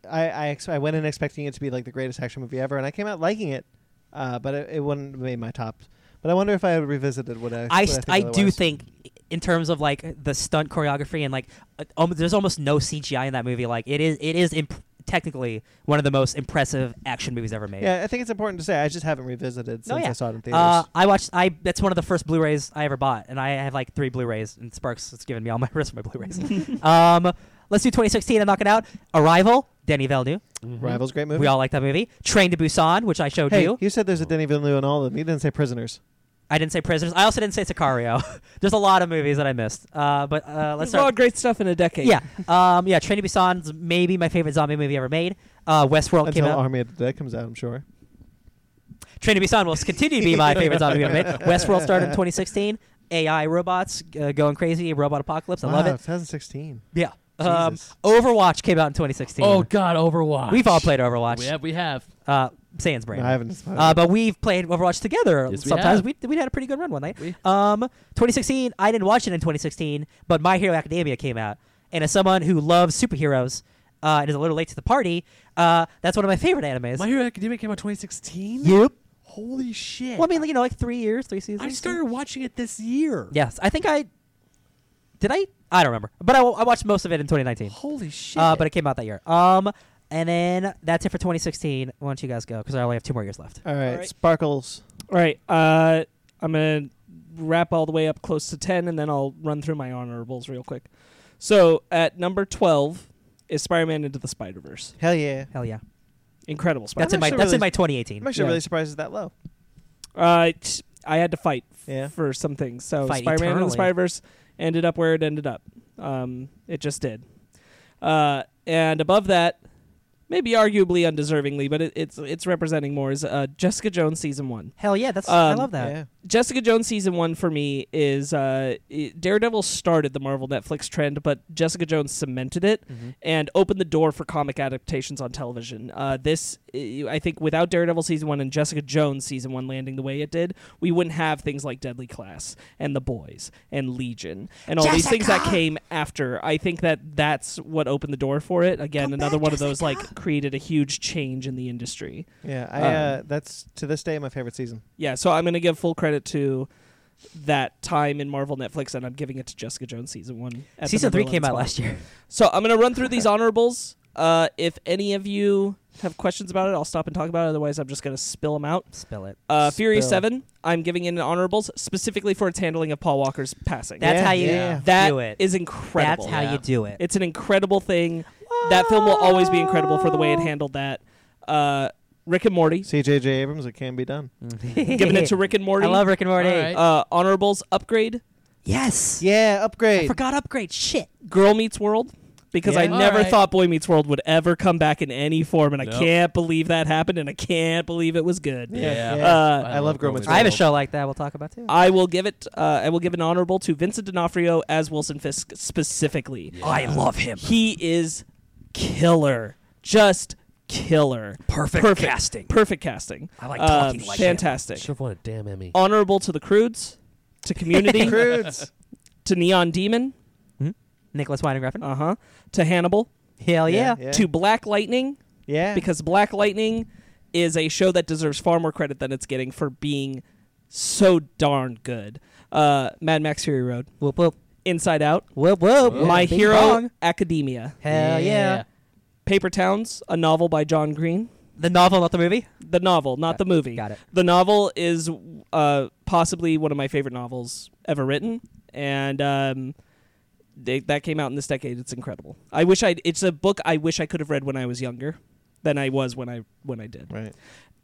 Speaker 1: I I, ex- I went in expecting it to be like the greatest action movie ever, and I came out liking it, uh, but it, it wouldn't have made my top. But I wonder if I revisited what I.
Speaker 3: I,
Speaker 1: what
Speaker 3: st-
Speaker 1: think
Speaker 3: I, do
Speaker 1: otherwise.
Speaker 3: think in terms of like the stunt choreography and like uh, um, there's almost no CGI in that movie. Like it is it is imp- technically one of the most impressive action movies ever made.
Speaker 1: Yeah, I think it's important to say I just haven't revisited
Speaker 3: No,
Speaker 1: since
Speaker 3: Oh, yeah.
Speaker 1: I saw it in theaters.
Speaker 3: Uh, I watched. I that's one of the first Blu-rays I ever bought, and I have like three Blu-rays. And Sparks has given me all my rest of my Blu-rays. um, let's do 2016 and knock it out. Arrival, Denny Villeneuve.
Speaker 2: Mm-hmm.
Speaker 1: Rivals, great movie.
Speaker 3: mm-hmm. We all like that movie. Train to Busan, which I showed
Speaker 1: hey,
Speaker 3: you.
Speaker 1: you said there's a Denny Villeneuve in all of them. You didn't say Prisoners.
Speaker 3: I didn't say Prisoners. I also didn't say Sicario. There's a lot of movies that I missed. Uh, but uh, let's
Speaker 4: There's a lot
Speaker 3: start.
Speaker 4: of great stuff in a decade.
Speaker 3: Yeah, um, yeah. Train to Busan's maybe my favorite zombie movie ever made. Uh, Westworld
Speaker 1: Until
Speaker 3: came out.
Speaker 1: Army of the Dead comes out, I'm sure.
Speaker 3: Train to Busan will continue to be my favorite zombie movie ever made. Westworld started in 2016. AI robots uh, going crazy, robot apocalypse. I love
Speaker 1: Wow,
Speaker 3: it.
Speaker 1: 2016.
Speaker 3: Yeah. Um,
Speaker 1: Jesus.
Speaker 3: Overwatch came out in 2016.
Speaker 2: Oh God, Overwatch.
Speaker 3: we've all played Overwatch.
Speaker 2: We have. We have.
Speaker 3: Uh, Sans brain.
Speaker 1: No, I haven't.
Speaker 3: Uh, but we've played Overwatch together.
Speaker 2: Yes, we
Speaker 3: Sometimes
Speaker 2: have.
Speaker 3: we we had a pretty good run one night.
Speaker 2: We-
Speaker 3: Um, 2016. I didn't watch it in 2016, but My Hero Academia came out, and as someone who loves superheroes uh, and is a little late to the party, uh, that's one of my favorite animes.
Speaker 2: My Hero Academia came out 2016.
Speaker 3: Yep.
Speaker 2: Holy shit.
Speaker 3: Well, I mean, you know, like three years, three seasons.
Speaker 2: I started watching it this year.
Speaker 3: Yes, I think I did. I I don't remember, but I, I watched most of it in 2019.
Speaker 2: Holy shit.
Speaker 3: Uh, but it came out that year. Um, and then that's it for 2016. Why don't you guys go? Because I only have two more years left.
Speaker 1: all right,
Speaker 4: All right.
Speaker 1: Sparkles.
Speaker 4: All right. Uh, I'm gonna wrap all the way up close to ten, and then I'll run through my honorables real quick. So at number twelve is Spider-Man into the Spider-Verse.
Speaker 1: Hell yeah.
Speaker 3: Hell yeah,
Speaker 4: Incredible Spider.
Speaker 3: that's in my
Speaker 1: actually
Speaker 3: that's
Speaker 1: really-
Speaker 3: in my
Speaker 1: I'm
Speaker 3: 2018.
Speaker 1: actually
Speaker 4: Yeah.
Speaker 1: really surprised it's that low.
Speaker 4: Uh, t- I had to fight f-
Speaker 1: Yeah.
Speaker 4: for some things. So
Speaker 3: Fight
Speaker 4: Spider-Man and
Speaker 3: eternally.
Speaker 4: the Spider-Verse ended up where it ended up. Um, it just did. Uh, and above that, maybe arguably undeservingly, but it, it's it's representing more is uh, Jessica Jones season one.
Speaker 3: Hell yeah, that's I
Speaker 4: Um,
Speaker 3: love that.
Speaker 1: Yeah.
Speaker 4: Jessica Jones season one for me is uh, it- Daredevil started the Marvel Netflix trend, but Jessica Jones cemented it and opened the door for comic adaptations on television. Uh, this, uh, I think, without Daredevil season one and Jessica Jones season one landing the way it did, we wouldn't have things like Deadly Class and The Boys and Legion and all these things that came after. I think that that's what opened the door for it. Again, another one of those like created a huge change in the industry.
Speaker 1: Yeah, I uh, that's to this day my favorite season.
Speaker 4: Yeah, so I'm going to give full credit to that time in Marvel Netflix, and I'm giving it to Jessica Jones season one. at the
Speaker 3: Season
Speaker 4: number
Speaker 3: three
Speaker 4: 11
Speaker 3: came out
Speaker 4: spot.
Speaker 3: last year.
Speaker 4: So I'm going to run through these honorables. Uh, if any of you have questions about it, I'll stop and talk about it. Otherwise, I'm just going to spill them out.
Speaker 3: Spill it.
Speaker 4: Uh, Fury
Speaker 1: Spill.
Speaker 4: 7, I'm giving it an honorables specifically for its handling of Paul Walker's passing.
Speaker 3: That's
Speaker 1: Yeah,
Speaker 3: how you
Speaker 1: yeah.
Speaker 3: do it.
Speaker 4: that is
Speaker 3: that's
Speaker 4: incredible.
Speaker 3: how
Speaker 2: Yeah.
Speaker 3: you do it.
Speaker 4: It's an incredible thing. That film will always be incredible for the way it handled that. Uh, Rick and Morty,
Speaker 1: C.J.J. Abrams, it can be done.
Speaker 4: giving it to Rick and Morty.
Speaker 3: I love Rick and Morty.
Speaker 2: All right.
Speaker 4: Uh, honorables upgrade
Speaker 3: Yes.
Speaker 1: Yeah,
Speaker 3: I
Speaker 1: upgrade.
Speaker 3: forgot upgrade. Shit.
Speaker 4: Girl Meets World, because I
Speaker 2: Yeah.
Speaker 4: never
Speaker 2: Alright.
Speaker 4: thought Boy Meets World would ever come back in any form, and I
Speaker 2: Nope.
Speaker 4: can't believe that happened, and I can't believe it was good.
Speaker 1: Yeah.
Speaker 2: Yeah.
Speaker 4: Uh,
Speaker 1: I love Grown Men's
Speaker 3: I have a
Speaker 1: World.
Speaker 3: show like that we'll talk about too.
Speaker 4: I will give it. Uh, I will give an honorable to Vincent D'Onofrio as Wilson Fisk specifically.
Speaker 3: I love him.
Speaker 4: He is killer, just killer.
Speaker 3: Perfect,
Speaker 4: Perfect.
Speaker 3: casting.
Speaker 4: Perfect casting.
Speaker 3: I like
Speaker 4: Um,
Speaker 3: talking like him. Oh,
Speaker 4: fantastic.
Speaker 2: Should have won a damn Emmy.
Speaker 4: Honorable to the Crudes, to Community,
Speaker 1: Crudes.
Speaker 4: to Neon Demon,
Speaker 3: Nicholas Winding Refn.
Speaker 4: uh huh, to Hannibal,
Speaker 3: Hell yeah.
Speaker 1: Yeah.
Speaker 4: to Black Lightning,
Speaker 1: Yeah.
Speaker 4: because Black Lightning is a show that deserves far more credit than it's getting for being so darn good. Uh, Mad Max Fury Road,
Speaker 3: Whoop whoop
Speaker 4: Inside Out,
Speaker 3: whoop whoop.
Speaker 2: Whoa.
Speaker 4: My
Speaker 3: Oh, Bing
Speaker 4: Hero
Speaker 3: bong.
Speaker 4: Academia,
Speaker 3: Hell yeah.
Speaker 4: Paper Towns, a novel by John Green.
Speaker 3: The novel, not the movie.
Speaker 4: The novel, not the movie.
Speaker 3: Got it.
Speaker 4: The novel is uh, possibly one of my favorite novels ever written, and um, they, that came out in this decade. It's incredible. I wish I. It's a book I wish I could have read when I was younger, than I was when I when I did.
Speaker 1: Right.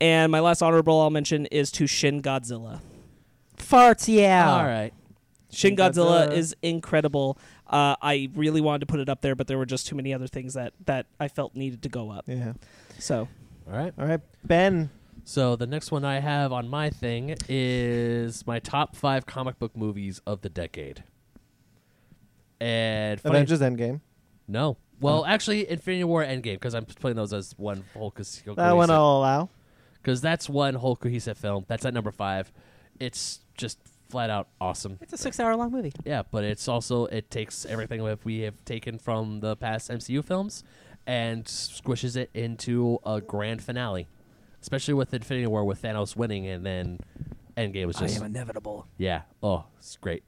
Speaker 4: And my last honorable I'll mention is to Shin Godzilla.
Speaker 3: Farts, yeah.
Speaker 2: All right.
Speaker 4: Shin
Speaker 1: Shin
Speaker 4: Godzilla
Speaker 1: Godzilla.
Speaker 4: is incredible. Uh, I really wanted to put it up there, but there were just too many other things that that I felt needed to go up.
Speaker 1: Yeah.
Speaker 4: So
Speaker 2: All right.
Speaker 1: All right, Ben.
Speaker 2: So the next one I have on my thing is my top five comic book movies of the decade. And funny,
Speaker 1: Avengers Endgame.
Speaker 2: no, well, actually, Infinity War, Endgame, because I'm putting those as one whole because
Speaker 1: That one I'll allow.
Speaker 2: because that's one whole cohesive film. That's at number five. It's just flat out awesome.
Speaker 3: It's a six-hour-long movie.
Speaker 2: Yeah, but it's also it takes everything that we have taken from the past MCU films and squishes it into a grand finale. Especially with Infinity War with Thanos winning and then Endgame was
Speaker 3: Oh,
Speaker 2: just
Speaker 3: inevitable.
Speaker 2: yeah. Oh, it's great.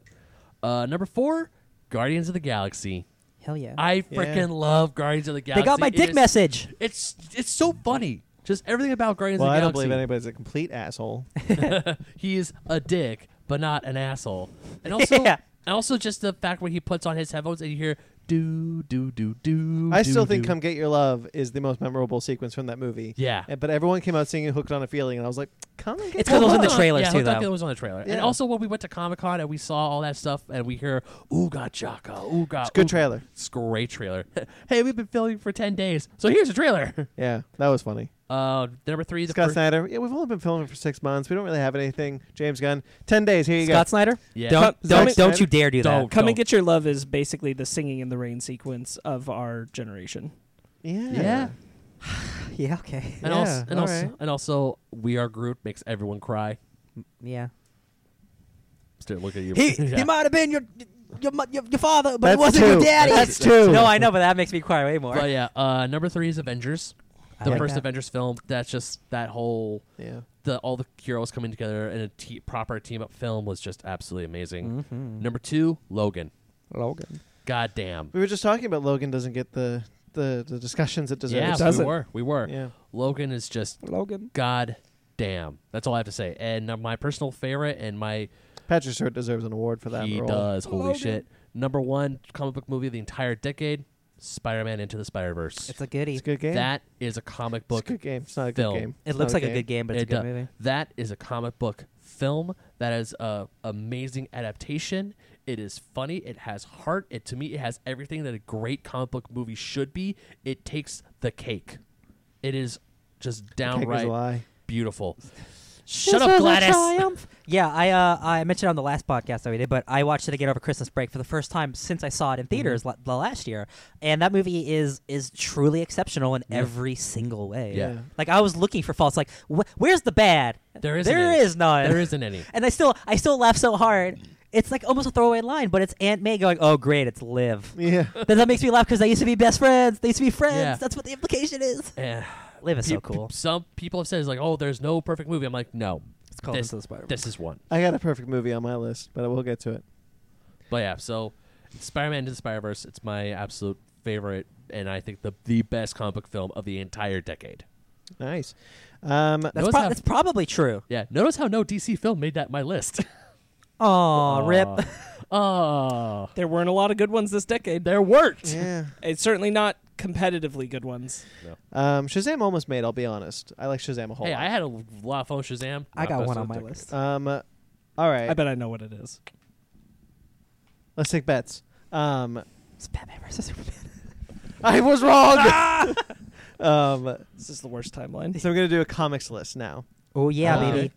Speaker 2: Uh, number four, Guardians of the Galaxy.
Speaker 3: Hell yeah.
Speaker 2: I
Speaker 1: Yeah.
Speaker 2: freaking love Guardians of the
Speaker 3: they
Speaker 2: Galaxy.
Speaker 3: got my
Speaker 2: It
Speaker 3: dick
Speaker 2: is-
Speaker 3: message.
Speaker 2: It's it's so funny. Just everything about Guardians
Speaker 1: Well,
Speaker 2: of
Speaker 1: I
Speaker 2: the
Speaker 1: don't
Speaker 2: Galaxy.
Speaker 1: believe anybody's a complete asshole.
Speaker 2: he's a dick, but not an asshole. And also,
Speaker 3: Yeah.
Speaker 2: and also just the fact when he puts on his headphones and you hear do do do do.
Speaker 1: I
Speaker 2: do,
Speaker 1: still think
Speaker 2: do.
Speaker 1: "Come Get Your Love" is the most memorable sequence from that movie.
Speaker 2: Yeah.
Speaker 1: And- But everyone came out singing "Hooked on a Feeling," and I was like, "Come and get
Speaker 3: It's 'cause it was in the
Speaker 2: Hooked on-
Speaker 3: trailers
Speaker 2: yeah,
Speaker 3: too,
Speaker 2: Hooked on
Speaker 3: though.
Speaker 2: It was on the trailer, and
Speaker 1: Yeah.
Speaker 2: also when we went to Comic Con and we saw all that stuff, and we hear "Ooga Chaka, Ooga."
Speaker 1: good
Speaker 2: ooga."
Speaker 1: trailer.
Speaker 2: It's a great trailer. hey, we've been filming for ten days, so here's a trailer.
Speaker 1: Yeah, that was funny.
Speaker 2: Uh, number three, the
Speaker 1: Scott
Speaker 2: first,
Speaker 1: Snyder. Yeah, we've only been filming for six months. We don't really have anything. James Gunn. Ten days. Here you
Speaker 3: Scott Snyder.
Speaker 2: Yeah.
Speaker 3: Don't
Speaker 1: Zack
Speaker 3: don't,
Speaker 1: Snyder.
Speaker 3: don't you dare do
Speaker 2: Don't.
Speaker 3: that.
Speaker 4: Come
Speaker 2: Don't-
Speaker 4: and Get Your Love is basically the singing in the rain sequence of our generation.
Speaker 1: go. Yeah.
Speaker 2: Yeah.
Speaker 3: Yeah. Okay.
Speaker 2: And
Speaker 1: Yeah,
Speaker 2: also, and
Speaker 1: all
Speaker 2: also,
Speaker 1: right.
Speaker 2: and also, We Are Groot makes everyone cry.
Speaker 3: Yeah.
Speaker 2: Still look at you.
Speaker 3: He
Speaker 2: Yeah.
Speaker 3: he might have been your your mu- your, your father, but
Speaker 1: That's
Speaker 3: it wasn't
Speaker 1: two.
Speaker 3: your daddy.
Speaker 1: That's two.
Speaker 3: No, I know, but that makes me cry way more.
Speaker 2: But yeah, uh, number three is Avengers,
Speaker 3: I
Speaker 2: the
Speaker 3: like
Speaker 2: first
Speaker 3: that.
Speaker 2: Avengers film. That's just that whole
Speaker 1: Yeah.
Speaker 2: the all the heroes coming together in a te- proper team up film was just absolutely amazing.
Speaker 4: Mm.
Speaker 3: Mhm.
Speaker 2: Number two, Mm-hmm. Logan.
Speaker 3: Logan.
Speaker 2: Goddamn.
Speaker 1: We were just talking about Logan doesn't get the the, the discussions it
Speaker 2: Yeah,
Speaker 1: deserves.
Speaker 4: It doesn't.
Speaker 2: we were, we were.
Speaker 1: yeah.
Speaker 2: Logan is just
Speaker 4: Logan.
Speaker 2: goddamn. That's all I have to say. And uh, my personal favorite, and my
Speaker 1: Patrick Stewart deserves an award for that
Speaker 2: he
Speaker 1: role.
Speaker 2: does. Holy
Speaker 4: Logan.
Speaker 2: shit! Number one comic book movie of the entire decade, Spider-Man Into the Spider-Verse.
Speaker 3: It's a goodie.
Speaker 1: It's a good game.
Speaker 2: That is a comic
Speaker 1: it's a
Speaker 2: book
Speaker 1: good game. It's not a
Speaker 2: film.
Speaker 1: good game.
Speaker 3: it
Speaker 1: It's
Speaker 3: looks
Speaker 1: not
Speaker 3: like a good game, but it's a
Speaker 2: It
Speaker 3: good
Speaker 2: does.
Speaker 3: movie.
Speaker 2: That is a comic book film. That is a amazing adaptation. It is funny. It has heart. It to me, it has everything that a great comic book movie should be. It takes the cake. It is just
Speaker 1: Cake is a
Speaker 2: downright
Speaker 1: lie.
Speaker 2: beautiful. Shut up, Gladys.
Speaker 3: Yeah, I uh, I mentioned on the last podcast that we did, but I watched it again over Christmas break for the first time since I saw it in
Speaker 2: Mm-hmm.
Speaker 3: theaters la- the last year, and that movie is is truly exceptional in every single way.
Speaker 2: Yeah.
Speaker 3: Like I was looking for faults, like wh- where's the bad?
Speaker 2: There isn't
Speaker 3: There
Speaker 2: any.
Speaker 3: is none.
Speaker 2: There isn't any.
Speaker 3: And I still I still laugh so hard. It's like almost a throwaway line, but it's Aunt May going, "Oh great, it's Liv."
Speaker 1: Yeah.
Speaker 3: then that makes me laugh because they used to be best friends. They used to be friends.
Speaker 2: Yeah.
Speaker 3: That's what the implication is.
Speaker 2: Eh,
Speaker 3: Liv is
Speaker 2: pe-
Speaker 3: so
Speaker 2: pe-
Speaker 3: cool.
Speaker 2: Some people have said it's like, oh, there's no perfect movie. I'm like, no,
Speaker 3: It's called
Speaker 2: this-
Speaker 3: Into the Spider-Verse.
Speaker 2: this is one.
Speaker 1: I got a perfect movie on my list, but we'll get to it.
Speaker 2: But yeah, so Spider-Man into the Spider-Verse. It's my absolute favorite, and I think the the best comic book film of the entire decade.
Speaker 1: Nice. Um,
Speaker 3: That's,
Speaker 2: Those
Speaker 3: pro-
Speaker 2: have-
Speaker 3: that's probably true.
Speaker 2: Yeah, notice how no DC film made that my list.
Speaker 3: Aw, rip.
Speaker 2: Oh,
Speaker 4: There weren't a lot of good ones this decade.
Speaker 2: there weren't.
Speaker 1: yeah.
Speaker 4: It's certainly not competitively good ones.
Speaker 1: Um, Shazam almost made. I'll be honest. I like Shazam a whole
Speaker 2: Hey,
Speaker 1: lot.
Speaker 2: I had a lot of fun with Shazam.
Speaker 3: I
Speaker 2: Not
Speaker 3: got one
Speaker 2: best
Speaker 3: on
Speaker 2: of
Speaker 3: my
Speaker 2: the decade.
Speaker 3: list.
Speaker 1: um, uh, all right.
Speaker 4: I bet I know what it is.
Speaker 1: Let's take bets. Um,
Speaker 3: It's Batman versus Superman.
Speaker 1: I was wrong. um,
Speaker 4: This is the worst timeline.
Speaker 1: so I'm gonna do a comics list now.
Speaker 3: Oh yeah,
Speaker 1: Uh,
Speaker 3: baby.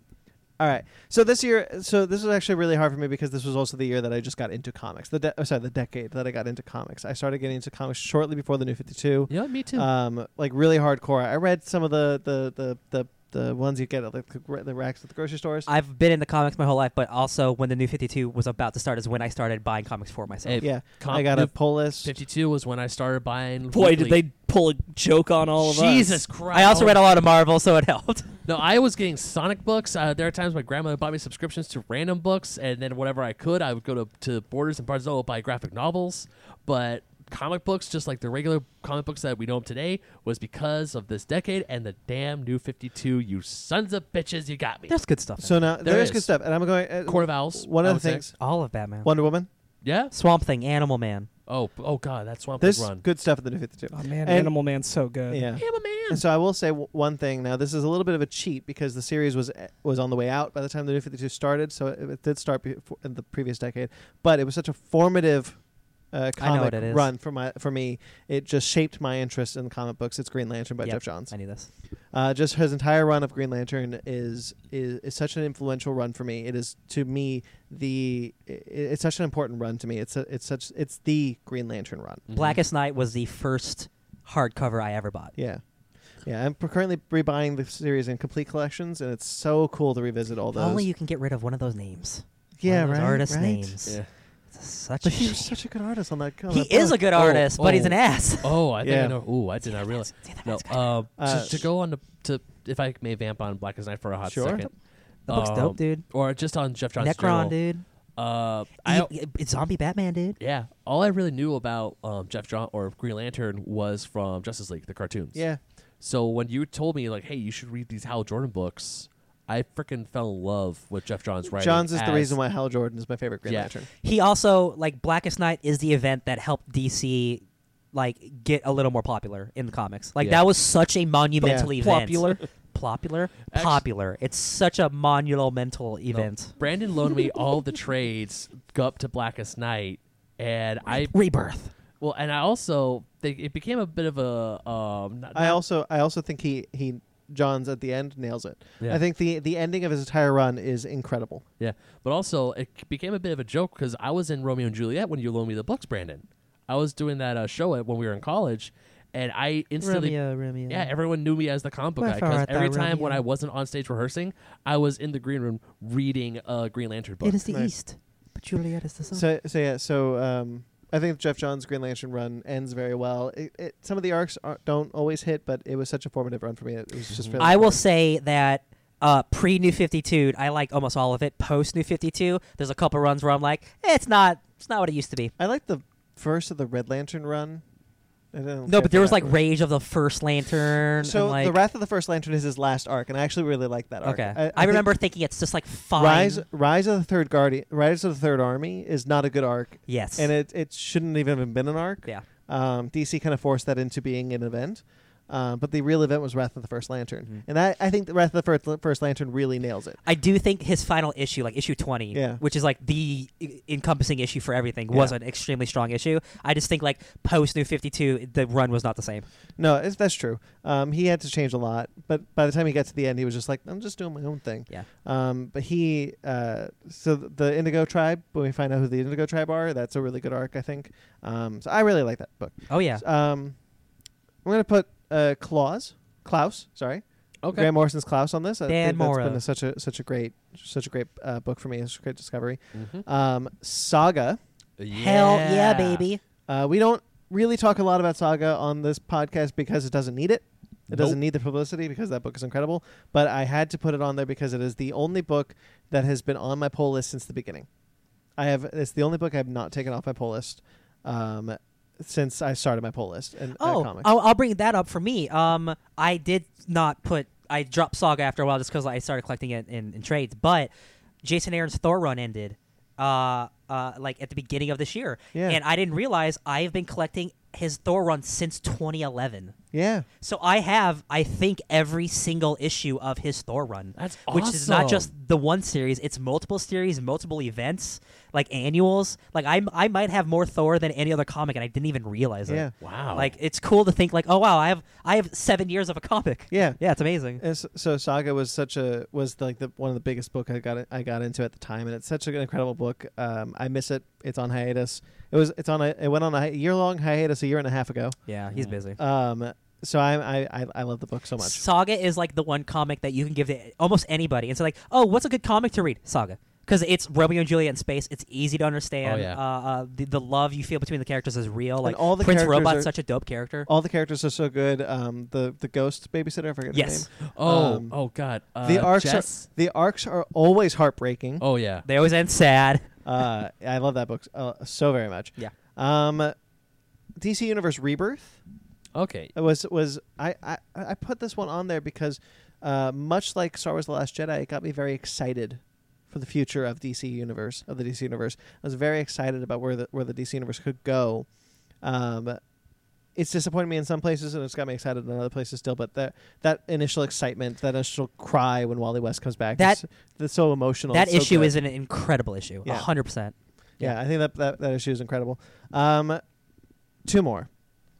Speaker 1: All right. So this year, so this was actually really hard for me because this was also the year that I just got into comics. The de- oh, sorry, the decade that I got into comics. I started getting into comics shortly before the New Fifty Two.
Speaker 2: Yeah, me too.
Speaker 1: Um, like really hardcore. I read some of the the the the, the ones you get at like the, gr- the racks at the grocery stores.
Speaker 3: I've been in the comics my whole life, but also when the new 52 was about to start is when I started buying comics for myself.
Speaker 2: Hey,
Speaker 1: yeah,
Speaker 2: Com-
Speaker 1: I got a pull list.
Speaker 2: 52 was when I started buying.
Speaker 4: Boy, did
Speaker 2: weekly.
Speaker 4: they pull a joke on all of us.
Speaker 2: Jesus Christ!
Speaker 3: I also read a lot of Marvel, so it helped.
Speaker 2: No, I was getting Sonic books. Uh, there are times my grandmother bought me subscriptions to random books, and then whenever I could, I would go to, to Borders and Barzillo buy graphic novels. But comic books, just like the regular comic books that we know of today, was because of this decade and the damn New Fifty Two. You sons of bitches, you got me.
Speaker 3: There's good stuff. in
Speaker 1: So now
Speaker 2: There
Speaker 1: there is
Speaker 2: is.
Speaker 1: good stuff, and I'm going uh,
Speaker 2: Court of Owls.
Speaker 1: One of
Speaker 2: I
Speaker 1: the
Speaker 2: would say.
Speaker 1: things,
Speaker 3: it. all of Batman.
Speaker 1: Wonder Woman.
Speaker 2: Yeah.
Speaker 3: Swamp Thing, Animal Man.
Speaker 2: Oh. Oh God, that Swamp
Speaker 1: There's
Speaker 2: Thing run.
Speaker 1: good stuff at the New Fifty Two.
Speaker 4: Oh man,
Speaker 1: And-
Speaker 4: Animal Man's so good.
Speaker 1: Yeah.
Speaker 2: Damn a man.
Speaker 1: And so I will say w- one thing. Now this is a little bit of a cheat because the series was eh, was on the way out by the time the New Fifty Two started. So it, it did start before, in the previous decade, but it was such a formative uh, comic
Speaker 3: what it is.
Speaker 1: run for my for me. It just shaped my interest in comic books. It's Green Lantern by
Speaker 3: Yep.
Speaker 1: Jeff Johns.
Speaker 3: I knew this.
Speaker 1: Uh, just his entire run of Green Lantern is, is is such an influential run for me. It is to me the i it's such an important run to me. It's a, it's such it's the Green Lantern run.
Speaker 2: Mhm.
Speaker 3: Blackest Night was the first hardcover I ever bought.
Speaker 1: Yeah. Yeah, I'm p- currently rebuying the series in complete collections, and it's so cool to revisit all
Speaker 3: If
Speaker 1: those.
Speaker 3: only you can get rid of one of those names.
Speaker 1: yeah,
Speaker 3: one of those
Speaker 1: right.
Speaker 3: artist
Speaker 1: right?
Speaker 3: names.
Speaker 2: Yeah.
Speaker 3: It's such a
Speaker 1: But he was
Speaker 3: shame.
Speaker 1: such a good artist on that.
Speaker 3: He is a good
Speaker 2: Oh,
Speaker 3: artist, but he's
Speaker 2: oh.
Speaker 3: an ass.
Speaker 2: Oh, I think
Speaker 1: Yeah.
Speaker 2: I know. Ooh, I did not realize.
Speaker 3: See, that
Speaker 2: No,
Speaker 3: guy's good.
Speaker 2: uh,
Speaker 1: Uh,
Speaker 2: to, to go on to, to if I may vamp on Black as Night for a hot
Speaker 1: Sure.
Speaker 2: second,
Speaker 3: the book's
Speaker 2: um,
Speaker 3: dope, dude.
Speaker 2: or just on Jeff Johns. in
Speaker 3: Necron,
Speaker 2: general.
Speaker 3: dude.
Speaker 2: Uh, I
Speaker 3: I,
Speaker 2: don't-
Speaker 3: it's zombie Batman, dude.
Speaker 2: yeah, all I really knew about um, Jeff John or Green Lantern was from Justice League, the cartoons.
Speaker 1: Yeah,
Speaker 2: So when you told me like, hey, you should read these Hal Jordan books, I freaking fell in love with Jeff Johns writing.
Speaker 1: Johns is the
Speaker 2: as-
Speaker 1: reason why Hal Jordan is my favorite Green
Speaker 2: Yeah.
Speaker 1: Lantern.
Speaker 3: He also like Blackest Night is the event that helped DC like get a little more popular in the comics. Like
Speaker 2: Yeah.
Speaker 3: that was such a monumental event.
Speaker 4: Popular.
Speaker 3: Popular?
Speaker 2: Actu-
Speaker 3: popular. It's such a
Speaker 2: No,
Speaker 3: monumental event.
Speaker 2: Brandon loaned me all the trades up to Blackest Night, and I
Speaker 3: Rebirth.
Speaker 2: well, and I also think it became a bit of a um. Not,
Speaker 1: I
Speaker 2: not-
Speaker 1: also I also think he he Johns at the end nails it.
Speaker 2: Yeah.
Speaker 1: I think the the ending of his entire run is incredible.
Speaker 2: Yeah, but also it c- became a bit of a joke because I was in Romeo and Juliet when you loaned me the books, Brandon. I was doing that uh, show at, when we were in college, and I instantly.
Speaker 3: Romeo, Romeo.
Speaker 2: Yeah, everyone knew me as the comic book guy
Speaker 3: Wherefore
Speaker 2: because
Speaker 3: art thou,
Speaker 2: every time when
Speaker 3: Romeo?
Speaker 2: I wasn't on stage rehearsing, I was in the green room reading a Green Lantern book.
Speaker 3: It is the
Speaker 1: Nice.
Speaker 3: East, but Juliet is the South.
Speaker 1: So so yeah so um I think Jeff Johns' Green Lantern run ends very well. It, it, some of the arcs are, don't always hit, but it was such a formative run for me. It was just
Speaker 2: Mhm.
Speaker 1: really
Speaker 3: I will say that uh, pre New Fifty Two, I like almost all of it. Post New Fifty Two, there's a couple runs where I'm like, eh, it's not, it's not what it used to be.
Speaker 1: I like the first of the Red Lantern run. I don't
Speaker 3: No,
Speaker 1: care
Speaker 3: but there
Speaker 1: for
Speaker 3: was
Speaker 1: that
Speaker 3: like
Speaker 1: one.
Speaker 3: Rage of the First Lantern.
Speaker 1: So
Speaker 3: and, like,
Speaker 1: the Wrath of the First Lantern is his last arc, and I actually really like that arc.
Speaker 3: okay,
Speaker 1: I, I think
Speaker 3: remember thinking it's just like fine.
Speaker 1: Rise Rise of the Third Guardian, Rise of the Third Army is not a good arc,
Speaker 3: yes,
Speaker 1: and it it shouldn't even have been an arc.
Speaker 3: yeah,
Speaker 1: Um, DC kind of forced that into being an event. Um, but the real event was Wrath of the First Lantern,
Speaker 3: Mhm.
Speaker 1: and that, I think the Wrath of the First, First Lantern really nails it.
Speaker 3: I do think his final issue, like issue twenty,
Speaker 1: Yeah.
Speaker 3: which is like the e- encompassing issue for everything,
Speaker 1: Yeah.
Speaker 3: was an extremely strong issue. I just think like post New Fifty Two, the run was not the same.
Speaker 1: No, it's, that's true. Um, he had to change a lot, but by the time he got to the end, he was just like, "I'm just doing my own thing."
Speaker 3: Yeah.
Speaker 1: Um, but he, uh, so th- the Indigo Tribe. When we find out who the Indigo Tribe are, that's a really good arc, I think. Um, so I really like that book.
Speaker 3: Oh yeah,
Speaker 1: Um, I'm gonna put uh, Claus, Klaus, sorry,
Speaker 2: okay.
Speaker 1: Graham Morrison's Klaus on this. I
Speaker 3: Dan
Speaker 1: think that's
Speaker 3: Mora.
Speaker 1: been a- such a such a great such a great uh, book for me. It's a great discovery.
Speaker 2: Mhm.
Speaker 1: Um, Saga.
Speaker 3: hell yeah, baby.
Speaker 1: Uh, we don't really talk a lot about Saga on this podcast because it doesn't need it. It doesn't
Speaker 2: Nope.
Speaker 1: need the publicity because that book is incredible. But I had to put it on there because it is the only book that has been on my poll list since the beginning. I have it's the only book I have not taken off my poll list um, since I started my poll list and uh,
Speaker 3: Oh,
Speaker 1: comics.
Speaker 3: I'll, I'll bring that up for me. Um, I did not put. I dropped Saga after a while just because I started collecting it in, in trades. But Jason Aaron's Thor run ended, uh, uh, like at the beginning of this year,
Speaker 1: Yeah.
Speaker 3: and I didn't realize I have been collecting his Thor run since 2011.
Speaker 1: Yeah.
Speaker 3: So I have, I think, every single issue of his Thor run,
Speaker 2: That's
Speaker 3: which is not just
Speaker 2: awesome.
Speaker 3: the one series; it's multiple series, multiple events, like annuals. Like I, I might have more Thor than any other comic, and I didn't even realize
Speaker 1: Yeah.
Speaker 3: it.
Speaker 2: wow.
Speaker 3: Like it's cool to think, like, oh wow, I have, I have seven years of a comic.
Speaker 1: Yeah.
Speaker 3: yeah, it's amazing.
Speaker 1: And so, so Saga was such a was like the one of the biggest book I got I got into at the time, and it's such an incredible book. Um, I miss it. It's on hiatus. It was it's on a, it went on a year long hiatus a year and a half ago.
Speaker 3: Yeah, he's busy.
Speaker 1: Um, so I I I, I love the book so much.
Speaker 3: Saga is like the one comic that you can give to almost anybody. And so, like, oh, what's a good comic to read? Saga. Because it's Romeo and Juliet in space. It's easy to understand.
Speaker 2: yeah.
Speaker 3: uh, uh, the, the love you feel between the characters is real. Like,
Speaker 1: Oh, all the
Speaker 3: Prince
Speaker 1: characters
Speaker 3: Robot's
Speaker 1: are-
Speaker 3: such a dope character.
Speaker 1: All the characters are so good. Um, the the ghost babysitter. I forget
Speaker 3: Yes.
Speaker 1: her name.
Speaker 2: oh,
Speaker 1: um,
Speaker 2: oh God. Uh,
Speaker 1: the arcs
Speaker 2: Jess?
Speaker 1: are the arcs are always heartbreaking.
Speaker 2: oh yeah.
Speaker 3: They always end sad.
Speaker 1: Uh, I love that book uh, so very much.
Speaker 3: Oh. Yeah.
Speaker 1: Um, DC Universe Rebirth.
Speaker 2: Okay.
Speaker 1: It was was I, I I put this one on there because uh, much like Star Wars: The Last Jedi, it got me very excited for the future of DC universe of the DC universe. I was very excited about where the where the DC universe could go. Um, it's disappointed me in some places, and it's got me excited in other places still. But that that initial excitement, that initial cry when Wally West comes back,
Speaker 3: That-
Speaker 1: is- that's so emotional.
Speaker 3: that
Speaker 1: it's so
Speaker 3: issue
Speaker 1: good.
Speaker 3: is an incredible issue.
Speaker 1: Yeah.
Speaker 3: 100%.
Speaker 1: yeah. I think that, that that issue is incredible. Um, two more.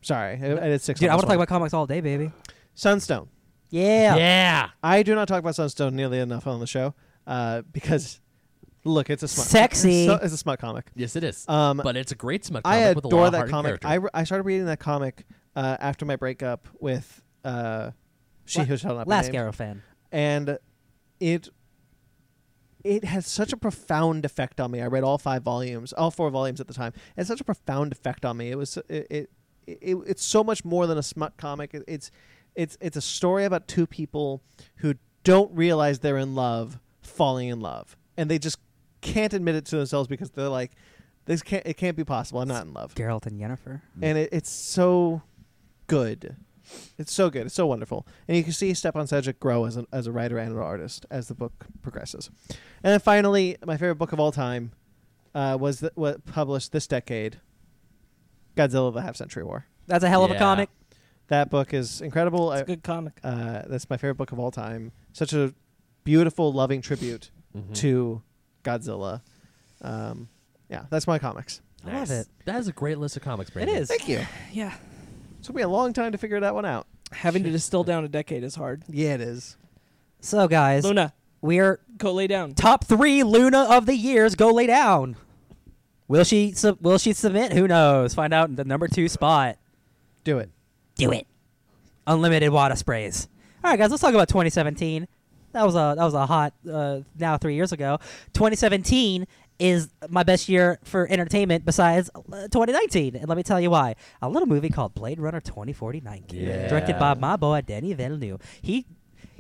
Speaker 1: Sorry, I, I did six.
Speaker 3: Dude, I
Speaker 1: want
Speaker 3: want to talk about comics all day, baby.
Speaker 1: Sunstone.
Speaker 3: Yeah.
Speaker 2: Yeah.
Speaker 1: I do not talk about Sunstone nearly enough on the show uh, because, look, it's a smut.
Speaker 3: Sexy.
Speaker 1: It's, so- it's a smut comic.
Speaker 2: Yes, it is.
Speaker 1: Um,
Speaker 2: but it's a great smut
Speaker 1: I
Speaker 2: comic with a lot
Speaker 1: adore
Speaker 2: of heart
Speaker 1: that
Speaker 2: and
Speaker 1: comic.
Speaker 2: character.
Speaker 1: I, re- I started reading that comic uh, after my breakup with uh, she
Speaker 3: La-
Speaker 1: who shall not be
Speaker 3: Last
Speaker 1: named,
Speaker 3: Arrow fan.
Speaker 1: and it it has such a profound effect on me. I read all five volumes, all four volumes at the time. It had such a profound effect on me. It was it, it, it it's so much more than a smut comic. It, it's it's it's a story about two people who don't realize they're in love, falling in love, and they just can't admit it to themselves because they're like, this can't it can't be possible. I'm not in love,
Speaker 3: Geralt and Yennefer.
Speaker 1: and it, it's so good. It's so good. It's so wonderful, and you can see Stepan Sajic grow as an, as a writer and an artist as the book progresses. And then finally, my favorite book of all time uh, was the, what published this decade, Godzilla: The Half Century War.
Speaker 3: That's a hell of a
Speaker 2: Yeah.
Speaker 3: comic.
Speaker 1: That book is incredible.
Speaker 4: It's
Speaker 1: I-
Speaker 4: a good comic.
Speaker 1: uh, that's my favorite book of all time. Such a beautiful, loving tribute
Speaker 2: Mhm.
Speaker 1: to Godzilla. Um, yeah, that's my comics.
Speaker 3: I love
Speaker 2: Nice.
Speaker 3: it.
Speaker 2: That is a great list of comics,
Speaker 3: It
Speaker 2: Brandon.
Speaker 3: is.
Speaker 1: Thank you.
Speaker 4: Yeah.
Speaker 1: Took me a long time to figure that one out.
Speaker 4: Having to distill down a decade is hard.
Speaker 1: Yeah, it is.
Speaker 3: So, guys,
Speaker 4: Luna,
Speaker 3: we're
Speaker 4: go lay down.
Speaker 3: top three Luna of the years go lay down. Will she sub- will she submit? Who knows? Find out in the number two spot.
Speaker 1: Do it.
Speaker 3: Do it. Unlimited water sprays. All right, guys, let's talk about 2017. That was a that was a hot uh, now three years ago. 2017 is my best year for entertainment besides uh, 2019, and let me tell you why. A little movie called Blade Runner 2049,
Speaker 2: Yeah.
Speaker 3: directed by my boy Danny Villeneuve. He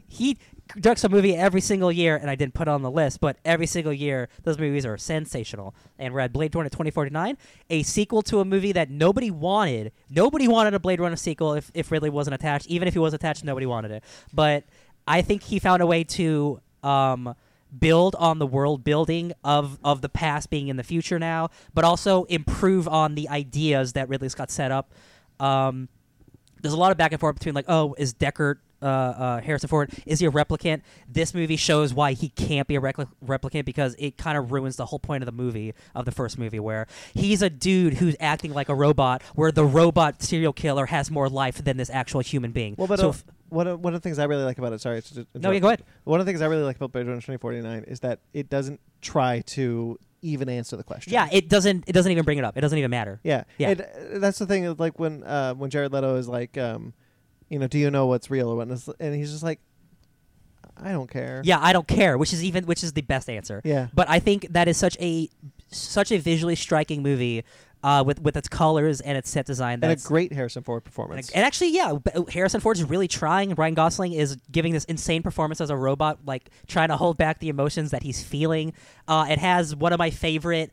Speaker 3: he directs a movie every single year, and I didn't put it on the list, but every single year, those movies are sensational. And we're at Blade Runner 2049, a sequel to a movie that nobody wanted. Nobody wanted a Blade Runner sequel if, if Ridley wasn't attached. Even if he was attached, nobody wanted it. But I think he found a way to. Um, build on the world building of of the past being in the future now but also improve on the ideas that Ridley Scott set up um, there's a lot of back and forth between like, oh, is Deckard uh, uh, Harrison Ford is he a replicant? This movie shows why he can't be a repli- replicant because it kind of ruins the whole point of the movie of the first movie where he's a dude who's acting like a robot, where the robot serial killer has more life than this actual human being.
Speaker 1: Well, but
Speaker 3: so
Speaker 1: uh,
Speaker 3: if-
Speaker 1: one, of, one of the things I really like about it, sorry. To, to
Speaker 3: no,
Speaker 1: interrupt.
Speaker 3: yeah, go ahead.
Speaker 1: One of the things I really like about Blade Runner 2049 is that it doesn't try to even answer the question.
Speaker 3: Yeah, it doesn't. It doesn't even bring it up. It doesn't even matter.
Speaker 1: Yeah,
Speaker 3: Yeah.
Speaker 1: And, uh, that's the thing. is, Like when uh, when Jared Leto is like, um, you know, do you know what's real or what? not?" And he's just like, I don't care.
Speaker 3: Yeah, I don't care, which is even which is the best answer.
Speaker 1: Yeah.
Speaker 3: But I think that is such a such a visually striking movie uh, with with its colors and its set design.
Speaker 1: and a
Speaker 3: That's
Speaker 1: great Harrison Ford
Speaker 3: And,
Speaker 1: performance.
Speaker 3: and actually, yeah, b- Harrison Ford is really trying. Ryan Gosling is giving this insane performance as a robot, like trying to hold back the emotions that he's feeling. Uh, it has one of my favorite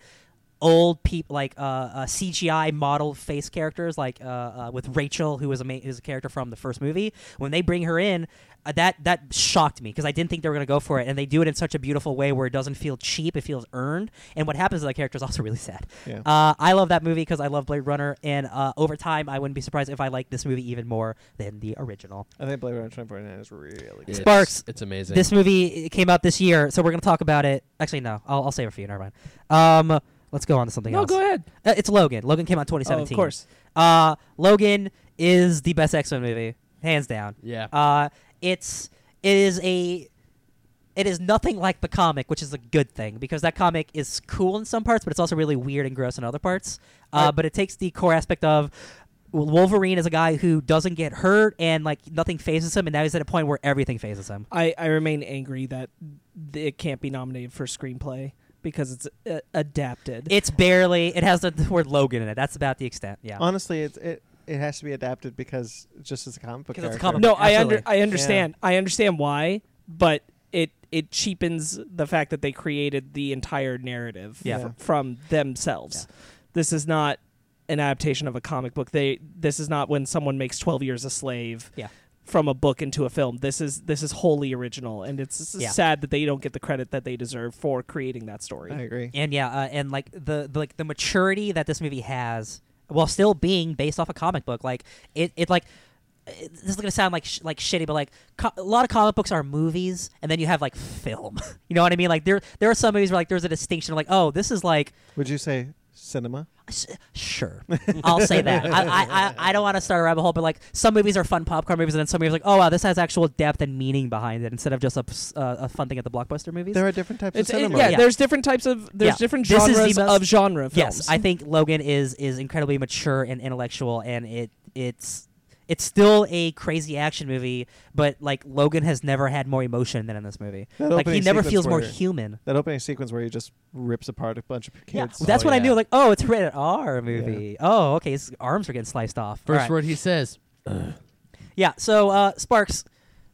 Speaker 3: old people like uh, uh, CGI model face characters, like uh, uh, with Rachel, who was a ma- who's a character from the first movie. When they bring her in, uh, that that shocked me because I didn't think they were gonna go for it, and they do it in such a beautiful way where it doesn't feel cheap; it feels earned. And what happens to that character is also really sad.
Speaker 1: Yeah.
Speaker 3: Uh, I love that movie because I love Blade Runner, and uh, over time, I wouldn't be surprised if I like this movie even more than the original.
Speaker 1: I think Blade Runner 2049 is really good.
Speaker 2: It's-
Speaker 3: Sparks,
Speaker 2: It's amazing.
Speaker 3: This movie i- came out this year, so we're gonna talk about it. Actually, no, I'll, I'll save it for you. Never mind. Um, let's go on to something
Speaker 4: No,
Speaker 3: else.
Speaker 4: go ahead.
Speaker 3: Uh, it's Logan. Logan came out in
Speaker 4: Oh, of
Speaker 3: 2017.
Speaker 4: course.
Speaker 3: Uh, Logan is the best X Men movie, hands down.
Speaker 2: yeah.
Speaker 3: Uh, it's it is a it is nothing like the comic, which is a good thing because that comic is cool in some parts, but it's also really weird and gross in other parts. Uh,
Speaker 4: I-
Speaker 3: but it takes the core aspect of Wolverine is a guy who doesn't get hurt and like nothing phases him, and now he's at a point where everything phases him.
Speaker 4: I, I remain angry that th- it can't be nominated for screenplay because it's uh, adapted.
Speaker 3: It's barely. It has the, the word Logan in it. That's about the extent. Yeah.
Speaker 1: Honestly, it's it it has to be adapted because just as a comic book
Speaker 3: 'Cause it's
Speaker 1: character.
Speaker 3: a comic
Speaker 4: no,
Speaker 3: book,
Speaker 4: I under
Speaker 3: absolutely.
Speaker 4: I understand. I understand why, but it it cheapens the fact that they created the entire narrative
Speaker 3: Yeah.
Speaker 4: fr-
Speaker 1: Yeah.
Speaker 4: from themselves. This is not an adaptation of a comic book. They this is not when someone makes 12 years a slave.
Speaker 3: Yeah.
Speaker 4: From a book into a film, this is this is wholly original, and it's, s-
Speaker 3: Yeah.
Speaker 4: sad that they don't get the credit that they deserve for creating that story.
Speaker 1: I agree.
Speaker 3: and yeah, uh, and like the, the like the maturity that this movie has, while still being based off a comic book, like it, it like it, this is gonna sound like sh- like shitty, but like co- a lot of comic books are movies, and then you have like film. you know what I mean? Like there there are some movies where like there's a distinction of like oh this is like
Speaker 1: Would you say cinema?
Speaker 3: S- Sure, I'll say that. I, I, I, I don't want to start a rabbit hole, but like some movies are fun popcorn movies, and then some movies are like, oh wow, this has actual depth and meaning behind it instead of just a, ps- uh, a fun thing at the blockbuster movies.
Speaker 1: There are different types
Speaker 4: It's,
Speaker 1: of
Speaker 4: it-
Speaker 1: cinema.
Speaker 4: yeah,
Speaker 3: Yeah.
Speaker 4: there's different types of there's
Speaker 3: Yeah.
Speaker 4: different
Speaker 3: This is the
Speaker 4: genres
Speaker 3: most-
Speaker 4: of genre films.
Speaker 3: Yes, I think Logan is is incredibly mature and intellectual, and it it's it's still a crazy action movie, but like Logan has never had more emotion than in this movie.
Speaker 1: That
Speaker 3: like he
Speaker 1: opening
Speaker 3: never
Speaker 1: sequence
Speaker 3: feels more
Speaker 1: where-
Speaker 3: human.
Speaker 1: That opening sequence where he just rips apart a bunch of kids.
Speaker 3: Yeah, that's
Speaker 2: Oh,
Speaker 3: what I
Speaker 2: yeah.
Speaker 3: knew. Like, oh, it's a rated R movie. Oh, okay, his arms are getting sliced off.
Speaker 2: First
Speaker 3: Alright.
Speaker 2: word he says.
Speaker 3: Yeah. So uh, Sparks,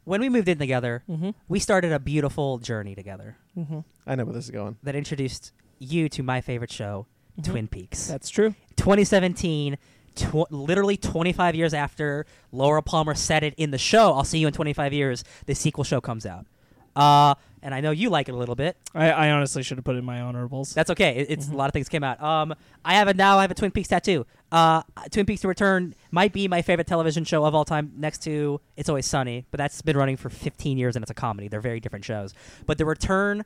Speaker 3: when we moved in together,
Speaker 4: hmm
Speaker 3: we started a beautiful journey together
Speaker 4: hmm
Speaker 1: I know where this is going.
Speaker 3: that introduced you to my favorite show, Twin Peaks.
Speaker 4: That's true.
Speaker 3: 2017, tw- literally 25 years after Laura Palmer said it in the show, I'll see you in 25 years, the sequel show comes out. Uh, and I know you like it a little bit.
Speaker 4: I, I honestly should have put in my honorables.
Speaker 3: That's okay. It- it's a lot of things came out. Um, I have a now. I have a Twin Peaks tattoo. Uh, Twin Peaks: The Return might be my favorite television show of all time, next to It's Always Sunny. But that's been running for 15 years, and it's a comedy. They're very different shows. But The Return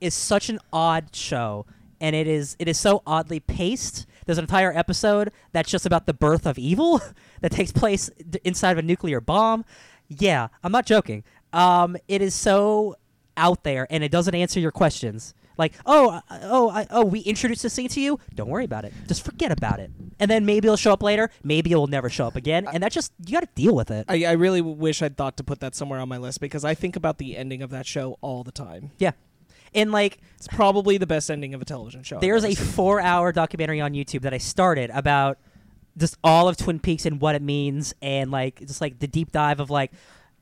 Speaker 3: is such an odd show, and it is it is so oddly paced. There's an entire episode that's just about the birth of evil that takes place d- inside of a nuclear bomb. Yeah, I'm not joking. Um, it is so out there and it doesn't answer your questions. Like, oh, uh, oh, I, oh, we introduced this thing to you. Don't worry about it. Just forget about it. And then maybe it'll show up later. Maybe it will never show up again. And that just you got to deal with it.
Speaker 4: I, I really w- wish I'd thought to put that somewhere on my list because I think about the ending of that show all the time.
Speaker 3: yeah. And like,
Speaker 4: It's probably the best ending of a television show. I've
Speaker 3: there's
Speaker 4: ever
Speaker 3: a
Speaker 4: seen.
Speaker 3: four-hour documentary on YouTube that I started about just all of Twin Peaks and what it means, and like just like the deep dive of like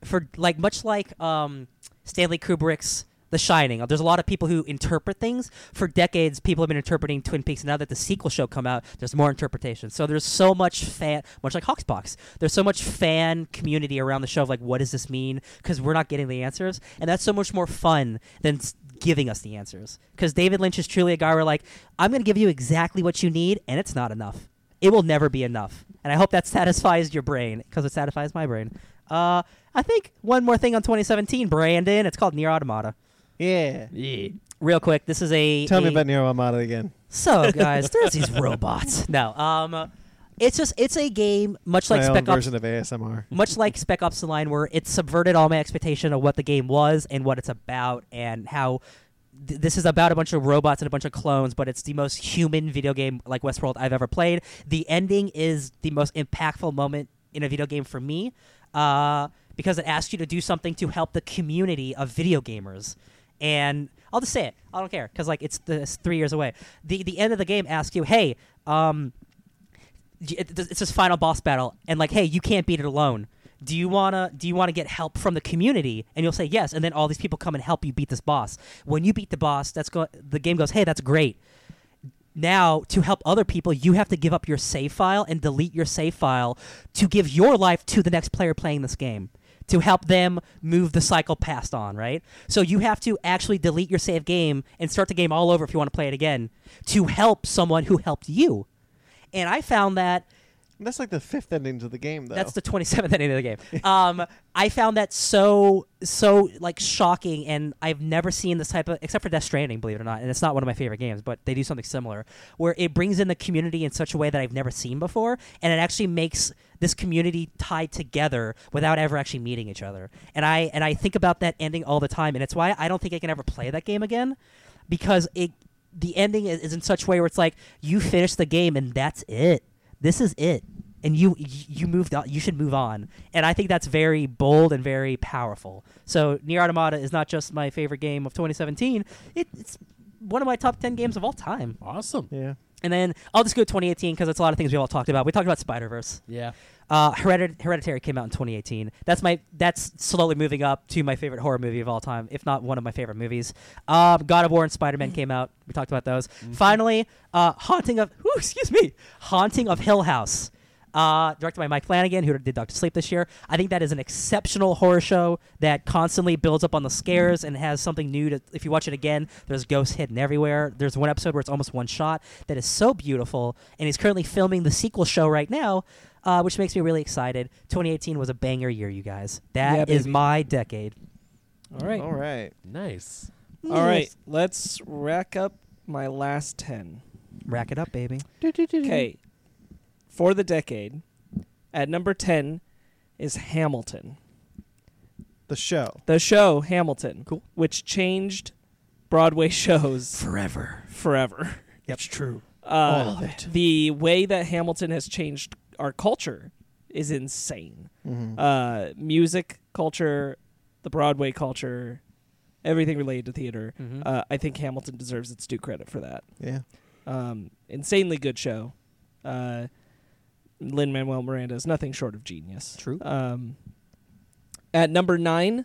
Speaker 3: for like much like um, Stanley Kubrick's The Shining. There's a lot of people who interpret things for decades. People have been interpreting Twin Peaks. and Now that the sequel show come out, there's more interpretation. So there's so much fan, much like Hawks Box. There's so much fan community around the show of like, what does this mean? Because we're not getting the answers, and that's so much more fun than s- giving us the answers. Because David Lynch is truly a guy where like, I'm going to give you exactly what you need, and it's not enough it will never be enough. And I hope that satisfies your brain because it satisfies my brain. Uh, I think one more thing on 2017, Brandon. It's called Near Automata.
Speaker 1: Yeah.
Speaker 2: Yeah.
Speaker 3: Real quick, this is a.
Speaker 1: Tell me
Speaker 3: a-
Speaker 1: about Nero Armada again.
Speaker 3: So guys, there's these robots. No, um, it's just it's a game much like
Speaker 1: my own
Speaker 3: Spec Ops,
Speaker 1: version of ASMR.
Speaker 3: much like Spec Ops: The Line, where it subverted all my expectation of what the game was and what it's about and how. th- This is about a bunch of robots and a bunch of clones, but it's the most human video game like Westworld I've ever played. The ending is the most impactful moment in a video game for me uh, because it asks you to do something to help the community of video gamers. And I'll just say it. I don't care because like it's, the, it's three years away. The the end of the game asks you, hey, um, y- it- it's this final boss battle, and like, hey, you can't beat it alone. Do you wanna do you wanna get help from the community? And you'll say yes, and then all these people come and help you beat this boss. When you beat the boss, that's go- the game goes, hey, that's great now to help other people, you have to give up your save file and delete your save file to give your life to the next player playing this game to help them move the cycle past on, right? So you have to actually delete your save game and start the game all over if you want to play it again to help someone who helped you. And I found that
Speaker 1: That's like the fifth ending to the game, though.
Speaker 3: that's the 27th inning of the game. Um, I found that so so like shocking, and I've never seen this type of except for Death Stranding, believe it or not, and it's not one of my favorite games, but they do something similar where it brings in the community in such a way that I've never seen before, and it actually makes this community tied together without ever actually meeting each other. And I and I think about that ending all the time, and it's why I don't think I can ever play that game again because it the ending is, is in such a way where it's like you finish the game and that's it. This is it, and you you moved on. You should move on, and I think that's very bold and very powerful. So Nier Automata is not just my favorite game of 2017; it, it's one of my top 10 games of all time.
Speaker 2: Awesome.
Speaker 1: yeah.
Speaker 3: And then I'll just go 2018 because it's a lot of things we all talked about. We talked about Spider Verse.
Speaker 2: Yeah.
Speaker 3: Uh, Heredit- Hereditary came out in 2018. That's my that's slowly moving up to my favorite horror movie of all time, if not one of my favorite movies. Um, God of War and Spider Man came out. We talked about those. Finally, uh, Haunting of whew, excuse me, Haunting of Hill House, uh, directed by Mike Flanagan, who did Doctor Sleep this year. I think that is an exceptional horror show that constantly builds up on the scares and has something new to. If you watch it again, there's ghosts hidden everywhere. There's one episode where it's almost one shot that is so beautiful, and he's currently filming the sequel show right now uh, which makes me really excited. 2018 was a banger year, you guys. That is
Speaker 4: Yeah, baby.
Speaker 3: my decade.
Speaker 4: All right.
Speaker 1: All right.
Speaker 2: Nice.
Speaker 4: All right. Let's rack up my last 10.
Speaker 3: Rack it up, baby.
Speaker 2: Mm-hmm.
Speaker 4: Okay. For the decade, at number 10 is Hamilton.
Speaker 1: The show.
Speaker 4: The show Hamilton, cool. which changed Broadway shows
Speaker 3: Forever.
Speaker 4: forever.
Speaker 3: That's true.
Speaker 4: Uh,
Speaker 1: All of it.
Speaker 4: The way that Hamilton has changed our culture is insane.
Speaker 1: Mhm.
Speaker 3: Mm-hmm.
Speaker 4: Uh, music culture, the Broadway culture, everything related to theater.
Speaker 2: Mm-hmm.
Speaker 3: Mhm.
Speaker 4: Uh, I think Hamilton deserves its due credit for that.
Speaker 1: yeah.
Speaker 4: Um, insanely good show. Uh, Lin Manuel Miranda is nothing short of genius.
Speaker 3: True.
Speaker 4: Um, at number nine,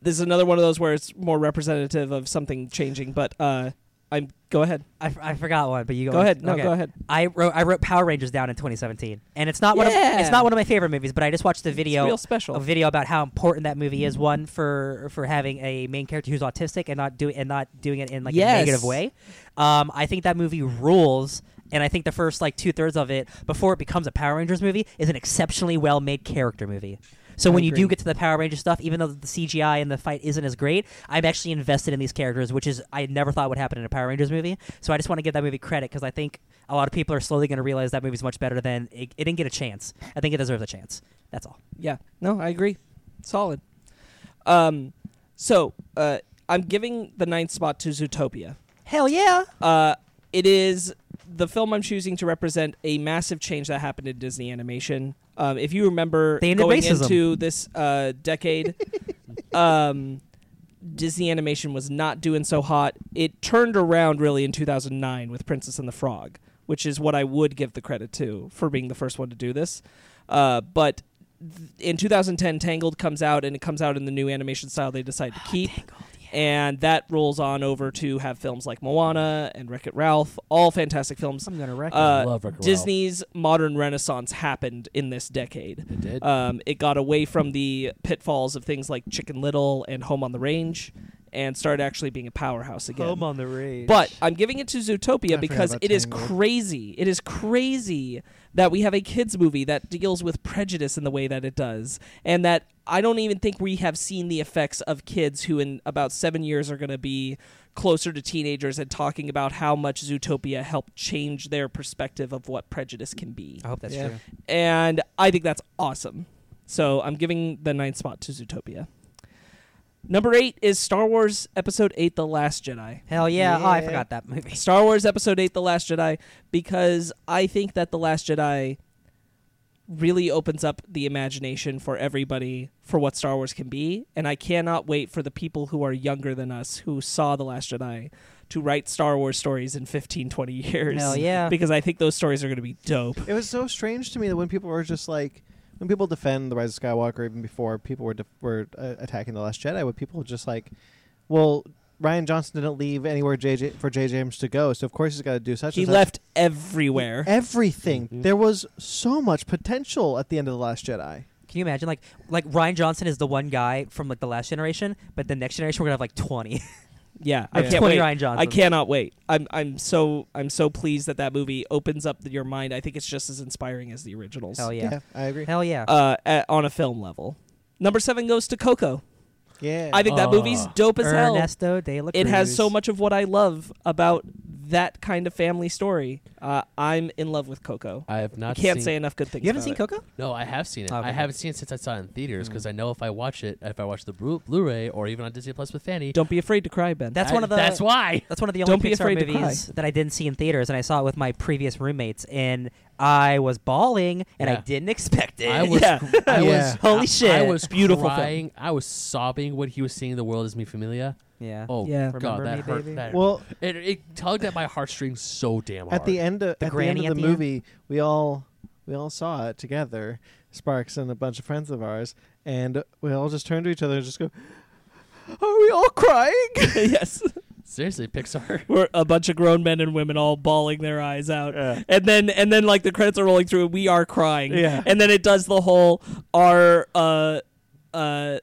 Speaker 4: this is another one of those where it's more representative of something changing. But uh, I'm go ahead,
Speaker 3: I, f- I forgot one, but you go.
Speaker 4: go ahead, no,
Speaker 3: Okay.
Speaker 4: go ahead.
Speaker 3: I wrote I wrote Power Rangers down in 2017, and it's not one of
Speaker 4: Yeah.
Speaker 3: it's not one of my favorite movies, but I just watched the video.
Speaker 4: It's real special.
Speaker 3: a video about how important that movie is. One for for having a main character who's autistic and not do and not doing it in like
Speaker 4: Yes.
Speaker 3: a negative way. Um, I think that movie rules, and I think the first like two thirds of it before it becomes a Power Rangers movie is an exceptionally well made character movie. So
Speaker 4: I
Speaker 3: when you do
Speaker 4: agree.
Speaker 3: get to the Power Ranger stuff, even though the CGI and the fight isn't as great, I'm actually invested in these characters, which is I never thought would happen in a Power Rangers movie. So I just want to give that movie credit because I think a lot of people are slowly going to realize that movie's much better than it, it didn't get a chance. I think it deserves a chance. That's all.
Speaker 4: Yeah, no, I agree. Solid. Um, so uh, I'm giving the ninth spot to Zootopia.
Speaker 3: Hell yeah!
Speaker 4: Uh, it is the film I'm choosing to represent a massive change that happened in Disney animation. Um, if you remember
Speaker 3: They ended
Speaker 4: going
Speaker 3: racism.
Speaker 4: into this uh, decade, um, Disney animation was not doing so hot. It turned around really in 2009 with Princess and the Frog, which is what I would give the credit to for being the first one to do this. Uh, but th- in 2010, Tangled comes out, and it comes out in the new animation style they decide
Speaker 3: Ah,
Speaker 4: to keep and that rolls on over to have films like Moana and Wreck It Ralph, all fantastic films.
Speaker 3: I'm gonna wreck
Speaker 4: Uh,
Speaker 2: Love Wreck-It Ralph.
Speaker 4: Disney's modern renaissance happened in this decade.
Speaker 2: It did.
Speaker 4: Um, it got away from the pitfalls of things like Chicken Little and Home on the Range, and started actually being a powerhouse again.
Speaker 3: on the range.
Speaker 4: But I'm giving it to Zootopia
Speaker 1: I forgot
Speaker 4: because
Speaker 1: about
Speaker 4: it is
Speaker 1: Tangled.
Speaker 4: crazy. It is crazy that we have a kids movie that deals with prejudice in the way that it does, and that I don't even think we have seen the effects of kids who, in about seven years, are going to be closer to teenagers and talking about how much Zootopia helped change their perspective of what prejudice can be.
Speaker 3: I hope that's
Speaker 1: Yeah.
Speaker 3: true.
Speaker 4: And I think that's awesome. So I'm giving the ninth spot to Zootopia. Number eight is Star Wars Episode Eight: The Last Jedi.
Speaker 3: Hell yeah! Oh, I
Speaker 1: Yeah.
Speaker 3: forgot that movie.
Speaker 4: Star Wars Episode 8 The Last Jedi because I think that The Last Jedi really opens up the imagination for everybody for what Star Wars can be and I cannot wait for the people who are younger than us who saw The Last Jedi to write Star Wars stories in 15 20 years.
Speaker 3: Hell yeah!
Speaker 4: Because I think those stories are going to be dope.
Speaker 1: It was so strange to me that when people were just like, when people defend the Rise of Skywalker, even before people were def- were uh, attacking the Last Jedi, when people were just like, well, Ryan Johnson didn't leave anywhere JJ for J.J. Abrams to go, so of course he's got to do such.
Speaker 4: He
Speaker 1: and such.
Speaker 4: left everywhere.
Speaker 1: everything.
Speaker 3: Mm-hmm.
Speaker 2: Mhm.
Speaker 1: There was so much potential at the end of the Last Jedi.
Speaker 3: Can you imagine? Like, like Ryan Johnson is the one guy from like the last generation, but the next generation we're gonna have like twenty.
Speaker 4: Yeah, I
Speaker 1: Like
Speaker 4: can't
Speaker 3: 20
Speaker 4: wait.
Speaker 3: Ryan Johnson.
Speaker 4: I cannot wait. I'm I'm so I'm so pleased that that movie opens up your mind. I think it's just as inspiring as the originals.
Speaker 3: Hell yeah!
Speaker 1: I agree.
Speaker 3: Hell yeah!
Speaker 4: Uh, at, on a film level, number seven goes to Coco.
Speaker 1: Yeah,
Speaker 4: I think that
Speaker 2: Oh.
Speaker 4: movie's dope as hell.
Speaker 3: Ernesto de la
Speaker 4: It has
Speaker 3: Cruz.
Speaker 4: so much of what I love about that kind of family story. Uh, I'm in love with Coco.
Speaker 2: I have
Speaker 4: I
Speaker 2: not.
Speaker 4: can't
Speaker 2: seen,
Speaker 4: say enough good things.
Speaker 3: You haven't
Speaker 4: about
Speaker 3: seen
Speaker 4: it.
Speaker 3: Coco?
Speaker 2: No, I have seen it.
Speaker 3: Okay.
Speaker 2: I haven't seen it since I saw it in theaters because I know if I watch it, if I watch the Blu- Blu-ray or even on Disney Plus with Fanny,
Speaker 4: Don't be afraid to cry, Ben.
Speaker 3: That's
Speaker 2: I-
Speaker 3: one of the.
Speaker 2: That's why.
Speaker 3: That's one of the only
Speaker 4: Don't be
Speaker 3: Pixar
Speaker 4: afraid to cry.
Speaker 3: movies that I didn't see in theaters, and I saw it with my previous roommates, and I was bawling, and I
Speaker 2: Yeah.
Speaker 3: didn't expect it.
Speaker 2: I was,
Speaker 4: Yeah.
Speaker 2: I
Speaker 1: Yeah.
Speaker 2: was,
Speaker 3: Holy
Speaker 2: I- I
Speaker 3: shit.
Speaker 2: was
Speaker 4: Beautiful film.
Speaker 2: crying. I was sobbing when he was singing "The World Is Me Familia."
Speaker 3: yeah.
Speaker 2: Oh
Speaker 4: Yeah.
Speaker 2: God,
Speaker 3: Remember
Speaker 2: that
Speaker 3: me,
Speaker 2: hurt.
Speaker 3: baby?
Speaker 2: That
Speaker 1: Well,
Speaker 2: it, it tugged at my heartstrings so damn hard.
Speaker 1: at the end of
Speaker 3: The
Speaker 1: at the end
Speaker 3: granny
Speaker 1: of
Speaker 3: at
Speaker 1: the,
Speaker 3: the end?
Speaker 1: movie, we all we all saw it together, Sparks and a bunch of friends of ours, and we all just turned to each other and just go, "Are we all crying?"
Speaker 4: yes,
Speaker 2: seriously, Pixar.
Speaker 4: we're a bunch of grown men and women all bawling their eyes out.
Speaker 1: Yeah.
Speaker 4: and then and then like the credits are rolling through and we are crying
Speaker 1: Yeah.
Speaker 4: and then it does the whole our uh uh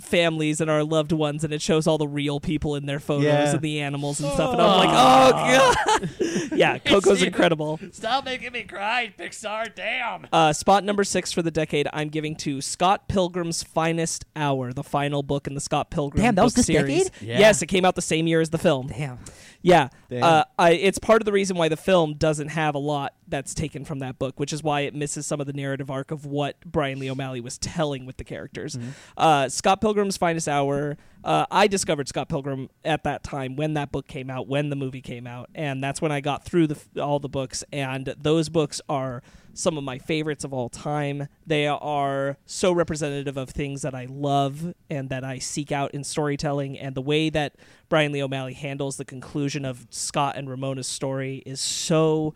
Speaker 4: families and our loved ones and it shows all the real people in their photos
Speaker 1: Yeah.
Speaker 4: and the animals and stuff and i'm like oh god yeah coco's
Speaker 2: It's-
Speaker 4: incredible
Speaker 2: Stop making me cry, Pixar. Damn.
Speaker 4: uh, spot number six for the decade i'm giving to scott pilgrim's finest hour the final book in the scott pilgrim
Speaker 3: Damn, that was this
Speaker 4: book series.
Speaker 3: decade?
Speaker 2: Yeah.
Speaker 4: yes it came out the same year as the film
Speaker 3: Damn.
Speaker 4: yeah,
Speaker 1: Damn.
Speaker 4: uh, I, it's part of the reason why the film doesn't have a lot that's taken from that book, which is why it misses some of the narrative arc of what Brian Lee O'Malley was telling with the characters. Uh, Scott Pilgrim's Finest Hour. Uh, I discovered Scott Pilgrim at that time when that book came out, when the movie came out, and that's when I got through the, f- all the books. And those books are some of my favorites of all time. They are so representative of things that I love and that I seek out in storytelling. And the way that Brian Lee O'Malley handles the conclusion of Scott and Ramona's story is so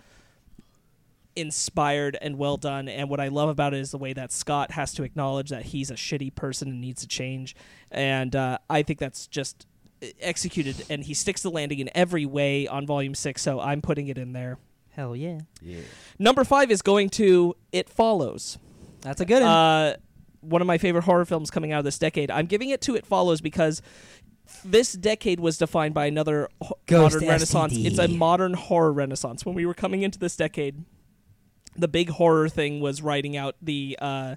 Speaker 4: inspired and well done. And what I love about it is the way that Scott has to acknowledge that he's a shitty person and needs to change. And uh, I think that's just executed and he sticks the landing in every way on volume six so i'm putting it in there
Speaker 3: Hell yeah.
Speaker 2: Yeah.
Speaker 4: number five is going to it follows
Speaker 3: That's a good one.
Speaker 4: uh, one of my favorite horror films coming out of this decade. I'm giving it to It Follows because this decade was defined by another ho-
Speaker 3: Ghost
Speaker 4: modern renaissance.
Speaker 3: STD.
Speaker 4: It's a modern horror renaissance. When we were coming into this decade, the big horror thing was writing out the. Uh,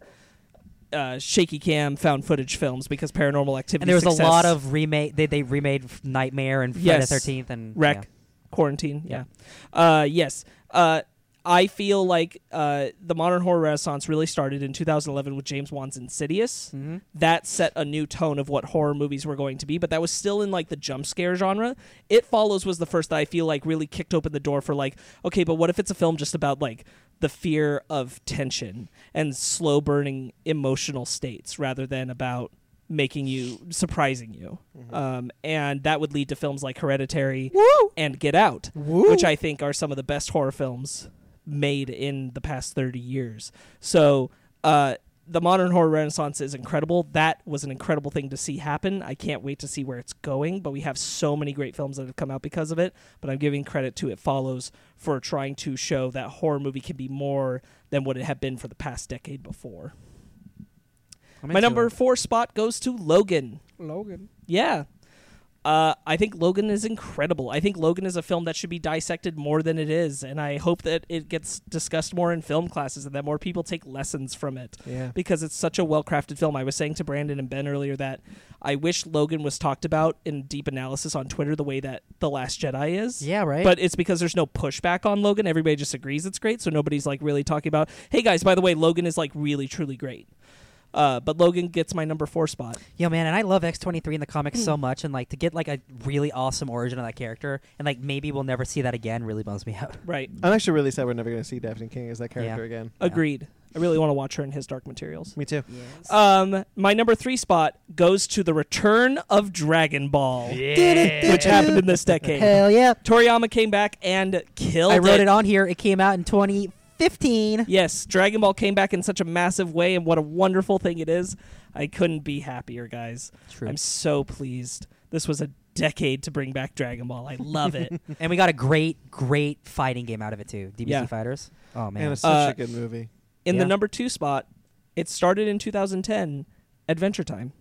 Speaker 4: uh, shaky cam found footage films because paranormal activity
Speaker 3: and there was a
Speaker 4: success-
Speaker 3: lot of remake. They, they remade Nightmare and Friday
Speaker 4: Yes.
Speaker 3: the Thirteenth and
Speaker 4: Wreck.
Speaker 3: yeah.
Speaker 4: Quarantine. Yeah.
Speaker 3: Yeah.
Speaker 4: Uh, yes. Uh, I feel like uh, the modern horror renaissance really started in 2011 with James Wan's Insidious.
Speaker 3: Mhm.
Speaker 4: That set a new tone of what horror movies were going to be, but that was still in like the jump scare genre. It Follows was the first that I feel like really kicked open the door for like, okay, but what if it's a film just about like the fear of tension and slow burning emotional states rather than about making you surprising you um, and that would lead to films like hereditary and get out which i think are some of the best horror films made in the past 30 years so uh, the modern horror renaissance is incredible that was an incredible thing to see happen i can't wait to see where it's going but we have so many great films that have come out because of it but i'm giving credit to it follows for trying to show that horror movie can be more than what it had been for the past decade before
Speaker 3: I'm
Speaker 4: my
Speaker 3: into
Speaker 4: number
Speaker 3: it.
Speaker 4: four spot goes to logan
Speaker 1: Logan.
Speaker 4: yeah. Uh, I think Logan is incredible. I think Logan is a film that should be dissected more than it is, and I hope that it gets discussed more in film classes and that more people take lessons from it
Speaker 1: Yeah.
Speaker 4: because it's such a well crafted film. I was saying to Brandon and Ben earlier that I wish Logan was talked about in deep analysis on Twitter the way that The Last Jedi is.
Speaker 3: Yeah. Right.
Speaker 4: But it's because there's no pushback on Logan. Everybody just agrees it's great, so nobody's like really talking about, hey guys, by the way, Logan is like really truly great. Uh, but Logan gets my number four spot.
Speaker 3: Yo, man, and I love X twenty three in the comics so
Speaker 4: Hmm.
Speaker 3: much, and like to get like a really awesome origin of that character, and like maybe we'll never see that again. Really bums me out.
Speaker 4: Right.
Speaker 1: I'm actually really sad we're never going to see Daphne King as that character again.
Speaker 3: Yeah.
Speaker 4: Agreed. I really want to watch her in his Dark Materials.
Speaker 1: Me too.
Speaker 3: Yes.
Speaker 4: Um, my number three spot goes to the return of Dragon Ball,
Speaker 2: Yeah.
Speaker 4: which happened in this decade.
Speaker 3: Hell yeah!
Speaker 4: Toriyama came back and killed
Speaker 3: I wrote it on here. It came out in twenty fifteen.
Speaker 4: Yes, Dragon Ball came back in such a massive way, and what a wonderful thing it is. I couldn't be happier, guys.
Speaker 3: True.
Speaker 4: I'm so pleased. This was a decade to bring back Dragon Ball. I love it.
Speaker 3: and we got a great, great fighting game out of it too. DBC
Speaker 4: Yeah.
Speaker 3: Fighters. Oh
Speaker 1: And
Speaker 3: man,
Speaker 1: it's such
Speaker 4: Uh,
Speaker 1: a good movie.
Speaker 4: In the
Speaker 3: Yeah.
Speaker 4: number two spot, it started in 2010. Adventure Time.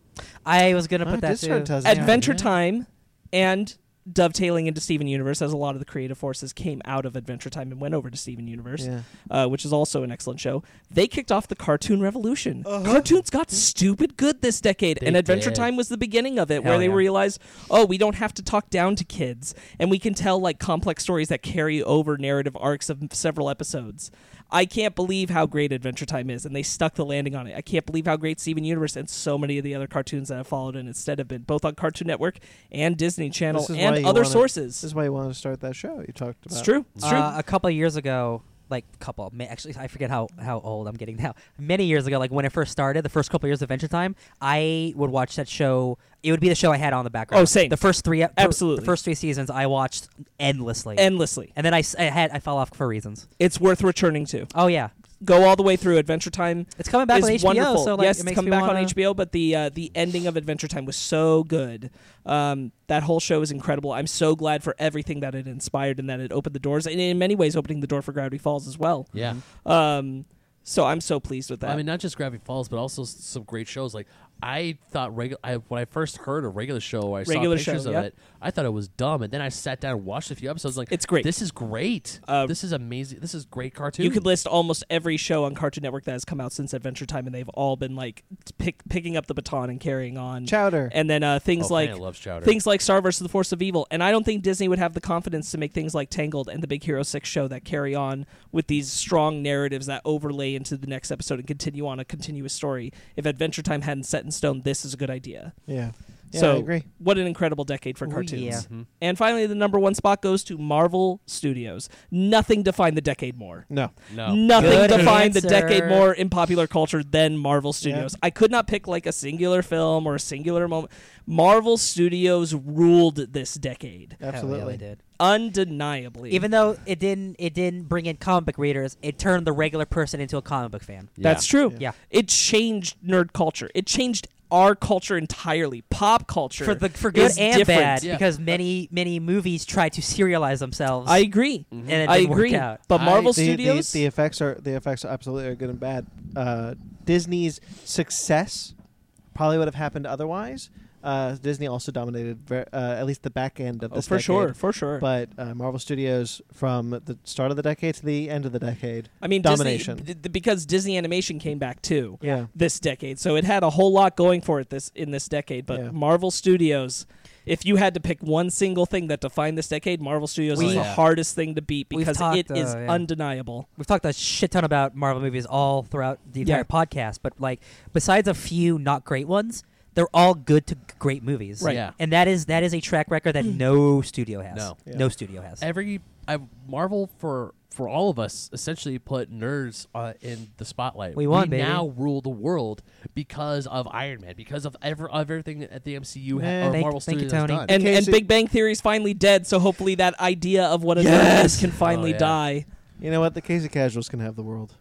Speaker 3: I was gonna
Speaker 1: Oh,
Speaker 3: put
Speaker 1: it
Speaker 3: that
Speaker 1: did start
Speaker 3: too.
Speaker 1: in 2010.
Speaker 4: Adventure
Speaker 1: Yeah.
Speaker 4: Time and dovetailing into Steven Universe as a lot of the creative forces came out of Adventure Time and went over to Steven Universe,
Speaker 1: Yeah.
Speaker 4: uh, which is also an excellent show. They kicked off the cartoon revolution.
Speaker 1: Uh-huh.
Speaker 4: Cartoons got stupid good this decade,
Speaker 2: They
Speaker 4: and Adventure
Speaker 2: did.
Speaker 4: Time was the beginning of it, where
Speaker 3: Hell
Speaker 4: they
Speaker 3: yeah.
Speaker 4: realized, oh, we don't have to talk down to kids, and we can tell like complex stories that carry over narrative arcs of several episodes. I can't believe how great Adventure Time is, and they stuck the landing on it. I can't believe how great Steven Universe and so many of the other cartoons that I followed and instead have been both on Cartoon Network and Disney Channel
Speaker 1: This is why
Speaker 4: and
Speaker 1: you
Speaker 4: other
Speaker 1: wanna-
Speaker 4: sources.
Speaker 1: This is Ah. why you wanted to start that show. You talked about.
Speaker 4: It's true. It's true.
Speaker 3: Uh, a couple of years ago, like couple, ma- actually, I forget how how old I'm getting now. Many years ago, like when it first started, the first couple of years of Adventure Time, I would watch that show. It would be the show I had on the background.
Speaker 4: Oh, same.
Speaker 3: The first three, ep-
Speaker 4: Absolutely.
Speaker 3: the first three seasons, I watched endlessly,
Speaker 4: Endlessly.
Speaker 3: and then I, s- I had I fell off for reasons.
Speaker 4: It's worth returning to.
Speaker 3: Oh yeah,
Speaker 4: Go all the way through Adventure Time.
Speaker 3: it's coming back
Speaker 4: is
Speaker 3: on HBO.
Speaker 4: wonderful.
Speaker 3: So like,
Speaker 4: yes,
Speaker 3: it
Speaker 4: it's
Speaker 3: makes
Speaker 4: come
Speaker 3: me
Speaker 4: back
Speaker 3: wanna, Oh,
Speaker 4: on HBO. But the uh, the ending of Adventure Time was so good. Um, that whole show is incredible. I'm so glad for everything that it inspired and that it opened the doors, and in many ways, opening the door for Gravity Falls as well.
Speaker 2: Yeah.
Speaker 4: Um, so I'm so pleased with that.
Speaker 2: I mean, not just Gravity Falls, but also s- some great shows. Like I thought, regu- I, when I first heard a regular show, I
Speaker 4: Regular
Speaker 2: saw pictures
Speaker 4: Show,
Speaker 2: of
Speaker 4: yeah.
Speaker 2: it. I thought it was dumb, and then I sat down and watched a few episodes. Like
Speaker 4: It's great.
Speaker 2: This is great.
Speaker 4: Uh,
Speaker 2: this is amazing. This is great cartoon.
Speaker 4: you could list almost every show on Cartoon Network that has come out since Adventure Time, and they've all been like pick, picking up the baton and carrying on.
Speaker 1: Chowder.
Speaker 4: and then uh,
Speaker 2: oh,
Speaker 4: things like
Speaker 2: Fran loves Chowder.
Speaker 4: things like Star versus the Force of Evil. And I don't think Disney would have the confidence to make things like Tangled and the Big Hero 6 show that carry on with these strong narratives that overlay into the next episode and continue on a continuous story if Adventure Time hadn't set in stone this is a good idea.
Speaker 1: Yeah. Yeah,
Speaker 4: so
Speaker 1: I agree.
Speaker 4: what an incredible decade for
Speaker 3: Ooh,
Speaker 4: cartoons.
Speaker 3: yeah.
Speaker 2: Mhm.
Speaker 4: And finally the number 1 spot goes to Marvel Studios. Nothing defined the decade more.
Speaker 1: No.
Speaker 2: No.
Speaker 4: Nothing
Speaker 3: Good
Speaker 4: defined the
Speaker 3: answer.
Speaker 4: decade more in popular culture than Marvel Studios. I could not pick like a singular film or a singular moment. Marvel Studios ruled this decade,
Speaker 3: Hell yeah,
Speaker 1: Absolutely.
Speaker 3: they did.
Speaker 4: undeniably.
Speaker 3: Even though it didn't, it didn't bring in comic book readers. It turned the regular person into a comic book fan.
Speaker 2: Yeah.
Speaker 4: that's true.
Speaker 1: Yeah.
Speaker 3: Yeah.
Speaker 4: It changed nerd culture. It changed our culture entirely. Pop culture
Speaker 3: for the for good
Speaker 4: is
Speaker 3: and
Speaker 4: different.
Speaker 3: bad
Speaker 2: Yeah.
Speaker 3: because many many movies try to serialize themselves.
Speaker 4: I agree.
Speaker 2: Mm-hmm.
Speaker 3: and it
Speaker 4: I
Speaker 3: didn't work
Speaker 4: agree.
Speaker 3: out.
Speaker 4: But
Speaker 2: I-
Speaker 4: Marvel
Speaker 1: the, the-
Speaker 4: Studios,
Speaker 1: The, effects are the effects are absolutely are good and bad. Uh, Disney's success probably would have happened otherwise. Uh, Disney also dominated ver- uh, at least the back end of
Speaker 4: Oh,
Speaker 1: this
Speaker 4: for
Speaker 1: decade.
Speaker 4: sure, for sure.
Speaker 1: But uh, Marvel Studios, from the start of the decade to the end of the decade,
Speaker 4: I mean,
Speaker 1: domination.
Speaker 4: Disney, d- because Disney animation came back too.
Speaker 1: yeah,
Speaker 4: this decade. So it had a whole lot going for it this in this decade. But
Speaker 1: Yeah.
Speaker 4: Marvel Studios, if you had to pick one single thing that defined this decade, Marvel Studios
Speaker 3: We-
Speaker 4: is the
Speaker 2: Yeah.
Speaker 4: hardest thing to beat
Speaker 3: We've
Speaker 4: because
Speaker 3: talked,
Speaker 4: it is
Speaker 3: uh, yeah.
Speaker 4: undeniable.
Speaker 3: We've talked a shit ton about Marvel movies all throughout the entire
Speaker 4: Yeah.
Speaker 3: podcast, but like besides a few not great ones, they're all good to great movies.
Speaker 4: Right. Hmm.
Speaker 2: Yeah.
Speaker 3: And that is that is a track record that no studio has.
Speaker 2: No.
Speaker 1: Yeah.
Speaker 3: No studio has.
Speaker 2: every I Marvel for for all of us essentially put nerds uh, in the spotlight.
Speaker 3: We won, baby.
Speaker 2: now rule the world because of Iron Man, because of ever of everything that the MCU ha-
Speaker 1: Man.
Speaker 2: or
Speaker 3: Thank-
Speaker 2: Marvel
Speaker 3: thank you,
Speaker 2: Studios has
Speaker 3: Tony.
Speaker 2: done.
Speaker 4: And,
Speaker 1: Okay,
Speaker 4: and
Speaker 1: so-
Speaker 4: Big Bang Theory is finally dead, so hopefully that idea of what a nerd
Speaker 3: Yes!
Speaker 4: is can finally
Speaker 2: Oh, yeah.
Speaker 4: die.
Speaker 1: you know what? The Casey Casuals can have the world.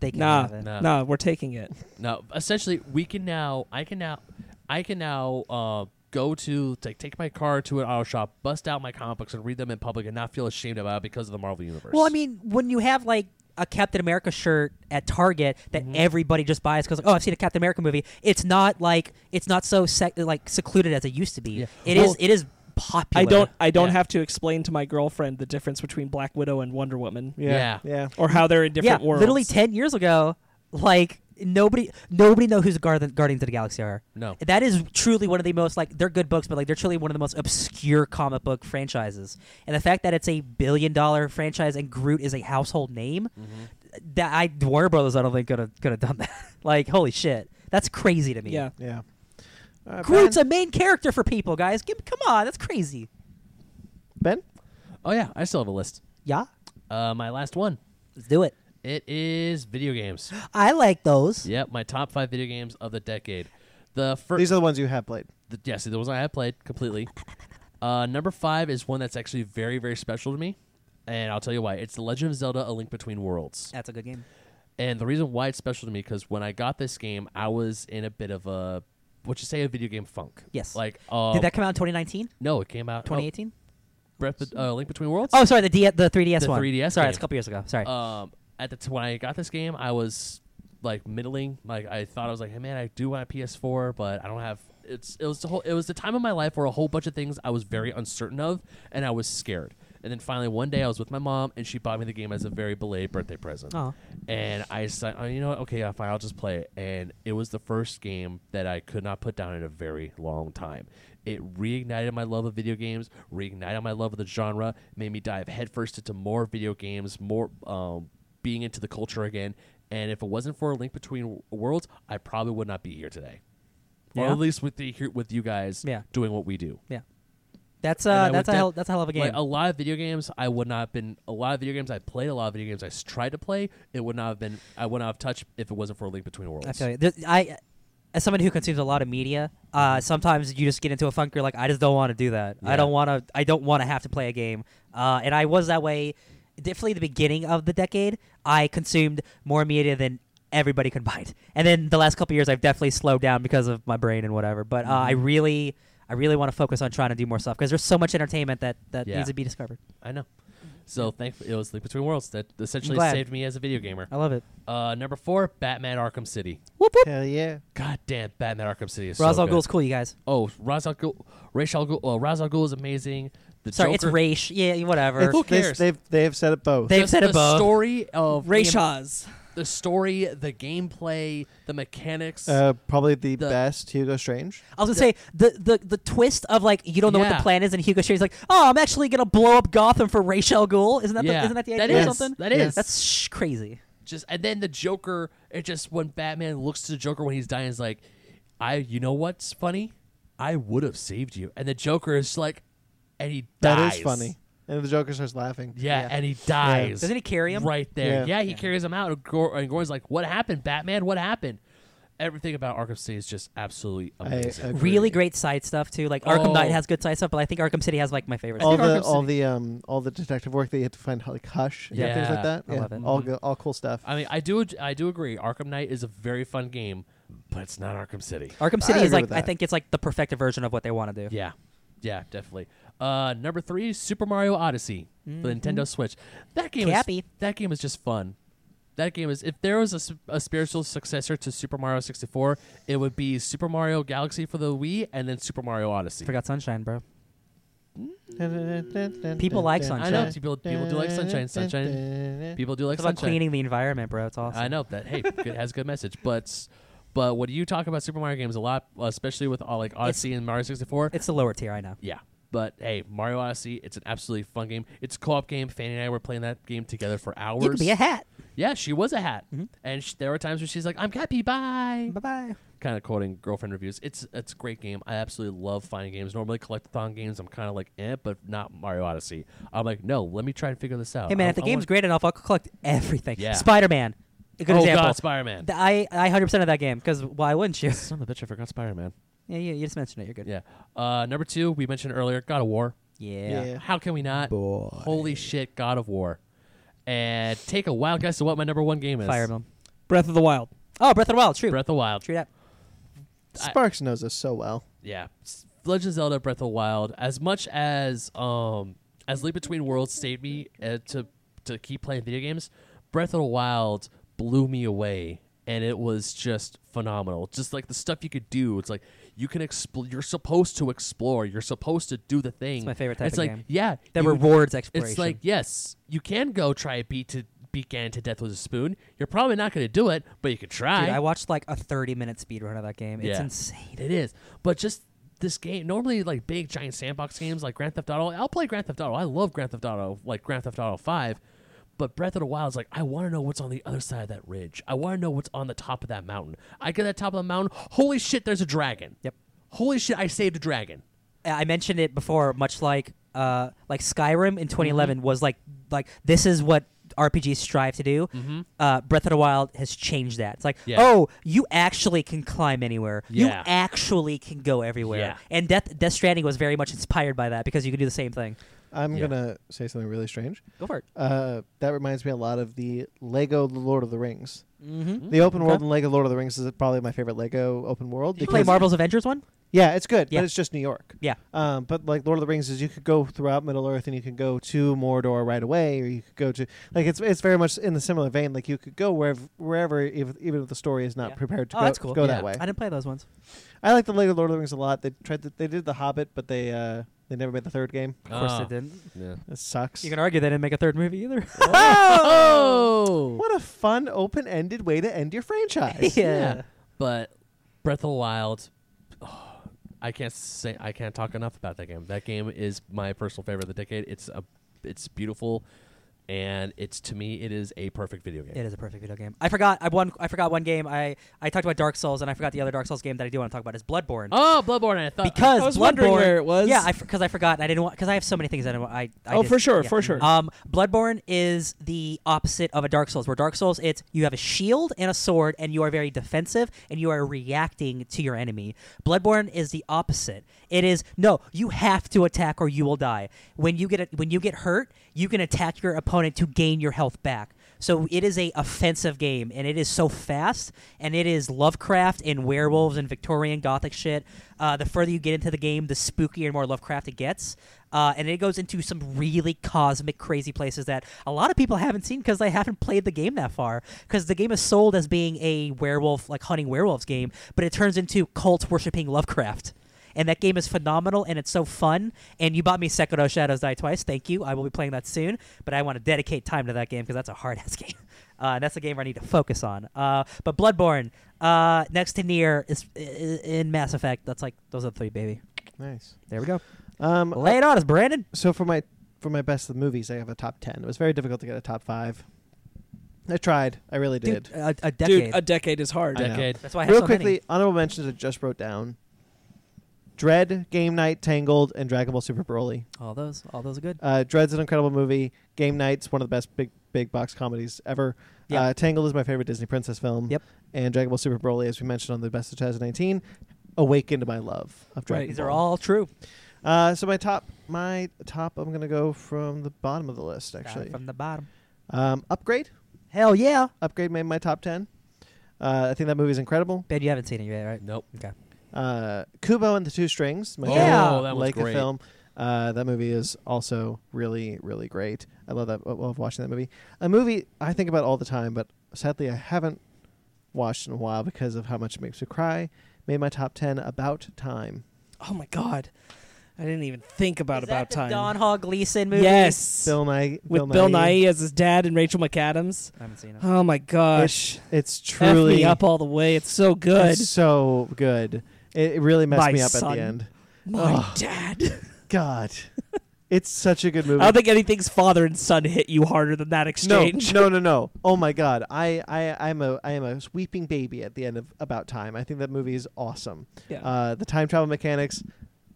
Speaker 3: they can
Speaker 4: Nah.
Speaker 3: have it.
Speaker 2: no,
Speaker 4: Nah, we're taking it.
Speaker 2: no, essentially we can now. I can now. I can now. Uh, Go to like take my car to an auto shop, bust out my comic books, and read them in public, and not feel ashamed about it because of the Marvel universe.
Speaker 3: Well, I mean, when you have like a Captain America shirt at Target that
Speaker 4: Mm-hmm.
Speaker 3: everybody just buys because like, oh, I've seen a Captain America movie. It's not like it's not so sec- like secluded as it used to be.
Speaker 2: Yeah.
Speaker 3: It is.
Speaker 2: Well-
Speaker 3: It is popular.
Speaker 4: I don't. I don't
Speaker 2: Yeah.
Speaker 4: have to explain to my girlfriend the difference between Black Widow and Wonder Woman,
Speaker 1: Yeah,
Speaker 2: Yeah.
Speaker 1: yeah.
Speaker 4: or how they're in different
Speaker 3: yeah,
Speaker 4: worlds.
Speaker 3: literally ten years ago, like nobody nobody know who's Guardian, Guardians of the Galaxy are.
Speaker 2: no,
Speaker 3: That is truly one of the most like they're good books, but like they're truly one of the most obscure comic book franchises. And the fact that it's a billion dollar franchise and Groot is a household name, that I Warner Brothers I don't think could have could have done that. like holy shit, that's crazy to me.
Speaker 4: Yeah.
Speaker 1: yeah. Uh, All right,
Speaker 3: Groot's
Speaker 1: ben.
Speaker 3: a main character for people, guys. Give, come on, that's crazy.
Speaker 1: ben.
Speaker 2: oh yeah, I still have a list.
Speaker 3: Yeah,
Speaker 2: Uh, my last one.
Speaker 3: let's do it.
Speaker 2: It is video games.
Speaker 3: I like those.
Speaker 2: Yep, my top five video games of the decade. The first,
Speaker 1: These are the ones you have played.
Speaker 2: the, yes, the ones I have played completely. Uh, number five is one that's actually very, very special to me, and I'll tell you why. It's The Legend of Zelda: A Link Between Worlds,
Speaker 3: That's a good game.
Speaker 2: and the reason why it's special to me because when I got this game, I was in a bit of a what you say a video game funk.
Speaker 3: Yes.
Speaker 2: Like uh,
Speaker 3: Did that come out in 2019?
Speaker 2: no, it came out oh,
Speaker 3: 2018?
Speaker 2: Breath of- uh, Link Between Worlds.
Speaker 3: Oh, sorry, the D- the 3DS
Speaker 2: The
Speaker 3: one.
Speaker 2: 3DS
Speaker 3: Sorry,
Speaker 2: game.
Speaker 3: it's a couple years ago. Sorry.
Speaker 2: Um, at the t- when I got this game, I was like middling. Like I thought I was like, hey man, I do want a PS4, but I don't have. It's it was the whole it was the time of my life where a whole bunch of things I was very uncertain of, and I was scared. And then finally one day I was with my mom, and she bought me the game as a very belated birthday present.
Speaker 3: Aw.
Speaker 2: And I said, oh, you know what? Okay, uh, fine, I'll just play it. And it was the first game that I could not put down in a very long time. It reignited my love of video games, reignited my love of the genre, made me dive headfirst into more video games, more um, being into the culture again. And if it wasn't for a link between w- worlds, I probably would not be here today, or
Speaker 3: Yeah.
Speaker 2: at least with the here, with you guys
Speaker 3: Yeah.
Speaker 2: doing what we do.
Speaker 3: yeah. That's
Speaker 2: And I
Speaker 3: uh
Speaker 2: would
Speaker 3: that's a
Speaker 2: def-
Speaker 3: hell, that's a hell of a game.
Speaker 2: Like a lot of video games, I would not have been. A lot of video games I played, a lot of video games I s- tried to play. It would not have been. I would not have touched if it wasn't for a Link Between Worlds.
Speaker 3: I feel you. There- I, as someone who consumes a lot of media, uh, sometimes you just get into a funk. You're like, I just don't want to do that.
Speaker 2: Mm-hmm. Yeah.
Speaker 3: I don't want to. I don't want to have to play a game. Uh, and I was that way. Definitely the beginning of the decade, I consumed more media than everybody combined. And then the last couple years, I've definitely slowed down because of my brain and whatever. But uh,
Speaker 2: Mm-hmm.
Speaker 3: I really, I really want to focus on trying to do more stuff because there's so much entertainment that that
Speaker 2: Yeah.
Speaker 3: needs to be discovered.
Speaker 2: I know. So thank it was Link Between Worlds that essentially
Speaker 3: Mm-hmm. glad.
Speaker 2: saved me as a video gamer.
Speaker 3: I love it.
Speaker 2: Uh, number four, Batman Arkham City.
Speaker 3: Whoop whoop.
Speaker 1: Hell yeah.
Speaker 2: God damn, Batman Arkham City is
Speaker 3: Ra's
Speaker 2: so
Speaker 3: al
Speaker 2: good.
Speaker 3: Ghul's cool, you guys.
Speaker 2: Oh, Ra's al Ghul, Ra's al Ghul, uh, Ra's al Ghul is amazing. The
Speaker 3: Sorry, it's
Speaker 2: Joker,
Speaker 3: Raish. Yeah, whatever.
Speaker 1: It's-
Speaker 2: Who
Speaker 1: they-
Speaker 2: cares?
Speaker 1: They've they've said it both.
Speaker 3: They- They've
Speaker 2: Just
Speaker 3: said
Speaker 2: the
Speaker 3: above.
Speaker 2: story of Liam-
Speaker 4: Rayshaw's.
Speaker 2: the story, the gameplay, the mechanics.
Speaker 1: uh, probably the,
Speaker 2: The-
Speaker 1: best Hugo Strange.
Speaker 3: I was gonna say the, the the twist of like you don't know what
Speaker 2: Yeah.
Speaker 3: the plan is, and Hugo Strange's like, oh, I'm actually gonna blow up Gotham for Rachel Ghoul. Isn't that
Speaker 2: Yeah.
Speaker 3: the, isn't that the
Speaker 2: That
Speaker 3: idea or
Speaker 2: is.
Speaker 3: something?
Speaker 2: That is.
Speaker 3: that's sh- crazy.
Speaker 2: just and then the Joker. It just when Batman looks to the Joker when he's dying is like, I you know what's funny? I would have saved you. And the Joker is like, and he
Speaker 1: That
Speaker 2: dies.
Speaker 1: is funny. And the Joker starts laughing.
Speaker 2: Yeah, and he dies.
Speaker 3: Doesn't he carry him?
Speaker 2: right there? Yeah,
Speaker 1: Yeah.
Speaker 2: he carries him out. And, Gor- and Gordon's like, "What happened, Batman? What happened?" Everything about Arkham City is just absolutely
Speaker 1: I
Speaker 2: amazing.
Speaker 1: agree.
Speaker 3: Really great side stuff too. Like Arkham Knight
Speaker 2: Oh.
Speaker 3: has good side stuff, but I think Arkham City has like my favorite.
Speaker 1: all
Speaker 3: stuff.
Speaker 1: the
Speaker 2: Arkham
Speaker 1: all the um all the detective work that you had to find like Hush and things
Speaker 2: Yeah.
Speaker 1: like that.
Speaker 3: I love it.
Speaker 1: All go, all cool stuff.
Speaker 2: I mean, I do, I do agree. Arkham Knight is a very fun game, but it's not Arkham City.
Speaker 3: Arkham
Speaker 1: I
Speaker 3: City is
Speaker 1: agree
Speaker 3: like
Speaker 1: with
Speaker 3: I
Speaker 1: that.
Speaker 3: think it's like the perfected version of what they want to do.
Speaker 2: Yeah, yeah, definitely. Uh, number three, Super Mario Odyssey, the Nintendo Switch. That game is
Speaker 3: Mm-hmm. Cappy.
Speaker 2: that game is just fun. That game is if there was a, s- a spiritual successor to Super Mario 64, it would be Super Mario Galaxy for the Wii and then Super Mario Odyssey.
Speaker 3: Forgot Sunshine, bro.
Speaker 1: People
Speaker 3: like
Speaker 2: I
Speaker 3: Sunshine.
Speaker 2: know people people do like Sunshine. Sunshine people do like
Speaker 3: It's about
Speaker 2: Sunshine.
Speaker 3: cleaning the environment, bro. It's awesome.
Speaker 2: I know that. Hey, it has good message, but but when you talk about Super Mario games a lot, especially with all like Odyssey and Mario 64,
Speaker 3: It's the lower tier. I know.
Speaker 2: Yeah. But hey, Mario Odyssey, it's an absolutely fun game. It's a co-op game. Fanny and I were playing that game together for hours.
Speaker 3: You could be a hat. Mm-hmm.
Speaker 2: yeah, she was a hat. And sh- there were times where she's like, "I'm happy, bye."
Speaker 3: Bye bye.
Speaker 2: Kind of quoting girlfriend reviews. It's it's a great game. I absolutely love finding games. Normally collectathon games, I'm kind of like, "Eh," but not Mario Odyssey. I'm like, "No, let me try and figure this out."
Speaker 3: Hey man,
Speaker 2: Uh, I-
Speaker 3: if the
Speaker 2: I
Speaker 3: game's
Speaker 2: want-
Speaker 3: great enough, I'll collect everything.
Speaker 2: Yeah.
Speaker 3: Spider Man, a good
Speaker 2: oh
Speaker 3: example.
Speaker 2: god, Spider-Man.
Speaker 3: Th- I I hundred percent of that game because why wouldn't you?
Speaker 2: Son of a bitch, I forgot Spider-Man.
Speaker 3: yeah, you, you just mentioned it. You're good.
Speaker 2: Yeah. Uh, number 2, we mentioned earlier, God of War.
Speaker 3: Yeah.
Speaker 1: Yeah.
Speaker 2: How can we not? Holy shit, God of War. And take a wild guess at what my number one game is.
Speaker 3: Fire Emblem.
Speaker 4: Breath of the Wild.
Speaker 3: Oh, Breath of the Wild. True.
Speaker 2: Breath of the Wild.
Speaker 3: True that.
Speaker 2: I-
Speaker 1: Sparks knows us so well.
Speaker 2: Yeah. S- Legend of Zelda Breath of the Wild. As much as um as Leap Between Worlds saved me uh, to to keep playing video games, Breath of the Wild blew me away and it was just phenomenal. Just like the stuff you could do. It's like you can explore you're supposed to explore. You're supposed to do the thing.
Speaker 3: my favorite type
Speaker 2: it's
Speaker 3: of
Speaker 2: like,
Speaker 3: game.
Speaker 2: Yeah.
Speaker 3: That
Speaker 2: you-
Speaker 3: rewards exploration.
Speaker 2: It's like yes, you can go try a beat to beat Ganon to death with a spoon. You're probably not going to do it, but you could try.
Speaker 3: Dude, I watched like a 30 minute speed run of that game. It's
Speaker 2: Yeah.
Speaker 3: insane.
Speaker 2: It is. But just this game, normally like big giant sandbox games like Grand Theft Auto, I'll play Grand Theft Auto. I love Grand Theft Auto, like Grand Theft Auto 5. But Breath of the Wild is like, I want to know what's on the other side of that ridge. I want to know what's on the top of that mountain. I get to that top of the mountain. Holy shit, there's a dragon.
Speaker 3: Yep.
Speaker 2: Holy shit, I saved a dragon.
Speaker 3: I I mentioned it before, much like uh, like Skyrim in 2011
Speaker 2: Mm-hmm.
Speaker 3: was like like this is what RPGs strive to do. Uh, Breath of the Wild has changed that. It's like,
Speaker 2: Yeah.
Speaker 3: oh, you actually can climb anywhere. You
Speaker 2: Yeah.
Speaker 3: actually can go everywhere.
Speaker 2: Yeah.
Speaker 3: And Death Death Stranding was very much inspired by that because you can do the same thing.
Speaker 1: I'm
Speaker 2: Yeah.
Speaker 1: gonna say something really strange.
Speaker 3: Go for it.
Speaker 1: Uh, that reminds me a lot of the Lego The Lord of the Rings.
Speaker 3: Mm-hmm.
Speaker 1: The open
Speaker 3: Okay.
Speaker 1: world in Lego Lord of the Rings is probably my favorite Lego open world.
Speaker 3: Did you play
Speaker 1: because-
Speaker 3: Marvel's Avengers one?
Speaker 1: Yeah, it's good,
Speaker 3: Yeah.
Speaker 1: but it's just New York.
Speaker 3: Yeah.
Speaker 1: Um, but like Lord of the Rings is you could go throughout Middle Earth and you can go to Mordor right away, or you could go to like it's it's very much in the similar vein. Like you could go wherever wherever if, even if the story is not
Speaker 3: Yeah.
Speaker 1: prepared to
Speaker 3: Oh,
Speaker 1: go,
Speaker 3: that's cool.
Speaker 1: go
Speaker 2: Yeah.
Speaker 1: that way.
Speaker 3: I didn't play those ones.
Speaker 1: I like the Lego Lord of the Rings a lot. They tried to, they did the Hobbit, but they uh they never made the third game.
Speaker 3: Of course
Speaker 2: Ah,
Speaker 3: they didn't.
Speaker 2: Yeah.
Speaker 1: It sucks.
Speaker 3: You can argue they didn't make a third movie either.
Speaker 2: Oh.
Speaker 1: what a fun open ended way to end your franchise.
Speaker 2: Yeah. But Breath of the Wild. oh, I can't say I can't talk enough about that game. That game is my personal favorite of the decade. It's a, it's beautiful, and it's to me it is a perfect video game.
Speaker 3: It is a perfect video game. I forgot. I one. I forgot one game. I I talked about Dark Souls, and I forgot the other Dark Souls game that I do want to talk about is Bloodborne.
Speaker 2: Oh, Bloodborne! I thought
Speaker 3: because
Speaker 4: I was
Speaker 3: Bloodborne,
Speaker 4: wondering where it was.
Speaker 3: Yeah, because I, forgot. and I didn't want because I have so many things that I, I, I
Speaker 4: oh,
Speaker 3: did-
Speaker 4: for sure,
Speaker 3: yeah.
Speaker 4: for sure.
Speaker 3: Um, Bloodborne is the opposite of a Dark Souls. Where Dark Souls, it's you have a shield and a sword, and you are very defensive, and you are reacting to your enemy. Bloodborne is the opposite. It is no, you have to attack or you will die. When you get when you get hurt, you can attack your opponent to gain your health back. So it is a offensive game, and it is so fast, and it is Lovecraft and werewolves and Victorian Gothic shit. Uh, the further you get into the game, the spookier and more Lovecraft it gets, uh, and it goes into some really cosmic, crazy places that a lot of people haven't seen because they haven't played the game that far. Because the game is sold as being a werewolf, like hunting werewolves game, but it turns into cult worshipping Lovecraft. And that game is phenomenal, and it's so fun. And you bought me Sekiro: Shadows Die Twice. Thank you. I will be playing that soon, but I want to dedicate time to that game because that's a hard ass game. Uh, and that's the game where I need to focus on. Uh, but Bloodborne, uh, next to Nier is i- i- in Mass Effect. That's like those are the three, baby.
Speaker 1: Nice.
Speaker 3: There we go.
Speaker 1: Um,
Speaker 3: Lay it on us, Brandon.
Speaker 1: so for my for my best of movies, I have a top ten. It was very difficult to get a top five. I tried. I really did.
Speaker 3: Dude, a, a decade.
Speaker 4: Dude, a decade is hard.
Speaker 1: I know.
Speaker 2: decade.
Speaker 3: that's why I have
Speaker 1: Real
Speaker 3: so
Speaker 1: quickly,
Speaker 3: many.
Speaker 1: honorable mentions I just wrote down: Dread, Game Night, Tangled, and Dragon Ball Super Broly.
Speaker 3: All those, all those are good.
Speaker 1: Uh, Dread's an incredible movie. Game Night's one of the best big big box comedies ever.
Speaker 3: Yeah.
Speaker 1: Uh, Tangled is my favorite Disney princess film.
Speaker 3: Yep.
Speaker 1: And Dragon Ball Super Broly, as we mentioned on the best of 2019, awakened my love of Dragon
Speaker 4: Right.
Speaker 3: These
Speaker 1: Ball.
Speaker 3: are all true.
Speaker 1: Uh, so my top, my top, I'm gonna go from the bottom of the list
Speaker 3: Got it
Speaker 1: actually.
Speaker 3: from the bottom.
Speaker 1: Um, Upgrade,
Speaker 3: Hell yeah,
Speaker 1: Upgrade made my top ten. Uh, I think that movie's incredible.
Speaker 3: Ben. You haven't seen it yet, right?
Speaker 2: Nope.
Speaker 3: Okay.
Speaker 1: Uh, Kubo and the Two Strings, my
Speaker 3: Oh,
Speaker 1: favorite
Speaker 2: that was
Speaker 1: Leica
Speaker 2: great.
Speaker 1: film. Uh, that movie is also really, really great. I love that. I love watching that movie. A movie I think about all the time, but sadly I haven't watched in a while because of how much it makes me cry. Made my top ten. About time.
Speaker 4: oh my god, I didn't even think about
Speaker 3: Is that
Speaker 4: about
Speaker 3: the
Speaker 4: time.
Speaker 3: Don Hall Gleason movie.
Speaker 4: Yes,
Speaker 1: Bill Nye.
Speaker 4: with Bill Nye as his dad and Rachel McAdams.
Speaker 3: I haven't seen it.
Speaker 4: Oh my gosh,
Speaker 1: It's
Speaker 4: F
Speaker 1: truly
Speaker 4: me up all the way. It's so good.
Speaker 1: It's so good. It, it really messed
Speaker 4: My
Speaker 1: me up at
Speaker 4: son.
Speaker 1: the end.
Speaker 4: My
Speaker 1: Ugh.
Speaker 4: dad.
Speaker 1: God, it's such a good movie.
Speaker 4: I don't think anything's father and son hit you harder than that
Speaker 1: no,
Speaker 4: exchange.
Speaker 1: no, no, no. Oh my God, I, I, I'm a, I am a weeping baby at the end of About Time. I think that movie is awesome.
Speaker 4: Yeah.
Speaker 1: Uh, the time travel mechanics,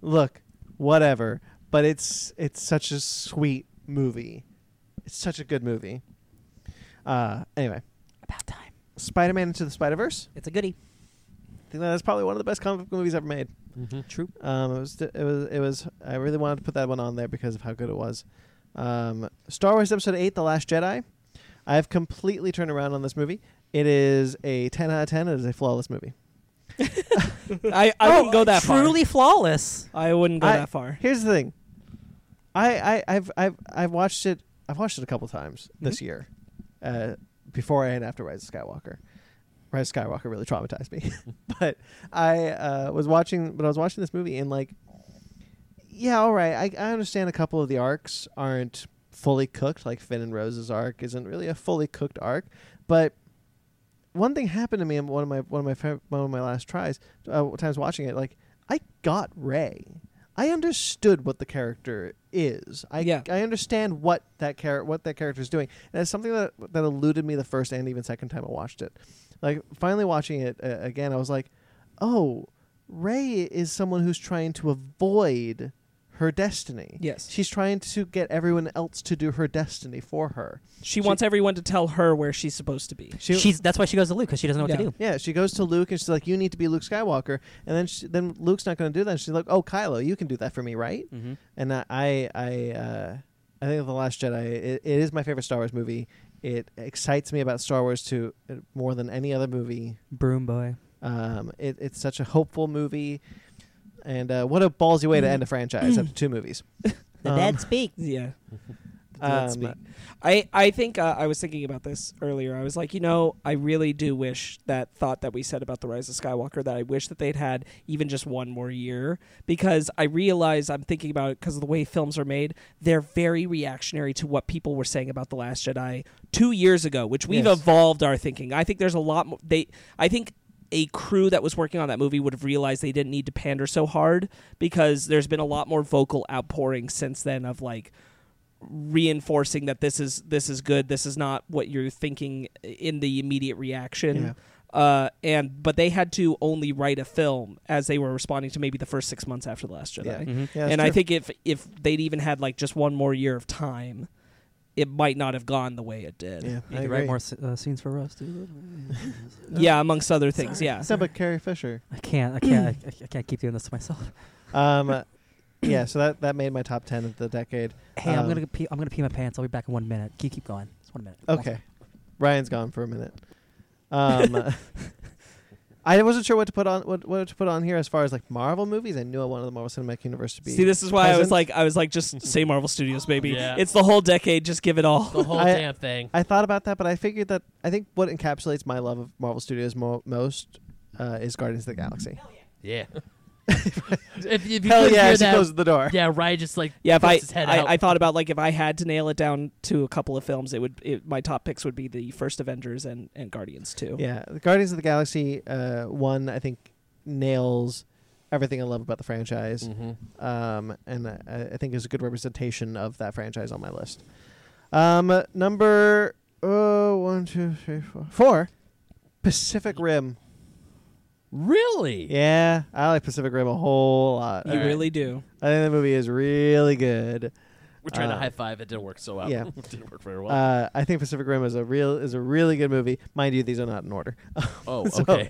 Speaker 1: look, whatever, but it's, it's such a sweet movie. It's such a good movie. Uh, anyway,
Speaker 3: About time.
Speaker 1: Spider-Man into the Spider-Verse.
Speaker 3: It's a goodie.
Speaker 1: I think that's probably one of the best comic book movies ever made.
Speaker 3: True.
Speaker 1: Um, it was it was it was. I really wanted to put that one on there because of how good it was. Um, Star Wars Episode Eight: The Last Jedi. I've completely turned around on this movie. It is a ten out of ten. It is a flawless movie.
Speaker 4: I, I wouldn't go that far.
Speaker 3: Oh, Truly flawless.
Speaker 4: I wouldn't go
Speaker 1: I-
Speaker 4: that far.
Speaker 1: Here's the thing. I, I I've I've I've watched it. I've watched it a couple times this year, uh, before and after Rise of Skywalker. Rise of Skywalker really traumatized me, but I uh, was watching. But I was watching this movie and like, yeah, all right. I I understand a couple of the arcs aren't fully cooked. Like Finn and Rose's arc isn't really a fully cooked arc, but one thing happened to me in one of my one of my fav- one of my last tries uh, times watching it. Like I got Ray. I understood what the character is. I
Speaker 4: Yeah.
Speaker 1: I understand what that char- what that character is doing, and it's something that that eluded me the first and even second time I watched it. Like finally watching it uh, again, I was like, oh, Ray is someone who's trying to avoid her destiny.
Speaker 4: Yes.
Speaker 1: She's trying to get everyone else to do her destiny for her.
Speaker 4: She wants everyone to tell her where she's supposed to be.
Speaker 1: She,
Speaker 3: she's that's why she goes to Luke because she doesn't know what
Speaker 4: Yeah.
Speaker 3: to do.
Speaker 1: yeah, she goes to Luke and she's like, "You need to be Luke Skywalker." And then she, then Luke's not going to do that. And she's like, "Oh, Kylo, you can do that for me, right?"
Speaker 3: Mm-hmm.
Speaker 1: And I I I, uh, I think the Last Jedi it, it is my favorite Star Wars movie. It excites me about Star Wars to uh, more than any other movie.
Speaker 3: Broom boy.
Speaker 1: Um, it, it's such a hopeful movie, and uh, what a ballsy way to end a franchise after two movies.
Speaker 3: The
Speaker 1: Um,
Speaker 3: dead speak.
Speaker 4: Yeah.
Speaker 1: Um,
Speaker 4: Let's speak. I I think uh, I was thinking about this earlier. I was like, you know, I really do wish that thought that we said about the rise of Skywalker that I wish that they'd had even just one more year because I realize I'm thinking about it because of the way films are made. They're very reactionary to what people were saying about the Last Jedi two years ago, which we've
Speaker 1: Yes.
Speaker 4: evolved our thinking. I think there's a lot more. They I think. A crew that was working on that movie would have realized they didn't need to pander so hard because there's been a lot more vocal outpouring since then of like reinforcing that this is this is good this is not what you're thinking in the immediate reaction uh and but they had to only write a film as they were responding to maybe the first six months after the last jedi
Speaker 1: Yeah.
Speaker 3: Mhm.
Speaker 1: Yeah, that's
Speaker 4: Mm-hmm. and i
Speaker 1: true.
Speaker 4: think if if they'd even had like just one more year of time it might not have gone the way it did
Speaker 1: yeah,
Speaker 3: Need
Speaker 1: I
Speaker 3: to
Speaker 1: agree.
Speaker 3: write more s- uh, scenes for us, dude.
Speaker 4: Yeah, amongst other things yeah
Speaker 1: Except about Carrie Fisher.
Speaker 3: I can't. I can't. I, I can't keep doing this to myself.
Speaker 1: Um, yeah, so that, that made my top 10 of the decade.
Speaker 3: Hey,
Speaker 1: Um,
Speaker 3: I'm gonna pee. I'm gonna pee my pants. I'll be back in one minute. Keep keep going. It's one minute.
Speaker 1: Okay. Ryan's gone for a minute. Um, I wasn't sure what to put on what, what to put on here as far as like Marvel movies. I knew I wanted the Marvel Cinematic Universe to be.
Speaker 4: see this is why i was
Speaker 1: present.
Speaker 4: like i was like just say marvel studios baby
Speaker 2: Yeah.
Speaker 4: it's the whole decade just give it all
Speaker 2: The whole
Speaker 1: I-
Speaker 2: damn thing.
Speaker 1: I thought about that, but I figured that I think what encapsulates my love of Marvel Studios mo- most uh, is Guardians of the Galaxy.
Speaker 2: Yeah. if, if you
Speaker 1: Hell
Speaker 2: could
Speaker 1: yeah!
Speaker 2: hear
Speaker 1: She
Speaker 2: that,
Speaker 1: closes the door.
Speaker 2: yeah, Ryan just like
Speaker 4: Yeah, if
Speaker 2: puts
Speaker 4: I,
Speaker 2: his head out.
Speaker 4: I I thought about like if I had to nail it down to a couple of films, it would it, my top picks would be the first Avengers and and Guardians too.
Speaker 1: Yeah, the Guardians of the Galaxy uh, one I think nails everything I love about the franchise,
Speaker 2: Mhm.
Speaker 1: um, and I, I think is a good representation of that franchise on my list. Um, number oh, one, two, three, four, four, Pacific Rim.
Speaker 2: Really?
Speaker 1: Uh, Yeah, I like Pacific Rim a whole lot.
Speaker 4: you
Speaker 2: Alright.
Speaker 4: really do.
Speaker 1: I think the movie is really good.
Speaker 2: We're trying
Speaker 1: Uh,
Speaker 2: to high five. It didn't work so well.
Speaker 1: yeah.
Speaker 2: didn't work very well.
Speaker 1: Uh, I think Pacific Rim is a real is a really good movie. Mind you, these are not in order.
Speaker 2: oh,
Speaker 1: so-
Speaker 2: okay.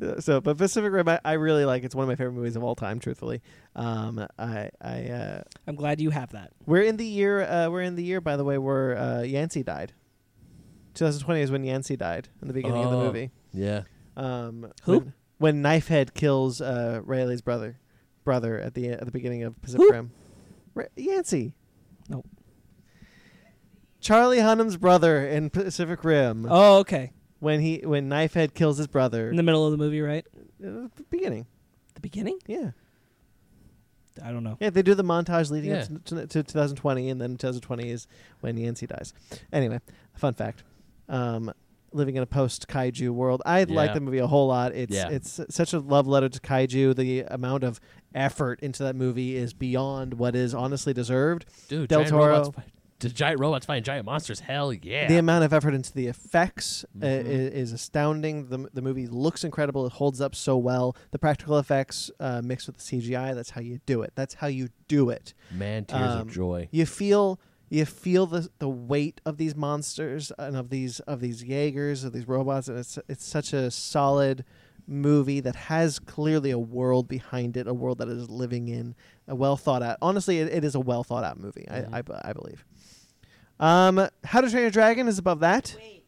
Speaker 1: Uh, so, but Pacific Rim, I, I really like. It's one of my favorite movies of all time. Truthfully, um, I, I, uh,
Speaker 4: I'm glad you have that.
Speaker 1: we're in the year. Uh, we're in the year, by the way, where uh, Yancey died. 2020 is when Yancey died in the beginning of the
Speaker 2: Oh.
Speaker 1: movie.
Speaker 2: yeah.
Speaker 1: Um,
Speaker 4: Who?
Speaker 1: When, when Knifehead kills uh, Rayleigh's brother, brother at the at the beginning of Pacific
Speaker 4: Who?
Speaker 1: Rim. Ra- Yancey.
Speaker 4: Nope.
Speaker 1: Charlie Hunnam's brother in Pacific Rim
Speaker 4: Oh, okay.
Speaker 1: when he when Knifehead kills his brother.
Speaker 4: In the middle of the movie, right?
Speaker 1: Uh, beginning.
Speaker 4: The beginning?
Speaker 1: Yeah.
Speaker 4: I don't know.
Speaker 1: Yeah, they do the montage leading up
Speaker 2: Yeah.
Speaker 1: to, to, to 2020, and then 2020 is when Yancy dies. Anyway, fun fact: um, living in a post kaiju world, I like
Speaker 2: Yeah.
Speaker 1: the movie a whole lot. It's
Speaker 2: Yeah.
Speaker 1: it's such a love letter to kaiju. The amount of effort into that movie is beyond what is honestly deserved.
Speaker 2: Dude,
Speaker 1: Del
Speaker 2: giant
Speaker 1: Toro.
Speaker 2: robots fight. The giant robots fighting giant monsters. Hell yeah.
Speaker 1: The amount of effort into the effects uh, i
Speaker 2: Mhm.
Speaker 1: is, astounding. The, the movie looks incredible. It holds up so well. The practical effects uh, mixed with the CGI, that's how you do it. That's how you do it.
Speaker 2: Man, tears
Speaker 1: um,
Speaker 2: of joy.
Speaker 1: you feel you feel the the weight of these monsters and of these of these Jaegers of these robots, and it's it's such a solid movie that has clearly a world behind it, a world that it is living in, a well thought out. Honestly, it, it is a well thought out movie. I, I b- I believe. Um, How to Train Your Dragon is above that.
Speaker 3: Wait,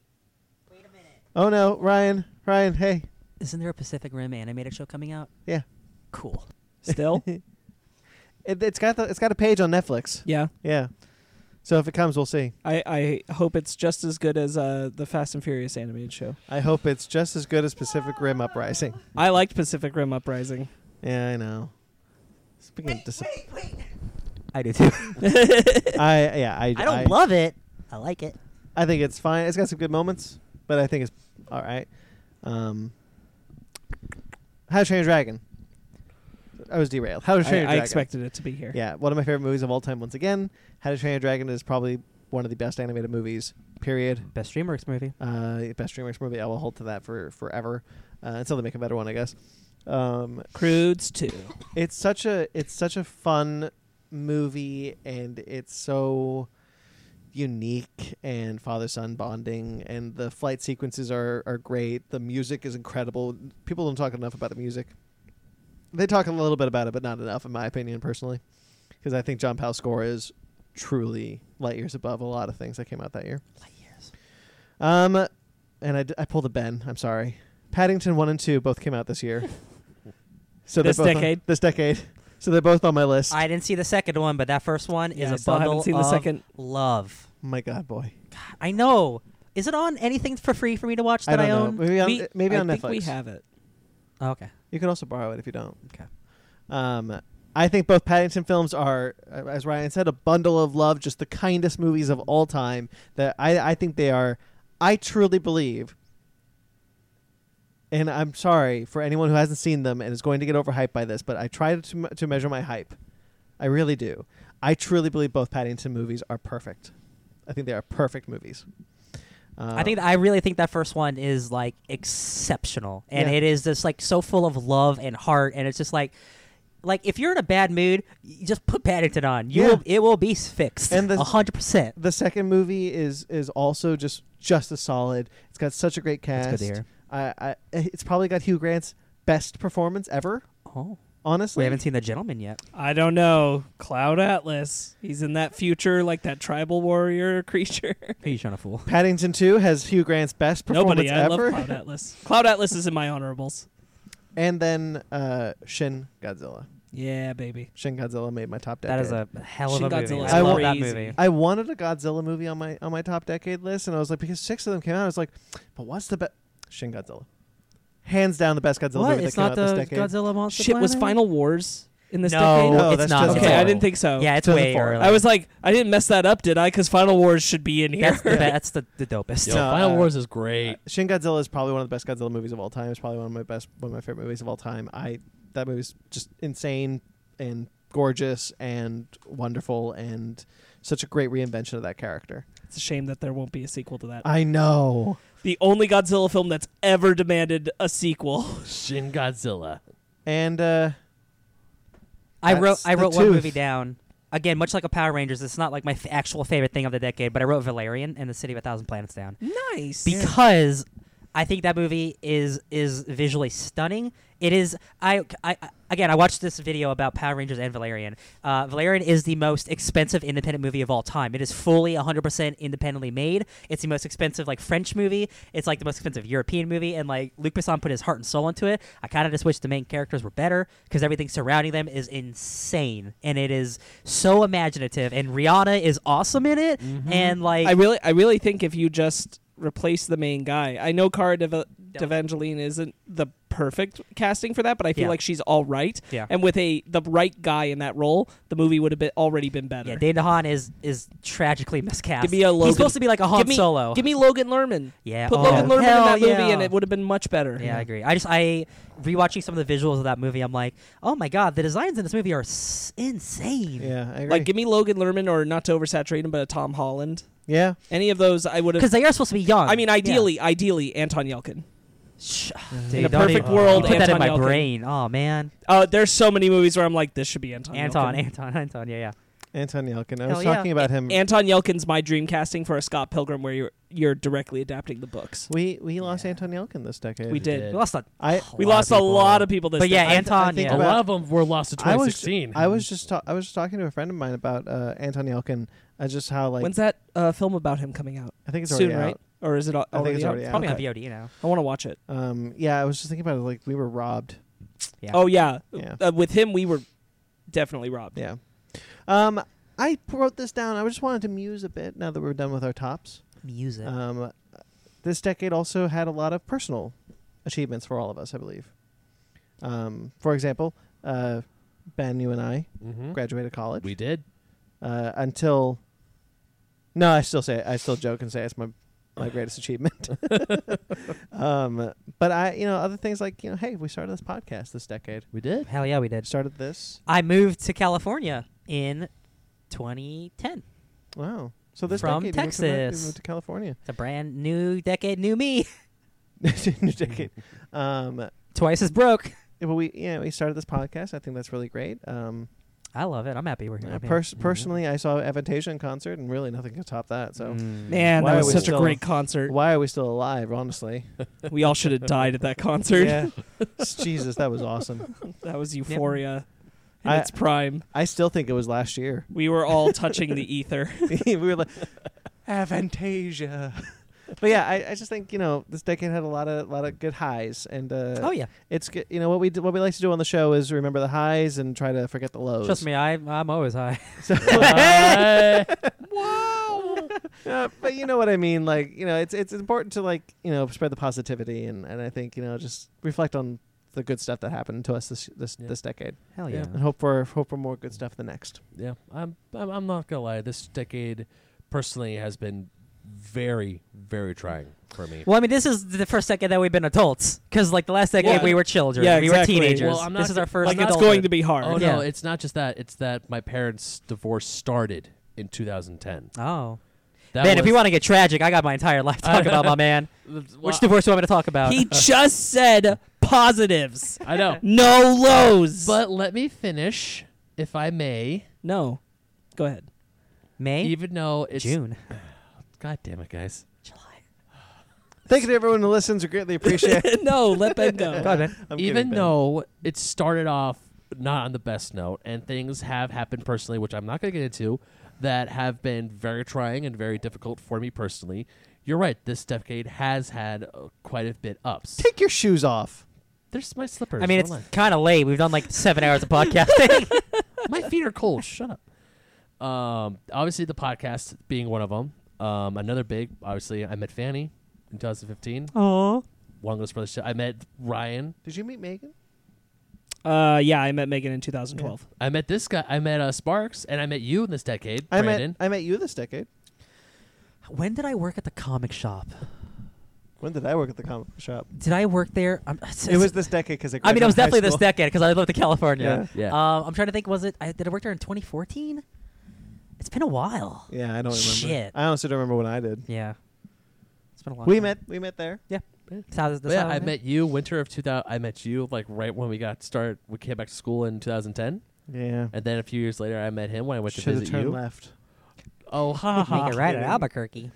Speaker 3: wait a minute.
Speaker 1: Oh no, Ryan, Ryan, hey,
Speaker 3: Isn't there a Pacific Rim animated show coming out?
Speaker 1: yeah,
Speaker 3: Cool.
Speaker 4: Still?
Speaker 1: it, it's got the, it's got a page on Netflix.
Speaker 4: yeah.
Speaker 1: Yeah, so if it comes, we'll see.
Speaker 4: I I hope it's just as good as uh the Fast and Furious animated show.
Speaker 1: I hope it's just as good as Pacific Rim Uprising.
Speaker 4: I liked Pacific Rim Uprising.
Speaker 1: Yeah, I know. Speaking of dis-
Speaker 3: I do too.
Speaker 1: I yeah, I,
Speaker 3: I don't love it. I like it.
Speaker 1: I think it's fine. It's got some good moments, but I think it's all right. Um, How to Train Your Dragon. I was derailed. How to Train
Speaker 4: I,
Speaker 1: Oh, Your
Speaker 4: I
Speaker 1: Dragon.
Speaker 4: expected it to be here.
Speaker 1: Yeah, one of my favorite movies of all time. Once again, How to Train Your Dragon is probably one of the best animated movies. Period.
Speaker 3: Best DreamWorks movie.
Speaker 1: Uh, best DreamWorks movie. I will hold to that for forever uh, until they make a better one, I guess. Um,
Speaker 4: Crudes too.
Speaker 1: it's such a it's such a fun movie and it's so unique and father son bonding and the flight sequences are, are great. The music is incredible. People don't talk enough about the music. They talk a little bit about it, but not enough in my opinion personally. Because I think John Powell's score is truly light years above a lot of things that came out that year.
Speaker 3: Light years.
Speaker 1: Um, and I, d- I pulled a Ben. I'm sorry. Paddington one and two both came out this year. So they're
Speaker 4: This
Speaker 1: both on-
Speaker 4: decade?
Speaker 1: this decade. So they're both on my list.
Speaker 3: I didn't see the second one, but that first one
Speaker 4: Yeah,
Speaker 3: is
Speaker 4: I
Speaker 3: a
Speaker 4: still
Speaker 3: bundle
Speaker 4: haven't seen
Speaker 3: of
Speaker 4: the second.
Speaker 3: love.
Speaker 1: my God, boy.
Speaker 3: I know. Is it on anything for free for me to watch
Speaker 1: I don't
Speaker 3: that I,
Speaker 1: know.
Speaker 3: own?
Speaker 1: Maybe on,
Speaker 4: We-
Speaker 1: Oh, maybe
Speaker 4: I
Speaker 1: on
Speaker 4: think
Speaker 1: Netflix.
Speaker 4: we have it.
Speaker 3: Oh, okay.
Speaker 1: You can also borrow it if you don't.
Speaker 3: Okay.
Speaker 1: Um, I think both Paddington films are, uh, as Ryan said, a bundle of love, just the kindest movies of all time. That I, I think they are, I truly believe, and I'm sorry for anyone who hasn't seen them and is going to get overhyped by this, but I try to, m- to measure my hype. I really do. I truly believe both Paddington movies are perfect. I think they are perfect movies. Uh,
Speaker 3: I think I really think that first one is like exceptional, and
Speaker 1: Yeah.
Speaker 3: it is just like so full of love and heart, and it's just like, like if you're in a bad mood, you just put Paddington on. You
Speaker 1: Yeah.
Speaker 3: will, it will be fixed.
Speaker 1: And the-
Speaker 3: hundred percent.
Speaker 1: the second movie is is also just just as solid. It's got such a great
Speaker 3: That's
Speaker 1: cast.
Speaker 3: good to hear.
Speaker 1: I, I it's probably got Hugh Grant's best performance ever.
Speaker 3: Oh,
Speaker 1: Honestly,
Speaker 3: we haven't seen the gentleman yet.
Speaker 4: I don't know. Cloud Atlas. He's in that future, like that tribal warrior creature.
Speaker 3: Who are you trying to fool?
Speaker 1: Paddington Two has Hugh Grant's best performance
Speaker 4: Nobody. I
Speaker 1: ever,
Speaker 4: love Cloud Atlas. Cloud Atlas is in my honorables.
Speaker 1: and then uh, Shin Godzilla.
Speaker 4: Yeah, baby.
Speaker 1: Shin Godzilla made my top decade.
Speaker 3: That is a hell of
Speaker 4: Shin
Speaker 3: a movie.
Speaker 4: Godzilla
Speaker 1: is
Speaker 3: I love that
Speaker 4: crazy.
Speaker 3: movie.
Speaker 1: I wanted a Godzilla movie on my on my top decade list, and I was like, because six of them came out, I was like, but what's the best? Shin Godzilla, hands down, the best Godzilla
Speaker 3: What?
Speaker 1: movie
Speaker 3: It's
Speaker 1: that came
Speaker 3: not
Speaker 1: out this
Speaker 3: the
Speaker 1: decade.
Speaker 3: Godzilla monster.
Speaker 4: Shit was
Speaker 3: Planet?
Speaker 4: Final Wars in this
Speaker 3: no,
Speaker 4: decade.
Speaker 1: No,
Speaker 3: it's
Speaker 1: that's
Speaker 3: not.
Speaker 1: just-
Speaker 4: okay,
Speaker 1: no.
Speaker 4: I didn't think so.
Speaker 3: Yeah, it's
Speaker 1: It's
Speaker 3: way
Speaker 1: 2004.
Speaker 3: early.
Speaker 4: I was like, I didn't mess that up, did I? Because Final Wars should be in here.
Speaker 3: That's the, be- that's the, the dopest.
Speaker 2: Yo,
Speaker 1: No,
Speaker 2: Final
Speaker 1: uh,
Speaker 2: Wars is great.
Speaker 1: Shin Godzilla is probably one of the best Godzilla movies of all time. It's probably one of my best, one of my favorite movies of all time. I that movie's just insane and gorgeous and wonderful and such a great reinvention of that character.
Speaker 4: It's a shame that there won't be a sequel to that.
Speaker 1: I know.
Speaker 4: the only Godzilla film that's ever demanded a sequel.
Speaker 2: Shin Godzilla.
Speaker 1: And uh,
Speaker 3: I wrote
Speaker 1: That's
Speaker 3: I
Speaker 1: the
Speaker 3: wrote one
Speaker 1: tooth.
Speaker 3: movie down. Again, much like a Power Rangers, it's not like my f- actual favorite thing of the decade, but I wrote Valerian and the City of a Thousand Planets down
Speaker 4: Nice.
Speaker 3: because I think that movie is is visually stunning. It is I, I I- again I watched this video about Power Rangers and Valerian. Uh, Valerian is the most expensive independent movie of all time. It is fully 100% independently made. It's the most expensive like French movie. It's like the most expensive European movie, and like Luc Besson put his heart and soul into it. I kind of just wish the main characters were better because everything surrounding them is insane, and it is so imaginative. And Rihanna is awesome in it, and like
Speaker 4: I really, I really think if you just replace the main guy, I know Cara Deva- Devangeline isn't the perfect casting for that, but I feel
Speaker 3: Yeah.
Speaker 4: like she's all right.
Speaker 3: Yeah.
Speaker 4: And with a the right guy in that role, the movie would have been, already been better.
Speaker 3: Yeah, Dane DeHaan is is tragically miscast.
Speaker 4: Give me a Logan.
Speaker 3: He's supposed to be like a Han
Speaker 4: give me,
Speaker 3: Solo.
Speaker 4: Give me Logan Lerman.
Speaker 3: yeah,
Speaker 4: Put
Speaker 3: oh,
Speaker 4: Logan Lerman in
Speaker 3: hell
Speaker 4: that movie,
Speaker 3: yeah.
Speaker 4: and it would have been much better.
Speaker 3: Yeah, I agree. I just I rewatching some of the visuals of that movie. I'm like, oh my god, the designs in this movie are s- insane.
Speaker 1: yeah, I agree.
Speaker 4: Like, give me Logan Lerman, or not to oversaturate him, but a Tom Holland.
Speaker 1: yeah,
Speaker 4: Any of those, I would have.
Speaker 3: Because they are supposed to be young.
Speaker 4: I mean, ideally, ideally, Anton Yelkin.
Speaker 3: yeah. Shh,
Speaker 4: in a
Speaker 3: dude, don't
Speaker 4: perfect
Speaker 3: even-
Speaker 4: world,
Speaker 3: you put that in
Speaker 4: Anton
Speaker 3: my
Speaker 4: Yelchin.
Speaker 3: brain. Oh man,
Speaker 4: Uh, there's so many movies where I'm like, this should be Anton.
Speaker 3: Anton,
Speaker 4: Yelkin.
Speaker 3: Anton, Anton. Yeah, yeah.
Speaker 1: Anton Yelkin. I
Speaker 3: Hell
Speaker 1: was
Speaker 3: yeah.
Speaker 1: talking about him.
Speaker 4: Anton Yelkin's my dream casting for a Scott Pilgrim, where you're you're directly adapting the books.
Speaker 1: we we lost
Speaker 3: Yeah.
Speaker 1: Anton Yelkin this decade.
Speaker 4: We did.
Speaker 2: did.
Speaker 3: We lost a,
Speaker 1: I-
Speaker 4: We
Speaker 3: lot of
Speaker 4: lost a
Speaker 3: people.
Speaker 4: lot of people this.
Speaker 3: But yeah,
Speaker 4: time.
Speaker 1: I- I
Speaker 3: Anton.
Speaker 1: think
Speaker 2: a
Speaker 3: yeah.
Speaker 1: about-
Speaker 2: lot of them were lost to
Speaker 1: I was
Speaker 2: 2016.
Speaker 1: I was just ta- I was just talking to a friend of mine about uh, Anton Yelkin. Uh, just how like
Speaker 4: when's that uh, film about him coming out?
Speaker 1: I think it's
Speaker 4: Soon,
Speaker 1: already
Speaker 4: right?
Speaker 1: out.
Speaker 4: Or is it al-
Speaker 1: I think
Speaker 4: already,
Speaker 1: it's already
Speaker 4: out?
Speaker 1: out.
Speaker 3: Probably
Speaker 4: Okay.
Speaker 3: on VOD, you know.
Speaker 4: I want to watch it.
Speaker 1: Um, yeah, I was just thinking about it. Like we were robbed.
Speaker 3: Yeah.
Speaker 4: Oh yeah,
Speaker 1: Yeah.
Speaker 4: Uh, with him we were definitely robbed.
Speaker 1: Yeah. Um, I wrote this down. I just wanted to muse a bit now that we're done with our tops.
Speaker 3: Music.
Speaker 1: Um, this decade also had a lot of personal achievements for all of us, I believe. Um, for example, uh, Ben, you and I
Speaker 2: Mhm.
Speaker 3: Hmm?
Speaker 1: graduated college.
Speaker 2: We did.
Speaker 1: uh, until. No, I still say I still joke and say it's my my greatest achievement. um, but I, you know, other things like you know, hey, we started this podcast this decade.
Speaker 2: We did.
Speaker 3: Hell yeah, we did.
Speaker 1: Started this.
Speaker 3: I moved to California in 2010.
Speaker 1: Wow. So this decade,
Speaker 3: From
Speaker 1: you moved to-
Speaker 3: Texas.
Speaker 1: you moved to California.
Speaker 3: It's a brand new decade, new me.
Speaker 1: new decade. Um, yeah,
Speaker 3: Twice as broke.
Speaker 1: but we yeah we started this podcast. I think that's really great. Um,
Speaker 3: I love it. I'm happy we're here.
Speaker 1: Uh,
Speaker 3: I'm here.
Speaker 1: pers-
Speaker 3: Mhm.
Speaker 1: personally, I saw Avantasia in concert, and really nothing could top that. So
Speaker 3: Mm.
Speaker 4: Man,
Speaker 1: Why
Speaker 4: that
Speaker 1: are
Speaker 4: was
Speaker 1: we
Speaker 4: such a
Speaker 1: still-
Speaker 4: great concert.
Speaker 3: Mm-hmm.
Speaker 1: why are we still alive? Honestly,
Speaker 4: We all should have died at that concert.
Speaker 1: yeah. Jesus, that was awesome.
Speaker 4: That was euphoria. in
Speaker 1: I-
Speaker 4: its prime.
Speaker 1: I still think it was last year.
Speaker 4: We were all touching the ether.
Speaker 1: we were like Avantasia. But yeah, I, I just think you know this decade had a lot of lot of good highs, and uh,
Speaker 3: Oh yeah,
Speaker 1: it's good. You know what we do, what we like to do on the show is remember the highs and try to forget the lows.
Speaker 3: trust me, I I'm always high.
Speaker 1: So,
Speaker 2: Hey!
Speaker 1: wow. Uh, but you know what I mean. Like you know, it's it's important to like you know spread the positivity, and and I think you know just reflect on the good stuff that happened to us this this
Speaker 2: Yeah.
Speaker 1: this decade,
Speaker 3: Hell yeah.
Speaker 2: Yeah.
Speaker 1: and hope for hope for more good stuff the next.
Speaker 2: yeah, I'm, I'm I'm not gonna lie. This decade, personally, has been very very trying for me.
Speaker 3: Well, I mean, this is the first decade that we've been adults, because like the last decade
Speaker 4: Yeah.
Speaker 3: we were children,
Speaker 4: Yeah,
Speaker 3: we
Speaker 4: exactly.
Speaker 3: were teenagers.
Speaker 2: Well, I'm not
Speaker 3: this is our
Speaker 2: g-
Speaker 3: first.
Speaker 4: like it's
Speaker 3: adulthood.
Speaker 4: going to be hard.
Speaker 2: Oh no,
Speaker 3: Yeah.
Speaker 2: it's not just that. It's that my parents' divorce started in 2010.
Speaker 3: Oh
Speaker 2: That
Speaker 3: man, if
Speaker 2: was-
Speaker 3: you want to get tragic, I got my entire life to talk about my man. Which divorce do you want me to talk about?
Speaker 4: He just said positives,
Speaker 2: I know.
Speaker 4: no lows.
Speaker 2: But let me finish, if I may.
Speaker 4: no, go ahead.
Speaker 3: May,
Speaker 2: Even though it's
Speaker 3: June,
Speaker 2: God damn it, guys.
Speaker 3: July.
Speaker 1: Thank you to everyone who listens. We greatly appreciate. it.
Speaker 4: no, let Ben go.
Speaker 3: Go ahead, man.
Speaker 1: I'm
Speaker 2: even
Speaker 1: kidding, Ben.
Speaker 2: though it started off not on the best note, and things have happened personally, which I'm not going to get into, that have been very trying and very difficult for me personally. You're right. This decade has had uh, quite a bit ups.
Speaker 1: take your shoes off.
Speaker 2: There's my slippers.
Speaker 3: I mean, it's
Speaker 2: Don't
Speaker 3: kind of late. We've done like seven hours of podcasting.
Speaker 2: lie. my feet are cold. Shut up. Um, obviously the podcast being one of them. Um, another big, obviously, I met Fanny in 2015.
Speaker 3: Oh,
Speaker 2: Longest brother. I met Ryan.
Speaker 1: Did you meet Megan?
Speaker 4: Uh, yeah, I met Megan in 2012.
Speaker 2: I met this guy. I met uh, Sparks, and I met you in this decade,
Speaker 1: I
Speaker 2: Brandon.
Speaker 1: met I met you this decade.
Speaker 3: when did I work at the comic shop?
Speaker 1: When did I work at the comic shop?
Speaker 3: Did I work there? I'm, uh,
Speaker 1: It was this decade because I.
Speaker 3: I mean, it was
Speaker 1: graduated high
Speaker 3: definitely this
Speaker 1: school.
Speaker 3: decade because I lived in California.
Speaker 2: Yeah.
Speaker 3: Um, I'm trying to think. Was it? I, did I work there in 2014? It's been a while.
Speaker 1: Yeah, I don't remember.
Speaker 3: Shit.
Speaker 1: I honestly don't remember when I did.
Speaker 3: Yeah. It's been a long
Speaker 1: We
Speaker 3: time.
Speaker 1: met. We met there.
Speaker 3: That's how this-
Speaker 2: But
Speaker 3: that's
Speaker 2: yeah,
Speaker 3: how
Speaker 2: I
Speaker 3: we
Speaker 2: met you winter of 2000. I met you like right when we got started. We came back to school in 2010,
Speaker 1: Yeah.
Speaker 2: and then a few years later, I met him when I went to
Speaker 1: Should have
Speaker 2: visit
Speaker 1: turned
Speaker 2: you.
Speaker 1: left.
Speaker 2: Oh, ha ha.
Speaker 3: Make it right at
Speaker 1: kidding.
Speaker 3: Albuquerque.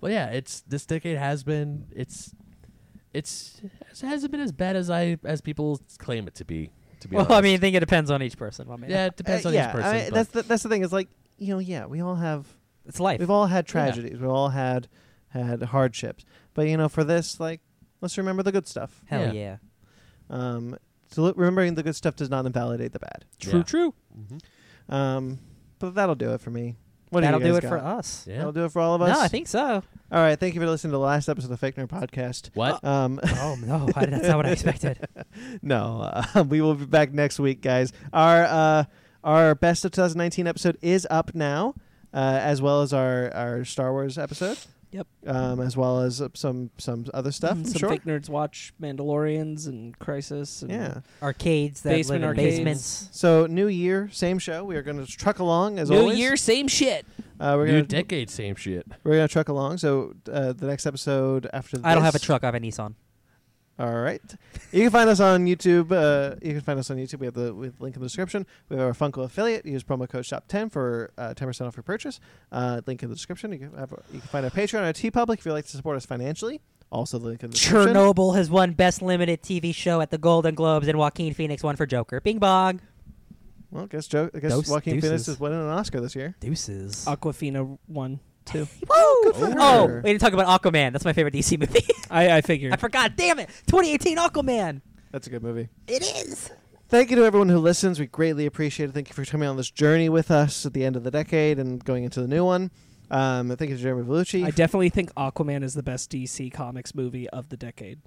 Speaker 2: Well, yeah, it's this decade has been. It's it's it hasn't been as bad as I as people claim it to be. To be
Speaker 3: Well, I
Speaker 2: honest.
Speaker 3: mean, I think it depends on each person. I mean,
Speaker 2: yeah, it depends
Speaker 1: Uh,
Speaker 2: on
Speaker 1: yeah,
Speaker 2: each person.
Speaker 1: I mean,
Speaker 2: but
Speaker 1: that's the, that's the thing. Is like you know, yeah, we all have
Speaker 3: it's life.
Speaker 1: we've all had tragedies. We've all had had hardships. But you know, for this, like, let's remember the good stuff.
Speaker 3: Hell
Speaker 2: Yeah.
Speaker 3: yeah.
Speaker 1: Um, so li- remembering the good stuff does not invalidate the bad.
Speaker 2: true,
Speaker 3: true.
Speaker 2: Mm-hmm.
Speaker 1: Um, but that'll do it for me. What do you
Speaker 3: That'll do
Speaker 1: guys
Speaker 3: it
Speaker 1: got?
Speaker 3: for us.
Speaker 2: yeah.
Speaker 1: That'll do it for all of us.
Speaker 3: No, I think so.
Speaker 1: all right. Thank you for listening to the last episode of the Fake Nerd Podcast.
Speaker 2: What?
Speaker 1: Um,
Speaker 3: oh no, I, that's not what I expected.
Speaker 1: no, uh, we will be back next week, guys. Our uh, our best of 2019 episode is up now, uh, as well as our our Star Wars episode.
Speaker 4: Yep.
Speaker 1: Um, as well as uh, some some other
Speaker 3: Mm-hmm.
Speaker 1: stuff.
Speaker 4: Mm,
Speaker 1: I'm
Speaker 4: Some
Speaker 1: sure.
Speaker 4: fake nerds watch Mandalorians and Crisis. And
Speaker 3: Mm-hmm.
Speaker 1: yeah.
Speaker 3: Arcades that
Speaker 4: Basement
Speaker 3: live in
Speaker 4: arcades.
Speaker 3: basements.
Speaker 1: So new year, same show. We are going to truck along as
Speaker 4: New
Speaker 1: always.
Speaker 4: Year, same shit.
Speaker 1: Uh, we're
Speaker 2: New
Speaker 1: going to
Speaker 2: decade, same shit.
Speaker 1: we're going to truck along. So uh, the next episode after.
Speaker 3: I don't
Speaker 1: this-
Speaker 3: have a truck. I have a Nissan.
Speaker 1: All right. You can find us on YouTube. Uh, you can find us on YouTube. We have the we have the link in the description. We have our Funko affiliate. Use promo code SHOP10 for uh, 10% off your purchase. Uh, link in the description. You can, have, you can find our Patreon and our T-Public if you'd like to support us financially. Also, the link in the description.
Speaker 3: Chernobyl has won Best Limited TV Show at the Golden Globes, and Joaquin Phoenix won for Joker. Bing bong.
Speaker 1: Well, guess, Joe, I guess
Speaker 3: Dose-
Speaker 1: Joaquin Phoenix
Speaker 3: deuces.
Speaker 1: is winning an Oscar this year.
Speaker 3: Deuces.
Speaker 4: Aquafina one, two.
Speaker 1: for her.
Speaker 3: Oh, we didn't talk about Aquaman. That's my favorite DC movie.
Speaker 4: I, I figured.
Speaker 3: I forgot. Damn it. 2018 Aquaman.
Speaker 1: That's a good movie.
Speaker 3: It is.
Speaker 1: Thank you to everyone who listens. We greatly appreciate it. Thank you for coming on this journey with us at the end of the decade and going into the new one. Um, thank you to Jeremy Vellucci.
Speaker 4: I definitely think Aquaman is the best DC Comics movie of the decade.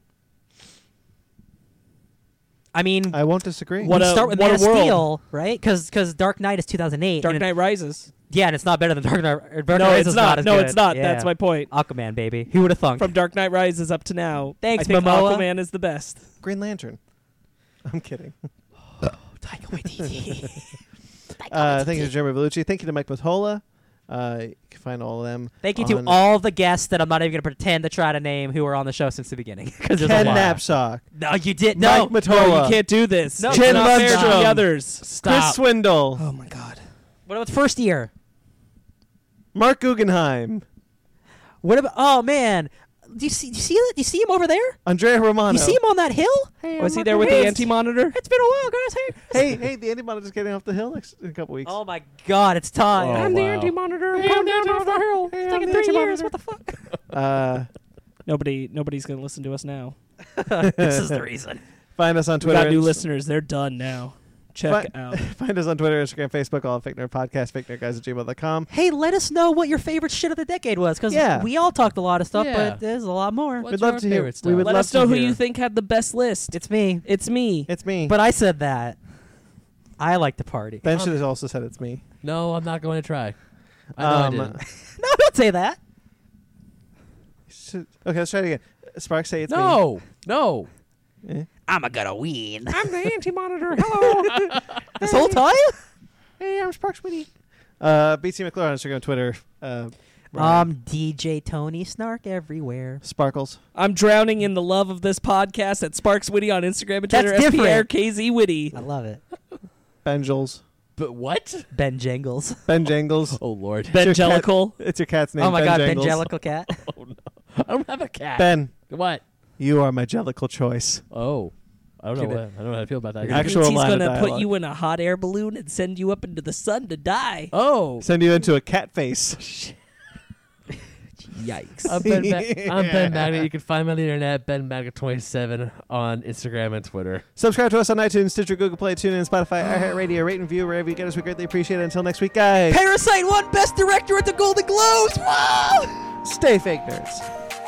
Speaker 3: I mean,
Speaker 1: I won't disagree.
Speaker 4: What
Speaker 3: we
Speaker 4: a-
Speaker 3: start with
Speaker 4: what
Speaker 3: Man
Speaker 4: a
Speaker 3: of
Speaker 4: world.
Speaker 3: Steel, right? Because Dark Knight is 2008.
Speaker 4: Dark
Speaker 3: and-
Speaker 4: Knight Rises.
Speaker 3: Yeah, and it's not better than Dark Knight. or Dark
Speaker 4: no,
Speaker 3: Knight
Speaker 4: it's
Speaker 3: is
Speaker 4: not.
Speaker 3: as
Speaker 4: no,
Speaker 3: good.
Speaker 4: it's not.
Speaker 3: Yeah. Oh,
Speaker 4: That's my point.
Speaker 3: Aquaman, baby. Who would have thunk?
Speaker 4: From Dark Knight Rises up to now,
Speaker 3: Thanks,
Speaker 4: I think
Speaker 3: Momoa.
Speaker 4: Aquaman is the best.
Speaker 1: Green Lantern. I'm kidding.
Speaker 3: Taika Waititi.
Speaker 1: Uh, thank you to Jeremy Vellucci. Thank you to Mike Mottola. Uh, you can find all of them.
Speaker 3: Thank you to
Speaker 1: on
Speaker 3: all the guests that I'm not even going to pretend to try to name who were on the show since the beginning. Because there's
Speaker 1: Ken
Speaker 3: a lot.
Speaker 1: Knapsack,
Speaker 3: No, you did. No.
Speaker 1: Mike Matola,
Speaker 4: No, you can't do this.
Speaker 3: No,
Speaker 4: No,
Speaker 3: it's
Speaker 4: Jen
Speaker 3: not
Speaker 4: Lundstrom.
Speaker 3: fair.
Speaker 4: to the
Speaker 3: Stop.
Speaker 4: others.
Speaker 1: Chris
Speaker 2: Stop.
Speaker 1: Swindle,
Speaker 4: Oh my God.
Speaker 3: What about first year?
Speaker 1: Mark Guggenheim,
Speaker 3: What about? Oh man, do you see? Do you see that? Do you see him over there?
Speaker 1: Andrea Romano.
Speaker 3: You see him on that hill?
Speaker 4: Was Oh, he there with the anti monitor?
Speaker 3: It's been a while, guys.
Speaker 1: Hey,
Speaker 3: Hey.
Speaker 1: hey, the Andy Monitor's getting off the hill next, in a couple weeks.
Speaker 3: Oh my God, it's time.
Speaker 2: Oh, I'm the wow.
Speaker 4: monitor.
Speaker 3: hill.
Speaker 1: Hey,
Speaker 3: it's
Speaker 1: I'm
Speaker 3: taken
Speaker 1: the
Speaker 3: three
Speaker 1: anti-monitor.
Speaker 3: years. What the fuck?
Speaker 1: Uh,
Speaker 4: Nobody, nobody's gonna listen to us now.
Speaker 3: this is the reason.
Speaker 1: find us on
Speaker 4: We
Speaker 1: Twitter.
Speaker 4: got new
Speaker 1: Inst-
Speaker 4: listeners. They're done now. Check out.
Speaker 1: Find us on Twitter, Instagram, Facebook, all at Fake Nerd Podcast, fakenerdguys at gmail.com.
Speaker 3: Hey, let us know what your favorite shit of the decade was, because
Speaker 1: Yeah.
Speaker 3: we all talked a lot of stuff,
Speaker 2: Yeah.
Speaker 3: but there's a lot more.
Speaker 2: What's
Speaker 1: We'd love
Speaker 2: your
Speaker 1: to hear-
Speaker 2: favorite
Speaker 1: we
Speaker 2: stuff?
Speaker 1: would
Speaker 4: Let
Speaker 1: love
Speaker 4: us know
Speaker 1: to
Speaker 4: who
Speaker 1: hear.
Speaker 4: you think had the best list. It's,
Speaker 3: It's me.
Speaker 4: it's me.
Speaker 1: It's me.
Speaker 3: But I said that. I like to party.
Speaker 1: ben should have also said it's me.
Speaker 2: No, I'm not going to try. I know I
Speaker 1: Um,
Speaker 2: didn't.
Speaker 3: no, don't say that.
Speaker 1: Should- okay, let's try it again. Spark, say it's
Speaker 2: no, no.
Speaker 1: me. Eh.
Speaker 3: I'm a gonna win.
Speaker 4: I'm the anti monitor. Hello.
Speaker 3: this whole time?
Speaker 1: Hey, I'm Spark Smitty. Uh, BC McClure on Instagram, Twitter. Uh, Ryan.
Speaker 3: Um, DJ Tony Snark everywhere.
Speaker 1: Sparkles.
Speaker 4: I'm drowning in the love of this podcast at Sparks Witty on Instagram and
Speaker 3: That's
Speaker 4: Twitter.
Speaker 3: different.
Speaker 4: SPRKZ Witty.
Speaker 3: I love it.
Speaker 1: Ben Jules.
Speaker 2: But what?
Speaker 3: Ben Jingles.
Speaker 1: Ben Jangles.
Speaker 2: Oh Lord,
Speaker 1: your cat-
Speaker 4: Bengelical.
Speaker 1: It's your cat's name.
Speaker 3: Oh my
Speaker 1: ben
Speaker 3: God,
Speaker 1: Jangles.
Speaker 3: Benjelical Cat.
Speaker 2: I don't have a cat.
Speaker 1: Ben,
Speaker 2: What?
Speaker 1: you are my jellical choice.
Speaker 2: Oh, I don't know.
Speaker 1: Keep it.
Speaker 2: What, I don't know how to feel about that.
Speaker 1: Your actual
Speaker 4: He's
Speaker 1: line of
Speaker 4: gonna put
Speaker 1: dialogue.
Speaker 4: you in a hot air balloon and send you up into the sun to die.
Speaker 2: oh,
Speaker 1: Send you into a cat face.
Speaker 4: Yikes!
Speaker 3: Um,
Speaker 2: I'm Ben. Ma- I'm Ben Magnet. You can find me on the internet, Ben Magnet27 on Instagram and Twitter.
Speaker 1: Subscribe to us on iTunes, Stitcher, Google Play, TuneIn, Spotify, iHeartRadio. Rate and review wherever you get us. We greatly appreciate it. Until next week, guys.
Speaker 3: Parasite won Best Director at the Golden Globes. Whoa!
Speaker 1: Stay fake nerds.